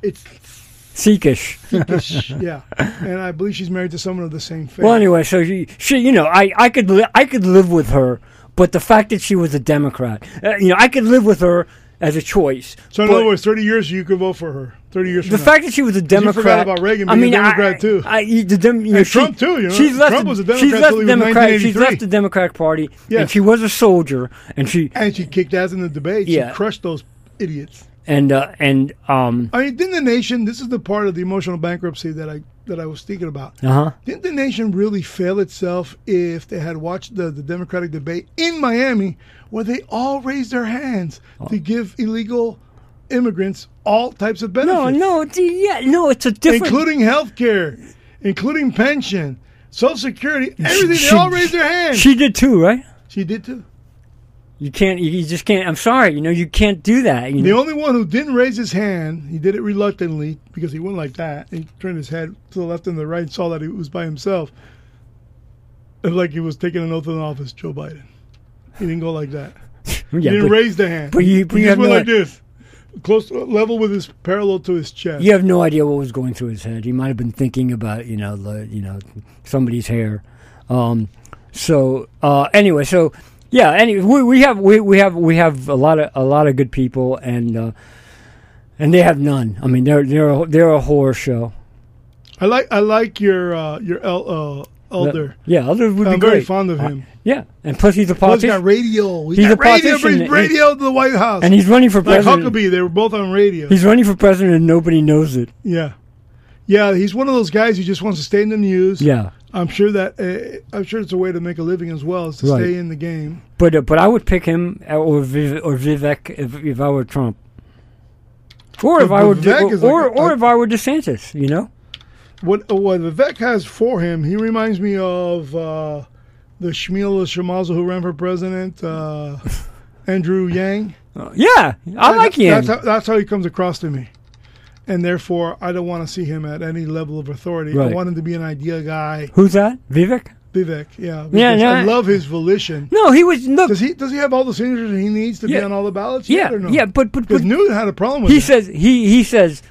Speaker 1: It's
Speaker 2: Sikhish.
Speaker 1: Sikhish, yeah, and I believe she's married to someone of the same faith.
Speaker 2: Well, anyway, so she, she you know, I, I could, li- I could live with her, but the fact that she was a Democrat, uh, you know, I could live with her as a choice.
Speaker 1: so in
Speaker 2: but
Speaker 1: other words, 30 years you could vote for her. 30 years.
Speaker 2: the
Speaker 1: from
Speaker 2: fact that she was a
Speaker 1: forgot
Speaker 2: Democrat.
Speaker 1: about Reagan
Speaker 2: I
Speaker 1: being
Speaker 2: mean,
Speaker 1: a Democrat,
Speaker 2: I,
Speaker 1: too.
Speaker 2: I, you- the Dem, you know,
Speaker 1: And
Speaker 2: she-
Speaker 1: Trump, too, you know.
Speaker 2: She's left
Speaker 1: Trump
Speaker 2: the,
Speaker 1: was a Democrat
Speaker 2: She's left
Speaker 1: till he
Speaker 2: the
Speaker 1: was
Speaker 2: Democratic. She's
Speaker 1: 1983.
Speaker 2: left the Democratic Party,
Speaker 1: Yes.
Speaker 2: and she was a soldier, and she
Speaker 1: now. and she kicked ass in the debate.
Speaker 2: Yeah.
Speaker 1: She crushed those idiots.
Speaker 2: and uh, and um
Speaker 1: I mean, didn't the nation? This is the part of the emotional bankruptcy that I that I was thinking about.
Speaker 2: uh huh.
Speaker 1: Didn't the nation really fail itself if they had watched the, the Democratic debate in Miami, where they all raised their hands
Speaker 2: Oh.
Speaker 1: to give illegal immigrants all types of benefits?
Speaker 2: No, no, it's, yeah, no. It's a different.
Speaker 1: including health care, including pension, Social Security, everything.
Speaker 2: she-
Speaker 1: they all raised their hand. She,
Speaker 2: she did too, right?
Speaker 1: did too.
Speaker 2: You can't. You, you just can't. I'm sorry. You know, you can't do that. You
Speaker 1: The
Speaker 2: know.
Speaker 1: only one who didn't raise his hand, he did it reluctantly because he went like that. He turned his head to the left and the right and saw that he was by himself. And like he was taking an oath in office, Joe Biden. He didn't go like that.
Speaker 2: yeah,
Speaker 1: he didn't
Speaker 2: but-
Speaker 1: raise the hand.
Speaker 2: but you- but
Speaker 1: he
Speaker 2: you
Speaker 1: just
Speaker 2: have
Speaker 1: went
Speaker 2: no-
Speaker 1: like this. Close level with his parallel to his chest.
Speaker 2: You have no idea what was going through his head. He might have been thinking about you know the, you know somebody's hair. Um, so uh, anyway, so yeah, anyway, we, we have we, we have we have a lot of a lot of good people and uh, and they have none. I mean, they're they're a, they're a horror show.
Speaker 1: I like I like your uh, your el- uh, elder.
Speaker 2: Yeah, others would
Speaker 1: I'm
Speaker 2: be great.
Speaker 1: very fond of him.
Speaker 2: Yeah, and plus he's a
Speaker 1: Plus, he's
Speaker 2: politician,
Speaker 1: got radio.
Speaker 2: He's
Speaker 1: got
Speaker 2: a
Speaker 1: radio.
Speaker 2: politician.
Speaker 1: Brings radio to the White House.
Speaker 2: and he's running for
Speaker 1: like
Speaker 2: president.
Speaker 1: Huckabee, they were both on radio.
Speaker 2: He's running for president, and nobody knows it.
Speaker 1: Yeah, yeah. He's one of those guys who just wants to stay in the news.
Speaker 2: Yeah,
Speaker 1: I'm sure that uh, I'm sure it's a way to make a living as well as to
Speaker 2: Right.
Speaker 1: stay in the game.
Speaker 2: but uh, but I would pick him uh, or Viv- or Vivek if, if I were Trump, or if
Speaker 1: But
Speaker 2: I were
Speaker 1: Vivek
Speaker 2: De-
Speaker 1: is
Speaker 2: or
Speaker 1: like a-
Speaker 2: or if I were DeSantis, you know.
Speaker 1: What uh, what Vivek has for him, he reminds me of uh, the Shmuel Shamazo who ran for president, uh, Andrew Yang.
Speaker 2: Uh, yeah, I
Speaker 1: That-
Speaker 2: like him.
Speaker 1: That's how, that's how he comes across to me. And therefore, I don't want to see him at any level of authority. I
Speaker 2: Right.
Speaker 1: want him to be an idea guy.
Speaker 2: Who's that? Vivek?
Speaker 1: Vivek, yeah.
Speaker 2: Yeah,
Speaker 1: because
Speaker 2: no,
Speaker 1: I
Speaker 2: I-
Speaker 1: love his volition.
Speaker 2: No, he was look.
Speaker 1: Does he does he have all the signatures he needs to be
Speaker 2: Yeah.
Speaker 1: on all the ballots?
Speaker 2: yeah,
Speaker 1: yet or no?
Speaker 2: yeah, but but, but
Speaker 1: Because Newton had a problem with
Speaker 2: he
Speaker 1: that.
Speaker 2: says he he says,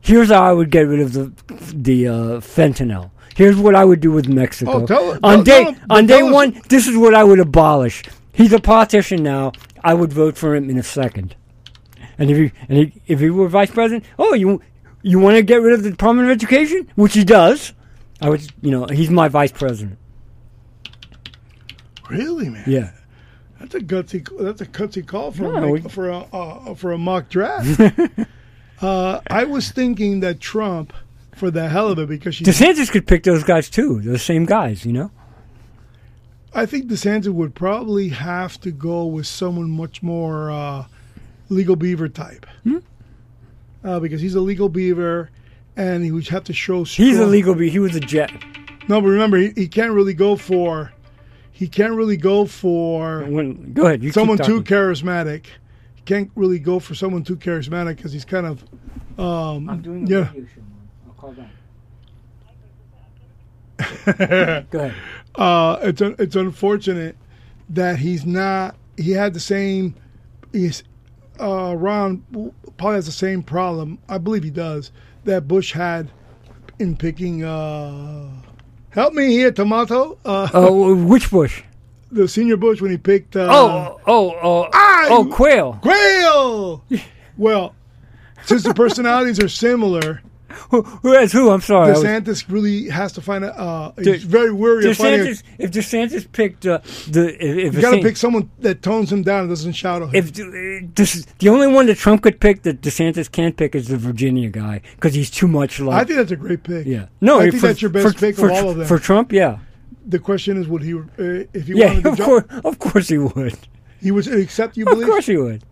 Speaker 2: here's how I would get rid of the the uh, fentanyl. Here's what I would do with Mexico.
Speaker 1: Oh, tell- tell-
Speaker 2: on day
Speaker 1: tell him-
Speaker 2: on day
Speaker 1: tell us-
Speaker 2: one, this is what I would abolish. He's a politician now. I would vote for him in a second. And if he and he, if he were vice president, oh, you you want to get rid of the Department of Education, which he does. I would, you know, he's my vice president.
Speaker 1: Really, man?
Speaker 2: Yeah.
Speaker 1: That's a gutsy. That's a gutsy call for
Speaker 2: No,
Speaker 1: a,
Speaker 2: we-
Speaker 1: make- for a uh, for a mock draft. uh, I was thinking that Trump, for the hell of it, because she
Speaker 2: DeSantis could pick those guys too. Those same guys, you know.
Speaker 1: I think DeSantis would probably have to go with someone much more uh, legal beaver type,
Speaker 2: Hmm?
Speaker 1: uh, because he's a legal beaver, and he would have to show. Strong,
Speaker 2: He's a legal be. He was a jet.
Speaker 1: No, but remember, he, he can't really go for. He can't really go for
Speaker 2: When, go ahead. You keep
Speaker 1: someone too
Speaker 2: talking.
Speaker 1: charismatic. He can't really go for someone too charismatic because he's kind of. Um, yeah.
Speaker 2: I'll call back. Go ahead.
Speaker 1: uh, it's un- it's unfortunate that he's not. He had the same. He's, uh, Ron probably has the same problem. I believe he does that Bush had in picking. Uh, help me here, Tomato. Uh,
Speaker 2: Oh, which bush?
Speaker 1: the senior Bush when he picked. Uh,
Speaker 2: Oh, oh, oh,
Speaker 1: I-
Speaker 2: oh, quail.
Speaker 1: Quail. well, since the personalities are similar.
Speaker 2: Who, who has who? I'm sorry. I was-
Speaker 1: DeSantis really has to find a. Uh, he's very wary of finding. A,
Speaker 2: DeSantis, if DeSantis picked uh, the, if, if
Speaker 1: you got to
Speaker 2: DeSantis-
Speaker 1: pick someone that tones him down and doesn't shout at him.
Speaker 2: if uh, this, the only one that Trump could pick that DeSantis can't pick is the Virginia guy because he's too much
Speaker 1: I
Speaker 2: like.
Speaker 1: think that's a great pick.
Speaker 2: yeah, no,
Speaker 1: I
Speaker 2: he-
Speaker 1: think
Speaker 2: for-
Speaker 1: that's your best
Speaker 2: for,
Speaker 1: pick
Speaker 2: for,
Speaker 1: of all of them.
Speaker 2: For Trump, yeah,
Speaker 1: the question is, would he, uh, if he
Speaker 2: yeah,
Speaker 1: wanted to
Speaker 2: of
Speaker 1: jump,
Speaker 2: course, of course he would,
Speaker 1: he would accept you?
Speaker 2: of
Speaker 1: Believe
Speaker 2: course he would.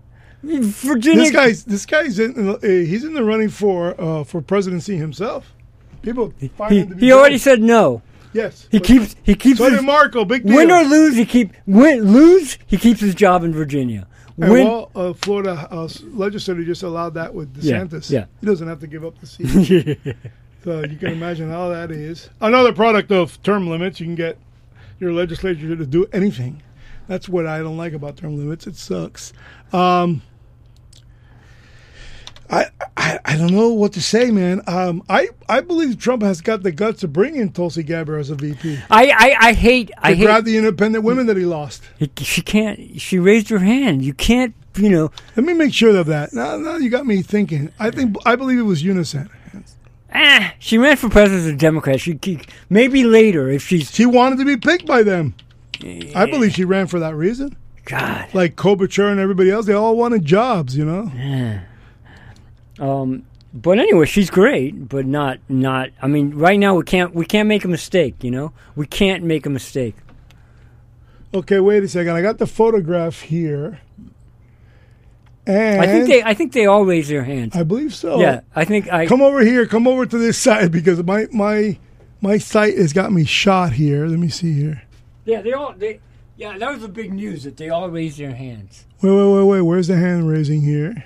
Speaker 2: Virginia,
Speaker 1: this guy's this guy's in uh, he's in the running for uh, for presidency himself. People find
Speaker 2: he,
Speaker 1: him to be
Speaker 2: he already
Speaker 1: dope.
Speaker 2: said no.
Speaker 1: yes.
Speaker 2: He
Speaker 1: but-
Speaker 2: keeps he keeps
Speaker 1: so
Speaker 2: his,
Speaker 1: did Marco. Big deal.
Speaker 2: win or lose. He keep win lose. He keeps his job in Virginia.
Speaker 1: And
Speaker 2: Win,
Speaker 1: well, uh, Florida uh, legislature just allowed that with
Speaker 2: Yeah,
Speaker 1: DeSantis.
Speaker 2: yeah.
Speaker 1: He doesn't have to give up the seat. so you can imagine how that is. Another product of term limits. You can get your legislature to do anything. That's what I don't like about term limits. It sucks. Um, I, I I don't know what to say, man. Um, I I believe Trump has got the guts to bring in Tulsi Gabbard as a VP.
Speaker 2: I, I I hate I
Speaker 1: To
Speaker 2: hate.
Speaker 1: grab the independent women that he lost.
Speaker 2: He- she can't. She raised her hand. You can't. You know.
Speaker 1: Let me make sure of that. Now, now you got me thinking. I think I believe it was unison.
Speaker 2: Ah, she ran for president as a Democrat. She ke- maybe later if she's
Speaker 1: She wanted to be picked by them. I believe she ran for that reason.
Speaker 2: God.
Speaker 1: Like Klobuchar and everybody else, they all wanted jobs, you know.
Speaker 2: Um, but anyway, she's great, but not not. I mean, right now we can't we can't make a mistake. You know, we can't make a mistake.
Speaker 1: Okay, wait a second. I got the photograph here, and
Speaker 2: I think they I think they all raise their hands.
Speaker 1: I believe so.
Speaker 2: yeah, I think I.
Speaker 1: Come over here. Come over to this side because my my my site has got me shot here. Let me see here.
Speaker 2: Yeah, they all they. Yeah, that was the big news that they all raised their hands.
Speaker 1: Wait, wait, wait, wait. Where's the hand raising here?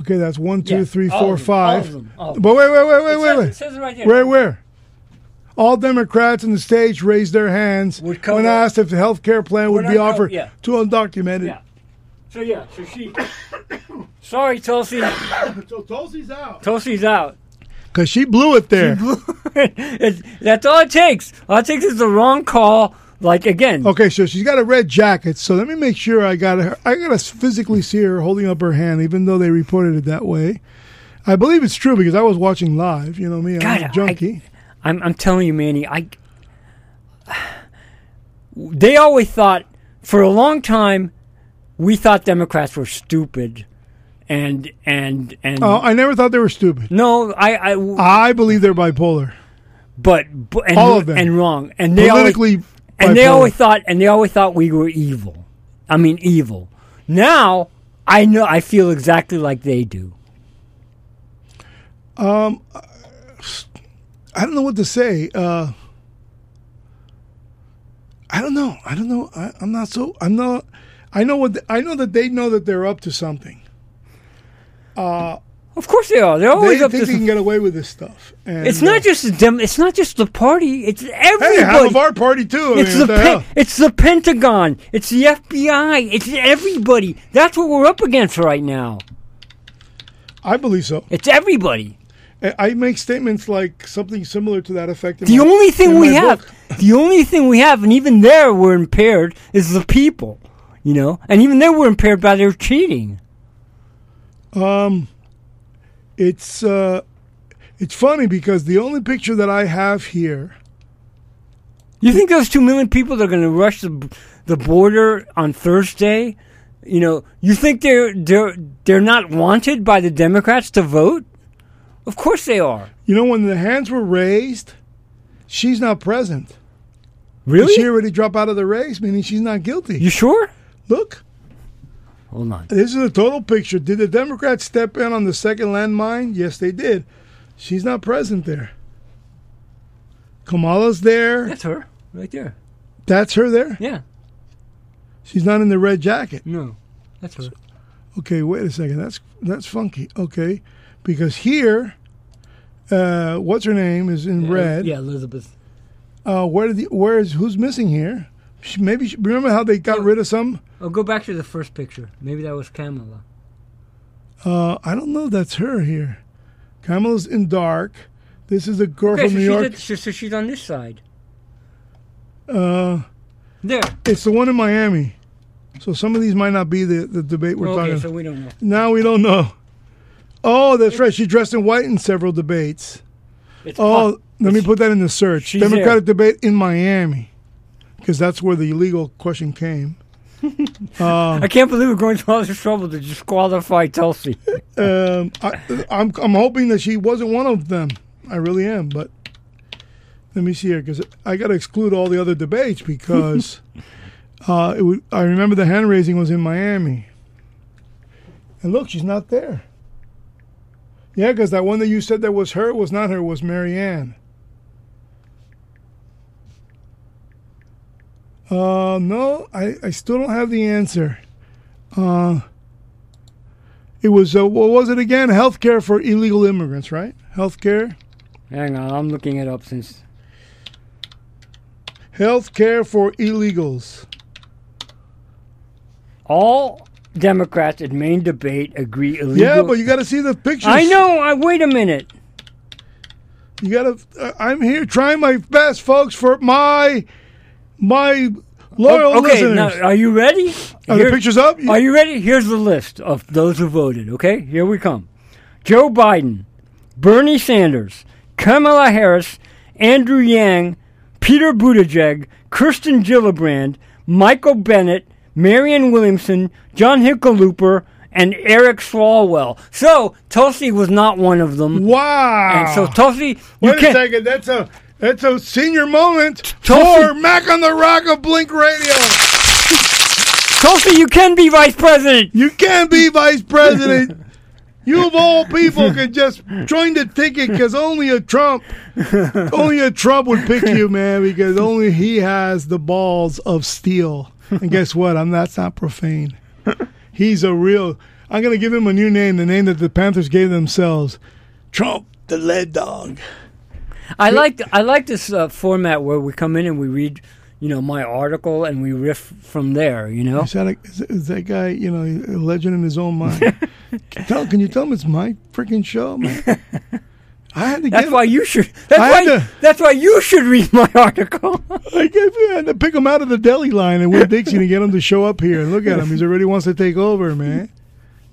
Speaker 1: Okay, that's one,
Speaker 2: Yeah,
Speaker 1: two, three,
Speaker 2: all
Speaker 1: four,
Speaker 2: of them, all of
Speaker 1: five.
Speaker 2: them, all of them.
Speaker 1: But wait, wait, wait, wait, wait, wait.
Speaker 2: It says it right there.
Speaker 1: Where, where? All Democrats on the stage raised their hands
Speaker 2: Would cover-
Speaker 1: when asked if the health care plan would
Speaker 2: Would
Speaker 1: be
Speaker 2: unco-
Speaker 1: offered
Speaker 2: yeah.
Speaker 1: to undocumented.
Speaker 2: Yeah. So yeah, so she. Sorry, Tulsi.
Speaker 1: So Tulsi's out.
Speaker 2: Tulsi's out.
Speaker 1: Because she blew it there.
Speaker 2: It's- that's all it takes. All it takes is the wrong call. Like again,
Speaker 1: okay, so she's got a red jacket. So let me make sure I got her. I got to physically see her holding up her hand, even though they reported it that way. I believe it's true because I was watching live. You know me, I'm
Speaker 2: God,
Speaker 1: a
Speaker 2: I-
Speaker 1: junkie.
Speaker 2: I'm, I'm telling you, Manny, I. They always thought, for a long time, we thought Democrats were stupid, and and and
Speaker 1: oh, I never thought they were stupid.
Speaker 2: no, I, I
Speaker 1: I believe they're bipolar.
Speaker 2: but, but and,
Speaker 1: all of them.
Speaker 2: and wrong, and they always,
Speaker 1: Politically,
Speaker 2: and they
Speaker 1: bipolar.
Speaker 2: always thought and they always thought we were evil. I mean, evil. Now I know I feel exactly like they do.
Speaker 1: I don't know what to say. Uh, I don't know. I don't know. I, I'm not so. I'm not. I know what. I know that they know that they're up to something.
Speaker 2: Of course they are. They're
Speaker 1: They
Speaker 2: always
Speaker 1: think
Speaker 2: up to.
Speaker 1: they
Speaker 2: some-
Speaker 1: can get away with this stuff. And,
Speaker 2: It's
Speaker 1: uh,
Speaker 2: not just the dem- It's not just the party. It's everybody.
Speaker 1: Hey, half of our party too. I
Speaker 2: It's
Speaker 1: mean, what
Speaker 2: the,
Speaker 1: the
Speaker 2: pen
Speaker 1: hell?
Speaker 2: it's the Pentagon. It's the FBI. It's everybody. That's what we're up against right now.
Speaker 1: I believe so.
Speaker 2: It's everybody.
Speaker 1: I- I make statements like something similar to that effect. in
Speaker 2: The
Speaker 1: my-
Speaker 2: only thing
Speaker 1: in
Speaker 2: we
Speaker 1: my
Speaker 2: have,
Speaker 1: book.
Speaker 2: the only thing we have, and even there we're impaired is the people. You know, and even there we're impaired by their cheating.
Speaker 1: It's uh, it's funny because the only picture that I have here.
Speaker 2: You think those two million people that are going to rush the the border on Thursday? You know, you think they're they're they're not wanted by the Democrats to vote? Of course they are.
Speaker 1: You know, when the hands were raised, she's not present.
Speaker 2: Really?
Speaker 1: Did she already drop out of the race, meaning she's not guilty.
Speaker 2: you sure?
Speaker 1: Look,
Speaker 2: Hold on.
Speaker 1: this is the total picture. Did the Democrats step in on the second landmine? Yes, they did. She's not present there. Kamala's there.
Speaker 2: That's her right there.
Speaker 1: That's her there.
Speaker 2: Yeah.
Speaker 1: She's not in the red jacket.
Speaker 2: No. That's her.
Speaker 1: Okay, wait a second. That's that's funky. Okay, because here, uh, what's her name is in red.
Speaker 2: Yeah, Elizabeth.
Speaker 1: Uh, where did the, where is who's missing here? She, maybe she, remember how they got rid of some.
Speaker 2: Oh, go back to the first picture. Maybe that was Kamala.
Speaker 1: Uh, I don't know. if That's her here. Kamala's in dark. This is a girl
Speaker 2: Okay,
Speaker 1: from
Speaker 2: so,
Speaker 1: New
Speaker 2: she's
Speaker 1: York.
Speaker 2: at- so, so she's on this side.
Speaker 1: Uh,
Speaker 2: There.
Speaker 1: it's the one in Miami. So some of these might not be the, the debate we're
Speaker 2: okay,
Speaker 1: talking.
Speaker 2: so we don't know.
Speaker 1: now we don't know. Oh, that's right. She dressed in white in several debates.
Speaker 2: It's
Speaker 1: Oh,
Speaker 2: pop.
Speaker 1: let me put that in the search.
Speaker 2: she's
Speaker 1: Democratic debate in Miami, because that's where the legal question came.
Speaker 2: I can't believe we're going through all this trouble to disqualify Tulsi.
Speaker 1: Um, I, I'm I'm hoping that she wasn't one of them. I really am. But let me see here, because I got to exclude all the other debates because uh, it would, I remember the hand raising was in Miami. And look, she's not there. Yeah, because that one that you said that was her was not her. Was Marianne? Uh, no, I, I still don't have the answer. It was uh, what was it again? Healthcare for illegal immigrants, right? Healthcare,
Speaker 2: Hang on, I'm looking it up since.
Speaker 1: healthcare for illegals.
Speaker 2: All Democrats at main debate agree illegal.
Speaker 1: Yeah, but you got to see the pictures.
Speaker 2: I know. I wait a minute.
Speaker 1: You got to. Uh, I'm here trying my best, folks, for my my loyal
Speaker 2: okay, now,
Speaker 1: listeners.
Speaker 2: are you ready?
Speaker 1: Are the
Speaker 2: Here-
Speaker 1: pictures up? You-
Speaker 2: Are you ready? Here's the list of those who voted, okay? Here we come Joe Biden, Bernie Sanders, Kamala Harris, Andrew Yang, Peter Buttigieg, Kirsten Gillibrand, Michael Bennett, Marion Williamson, John Hickenlooper, and Eric Swalwell. So, Tulsi was not one of them.
Speaker 1: wow.
Speaker 2: And so, Tulsi, you
Speaker 1: Wait a
Speaker 2: can't.
Speaker 1: second. That's a that's a senior moment
Speaker 2: Tulsi-
Speaker 1: for Mac on the Rock of Blink Radio.
Speaker 2: Tulsi, you can be vice president.
Speaker 1: You can't be vice president. You of all people can just join the ticket because only a Trump, only a Trump would pick you, man. Because only he has the balls of steel. And guess what? I'm that's not profane. He's a real. I'm gonna give him a new name, the name that the Panthers gave themselves, Trump the Lead Dog.
Speaker 2: I like I like this uh, format where we come in and we read, you know, my article and we riff from there. You know,
Speaker 1: Is that, a, is, is that guy, you know, a legend in his own mind? tell, can you tell him it's my freaking show, man? I had to
Speaker 2: that's
Speaker 1: give
Speaker 2: why you should. That's
Speaker 1: I
Speaker 2: why
Speaker 1: had to-
Speaker 2: that's why you should read my article.
Speaker 1: I gave you had to pick him out of the deli line and Will Dixie to get him to show up here. And look at him; he's already wants to take over, man.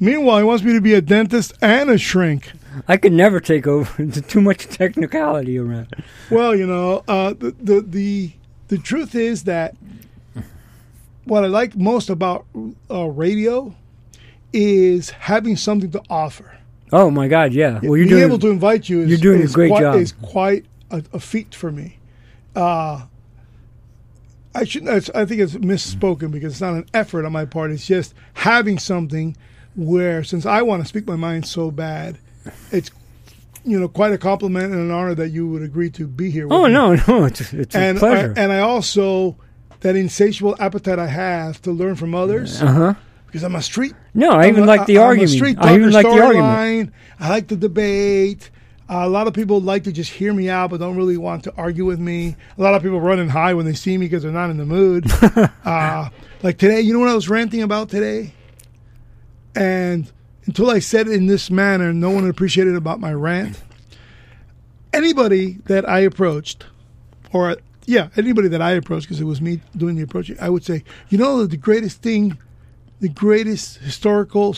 Speaker 1: Meanwhile, he wants me to be a dentist and a shrink.
Speaker 2: I could never take over. There's too much technicality around.
Speaker 1: Well, you know, uh, the, the the the truth is that what I like most about uh, radio is having something to offer.
Speaker 2: Oh my God! Yeah. Well, you're
Speaker 1: being
Speaker 2: doing.
Speaker 1: able to invite you is,
Speaker 2: you're doing a
Speaker 1: is
Speaker 2: great
Speaker 1: quite,
Speaker 2: job.
Speaker 1: is quite a, a feat for me. Uh, I shouldn't. it's- I think it's misspoken because it's not an effort on my part. It's just having something where, since I want to speak my mind so bad, it's you know quite a compliment and an honor that you would agree to be here. With
Speaker 2: oh
Speaker 1: me.
Speaker 2: no, no, it's it's
Speaker 1: and
Speaker 2: a pleasure.
Speaker 1: I, and I also that insatiable appetite I have to learn from others
Speaker 2: uh huh.
Speaker 1: because I'm a street
Speaker 2: No, I
Speaker 1: I'm
Speaker 2: even
Speaker 1: a-
Speaker 2: like the
Speaker 1: I'm a
Speaker 2: argument.
Speaker 1: street
Speaker 2: I even
Speaker 1: doctor
Speaker 2: like the argument.
Speaker 1: storyline. I like the debate. Uh, a lot of people like to just hear me out, but don't really want to argue with me. A lot of people running high when they see me because they're not in the mood. uh, like today, you know what I was ranting about today? And until I said it in this manner, no one appreciated about my rant. Anybody that I approached, or yeah, anybody that I approached, because it was me doing the approaching, I would say, you know, the greatest thing the greatest historical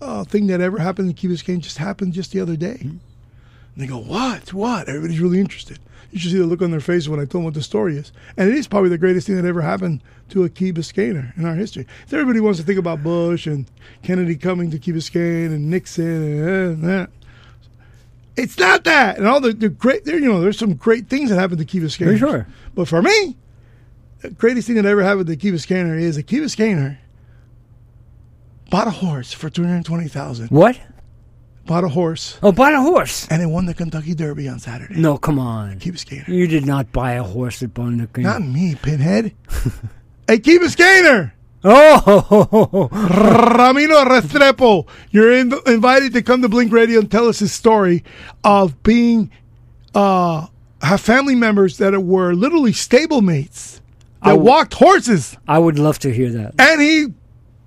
Speaker 1: uh, thing that ever happened in Key Biscayne just happened just the other day. And they go, What? What? Everybody's really interested. You should see the look on their face when I told them what the story is. And it is probably the greatest thing that ever happened to a Key Biscayner in our history. So Everybody wants to think about Bush and Kennedy coming to Key Biscayne and Nixon and that. It's not that. And all the, the great, there, you know, there's some great things that happened to Key Biscayne.
Speaker 2: sure.
Speaker 1: But for me, greatest thing that ever happened to Kiva Scanner is that Kiva Scanner bought a horse for two hundred twenty thousand.
Speaker 2: What?
Speaker 1: Bought a horse
Speaker 2: Oh, bought a horse.
Speaker 1: and it won the Kentucky Derby on Saturday.
Speaker 2: No, come on.
Speaker 1: Kiva Scanner,
Speaker 2: You did not buy a horse at Bonnick.
Speaker 1: not me, pinhead. hey, Kiva Scanner.
Speaker 2: Oh,
Speaker 1: Ramiro Restrepo, you're in, invited to come to Blink Radio and tell us his story of being uh, have family members that were literally stablemates that
Speaker 2: w-
Speaker 1: walked horses,
Speaker 2: I would love to hear that.
Speaker 1: and he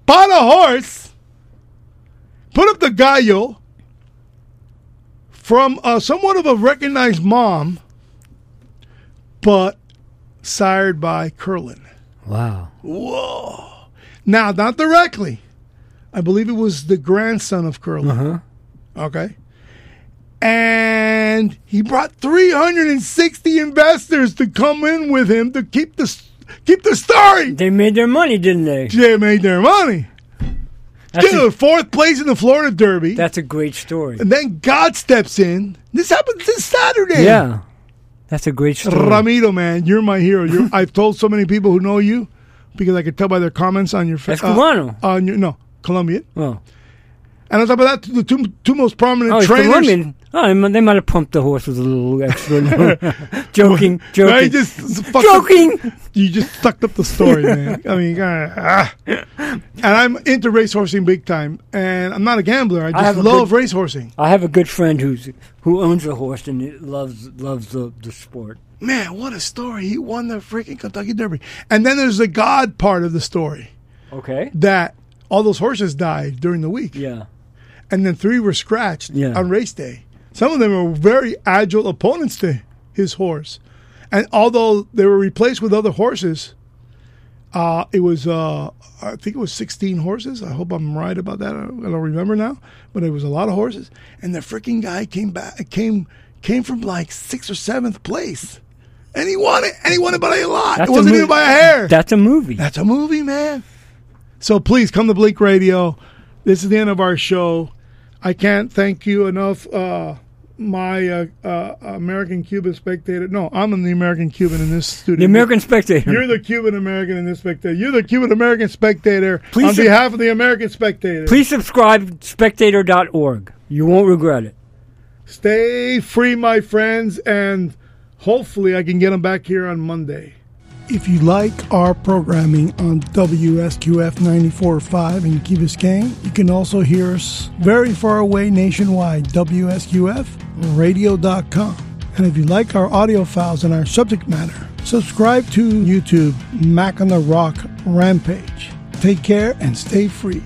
Speaker 1: bought a horse, put up the gallo from uh, somewhat of a recognized mom, but sired by Curlin.
Speaker 2: Wow.
Speaker 1: Now, not directly. I believe it was the grandson of Curly. Okay. And he brought 360 investors to come in with him to keep the keep the story.
Speaker 2: They made their money, didn't they?
Speaker 1: They made their money.
Speaker 2: That's a,
Speaker 1: Dude, fourth place in the Florida Derby.
Speaker 2: that's a great story.
Speaker 1: and then God steps in. This happened this Saturday.
Speaker 2: Yeah. That's a great story.
Speaker 1: Ramiro, man, you're my hero. You're, I've told so many people who know you because I could tell by their comments on your face. uh,
Speaker 2: Escribano.
Speaker 1: on your no, Colombian.
Speaker 2: oh.
Speaker 1: And on top of that, the two, two most prominent
Speaker 2: Oh, it's
Speaker 1: trainers.
Speaker 2: the women. Oh, they might- they might have pumped the horse with a little extra. joking, joking,
Speaker 1: No, you just s- fucked up-
Speaker 2: joking.
Speaker 1: you just sucked up the story, man. I mean, uh, ah. and I'm into racehorsing big time, and I'm not a gambler. I just
Speaker 2: have a
Speaker 1: love racehorsing.
Speaker 2: I have a good friend who's who owns a horse and it loves loves the, the sport.
Speaker 1: Man, what a story! He won the freaking Kentucky Derby, and then there's the God part of the story
Speaker 2: Okay.
Speaker 1: that all those horses died during the week,
Speaker 2: Yeah.
Speaker 1: and then three were scratched
Speaker 2: Yeah.
Speaker 1: on race day. Some of them were very agile opponents to his horse, and although they were replaced with other horses, uh, it was uh, I think it was 16 horses. I hope I'm right about that. I don't, I don't remember now, but it was a lot of horses. And the freaking guy came back came came from like sixth or seventh place, and he won it. And he won it by a lot. it
Speaker 2: That's a
Speaker 1: wasn't
Speaker 2: mo-
Speaker 1: even by a hair.
Speaker 2: That's a movie.
Speaker 1: That's a movie, man. So please come to Blink Radio. This is the end of our show. I can't thank you enough. Uh, my uh, uh, American Cuban spectator. No, I'm the American Cuban in this studio.
Speaker 2: the American Spectator.
Speaker 1: You're the Cuban American in this spectator. You're the Cuban American spectator
Speaker 2: Please
Speaker 1: on
Speaker 2: sub-
Speaker 1: behalf of the American spectator.
Speaker 2: Please subscribe spectator.org. You won't regret it.
Speaker 1: Stay free, my friends, and hopefully I can get them back here on Monday. If you like our programming on WSQF 94.5 in Key Biscayne, you can also hear us very far away nationwide, WSQFradio.com. And if you like our audio files and our subject matter, subscribe to YouTube Mac on the Rock Rampage. Take care and stay free.